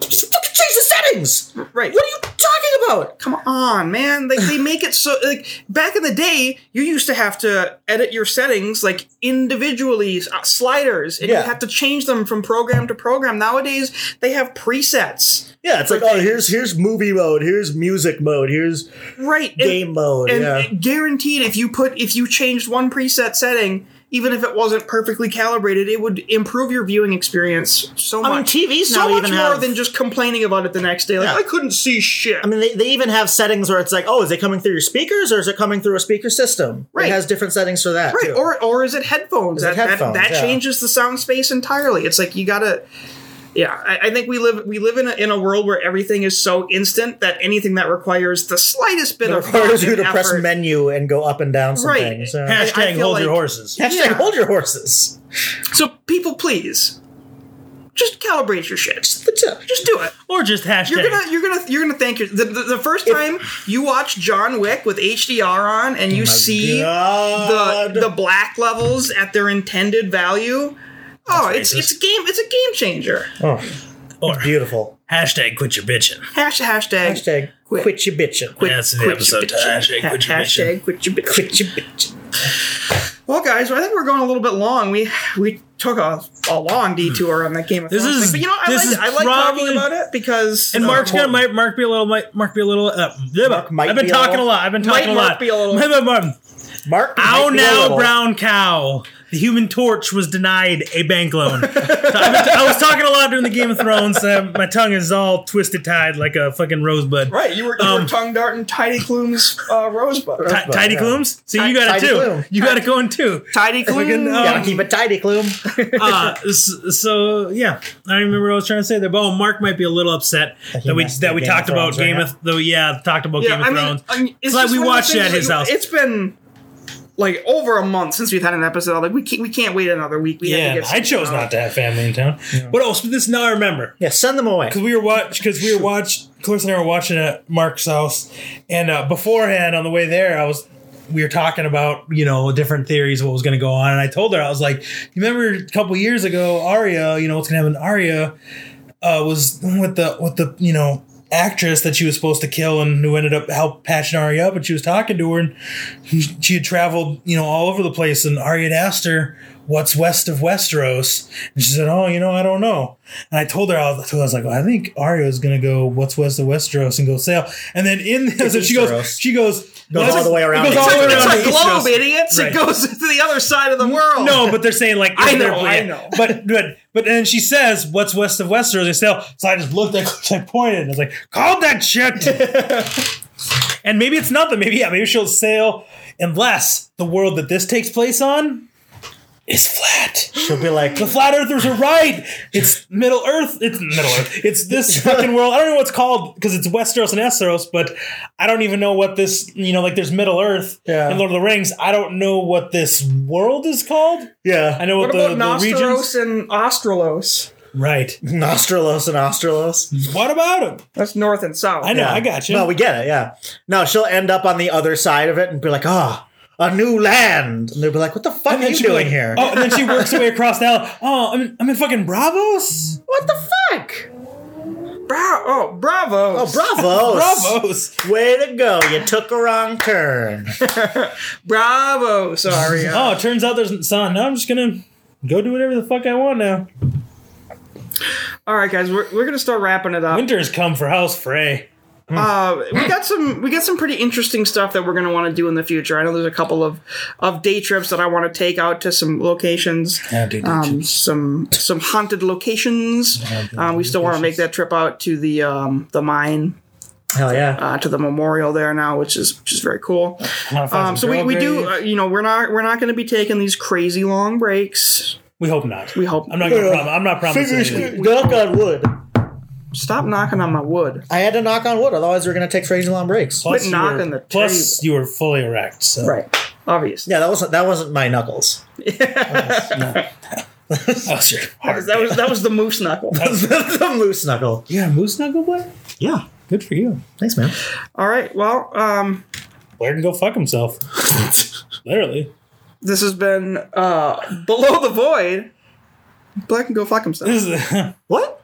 S4: just fucking change the settings.
S3: right.
S4: What are you talking about?
S3: Come on, man! Like they make it so like back in the day, you used to have to edit your settings like individually, uh, sliders, and
S4: Yeah.
S3: you had to change them from program to program. Nowadays, they have presets,
S4: Yeah, it's like, oh, here's here's movie mode, here's music mode, here's
S3: right? and-
S4: game mode.
S3: and
S4: yeah,
S3: guaranteed if you put if you changed one preset setting even if it wasn't perfectly calibrated it would improve your viewing experience so
S4: I mean,
S3: much
S4: TVs
S3: so
S4: now
S3: much
S4: even
S3: more
S4: have-
S3: than just complaining about it the next day like
S4: Yeah.
S3: i couldn't see shit
S4: I mean, they, they even have settings where it's like, oh, is it coming through your speakers or is it coming through a speaker system?
S3: Right.
S4: It has different settings for that.
S3: right
S4: too.
S3: or or is it headphones
S4: Is
S3: that
S4: it
S3: that-
S4: headphones?
S3: that,
S4: Yeah.
S3: changes the sound space entirely it's like you gotta yeah, I, I think we live we live in a, in a world where everything is so instant that anything that requires the slightest bit
S4: it
S3: of
S4: requires
S3: thought
S4: you
S3: and
S4: to press
S3: effort-
S4: menu and go up and down some
S3: Right.
S4: things. yeah.
S2: Hashtag
S3: I- I feel
S2: hold your
S3: like-
S2: horses.
S4: Hashtag
S3: Yeah.
S4: hold your horses.
S3: So people, please, just calibrate your shit.
S4: That's it.
S3: Just do it.
S2: Or just hashtag.
S3: You're gonna, you're gonna, you're gonna thank your. The, the, the first time you watch John Wick with HDR on and
S4: Oh
S3: you see
S4: God.
S3: the the black levels at their intended value, oh, it's
S2: racist.
S3: it's a game, it's a game changer.
S4: Oh,
S2: or
S4: beautiful.
S2: hashtag quit your bitching.
S3: Hash, hashtag,
S4: Hashtag quit,
S3: Quit.
S4: your bitching.
S3: quit-
S2: That's the
S3: quit your
S2: episode.
S3: bitching.
S2: Hashtag quit your
S3: Hashtag quit your bitching.
S4: Quit your bitching.
S3: Well, guys, I think we're going a little bit long. We we took a, a long detour on that Game of
S2: This
S3: Thrones,
S2: is-
S3: thing, but you know, I
S2: this is
S3: like I like
S2: probably-
S3: talking about it because
S2: And
S3: uh,
S2: Mark's gonna might Mark be a little might Mark be a little uh, bleh,
S4: Mark might
S2: I've been
S4: be a
S2: talking
S4: little-
S2: a lot. I've been talking
S3: Might
S2: a
S3: Mark
S2: lot.
S3: be a little-
S2: Blah, blah, blah.
S4: Mark.
S2: Ow
S4: might be a
S2: now,
S4: little-
S2: brown cow. The human torch was denied a bank loan. So I've been t- I was talking a lot during the Game of Thrones. Uh, my tongue is all twisted tied like a fucking rosebud.
S3: Right, you were, you
S2: Um,
S3: were tongue darting Tidy Clum's uh, rosebud.
S2: Ti-
S4: Rosebud,
S2: tidy
S4: yeah.
S2: Clums? See, you
S3: Ti-
S2: got it
S4: Tidy
S2: too.
S4: Clum.
S2: You got it going too.
S3: Tidy
S2: Fucking,
S3: Clum.
S2: uh,
S4: Gotta keep it tidy, Gloom.
S2: Uh, s- so yeah, I don't remember what I was trying to say there. But oh, Mark might be a little upset
S4: That he
S2: that we
S4: messed
S2: that
S4: with
S2: we
S4: Game of
S2: talked about
S4: Thrones right
S2: Game of though yeah talked about Game of Thrones.
S3: I mean,
S2: It's like
S3: just
S2: we
S3: one of
S2: watched
S3: those
S2: it at
S3: things,
S2: his
S3: like,
S2: house.
S3: It's been like over a month since we've had an episode. Like we can't, we can't wait another week. We had to
S2: yeah,
S3: get uh,
S2: I chose not to have family in town. But oh, so this now I remember.
S4: Yeah, send them away.
S2: because we were watch because we were watch Clarissa and I were watching at Mark's house, and uh, beforehand on the way there, I was we were talking about you know different theories what was going to go on, and I told her I was like, you remember a couple years ago, Arya, you know what's going to happen, Arya uh, was with the with the you know actress that she was supposed to kill and who ended up help patching Arya up and she was talking to her and she had traveled, you know, all over the place and Arya had asked her what's west of Westeros and she said, "Oh, you know, I don't know." And I told her I was, I was like, "I think Arya is going to go what's west of Westeros and go sail." And then in so she goes
S4: Easteros.
S2: she goes
S4: Goes all the way around
S2: It goes all the way
S3: It's
S2: around
S3: a
S2: to
S3: globe,
S2: Easteros.
S3: idiots.
S2: Right.
S3: It goes to the other side of the world.
S2: No, but they're saying like
S3: I
S2: in their
S3: know, I
S2: plan.
S3: know.
S2: But but but then she says, "What's west of Westeros?" They say, so I just looked at Clutch, I pointed, and I was like, "Call that shit." and maybe it's nothing. Maybe yeah, maybe she'll sail unless the world that this takes place on is flat.
S4: She'll be like,
S2: The flat earthers are right. It's Middle Earth. It's Middle Earth. It's this fucking world. I don't know what it's called because it's Westeros and Esseros, but I don't even know what this. You know, like there's Middle Earth
S4: Yeah.
S2: and Lord of the Rings. I don't know what this world is called. I
S4: yeah,
S2: know
S3: What
S2: what,
S3: about
S2: the, the regions.
S3: Nosteros and Australos?
S2: Right.
S4: Nostralos and Australos.
S2: What about him?
S3: That's north and south.
S2: I know. I got you.
S4: No, we get it. Yeah. No, she'll end up on the other side of it and be like, ah, a new land. And they'll be like, what the
S2: And
S4: fuck are
S2: then
S4: you
S2: she'll be
S4: doing
S2: like,
S4: here?
S2: Oh, and then she works her way across the aisle. Oh, I'm in, I'm in fucking Bravos.
S4: what the fuck?
S3: Bra- oh, bravo.
S4: Oh, bravos.
S2: Bravos.
S4: Way to go. You took a wrong turn.
S3: bravo, Saria.
S2: Oh, it turns out there's son. Now I'm just gonna go do whatever the fuck I want now.
S3: All right, guys, we're, we're going to start wrapping it up.
S2: Winter has come for House Frey.
S3: Uh, we got some we got some pretty interesting stuff that we're going to want to do in the future. I know there's a couple of, of day trips that I want to take out to some locations. um, some some haunted locations. Uh, we still want to make that trip out to the um, the mine,
S4: Hell yeah.
S3: uh, to the memorial there now, which is which is very cool. Um, so we, we do uh, you know we're not we're not going to be taking these crazy long breaks.
S2: We hope not.
S3: We hope.
S2: I'm not gonna prom- I'm not promising. anything.
S4: knock on wood.
S3: Stop knocking on my wood.
S4: I had to knock on wood, otherwise we are gonna take crazy long breaks.
S2: Plus you
S3: knocking
S2: were-
S3: the
S2: Plus, you were fully erect. So
S3: Right. Obvious.
S4: Yeah, that wasn't that wasn't my knuckles.
S2: that was your heart.
S3: That was that was the moose knuckle.
S4: the moose knuckle.
S2: you got a moose knuckle, Blair?
S4: Yeah.
S2: Good for you.
S4: Thanks, man.
S3: All right. Well, um,
S2: Blair can go fuck himself. Literally.
S3: this has been uh, below the void. Black can go fuck himself.
S2: This is.
S4: What?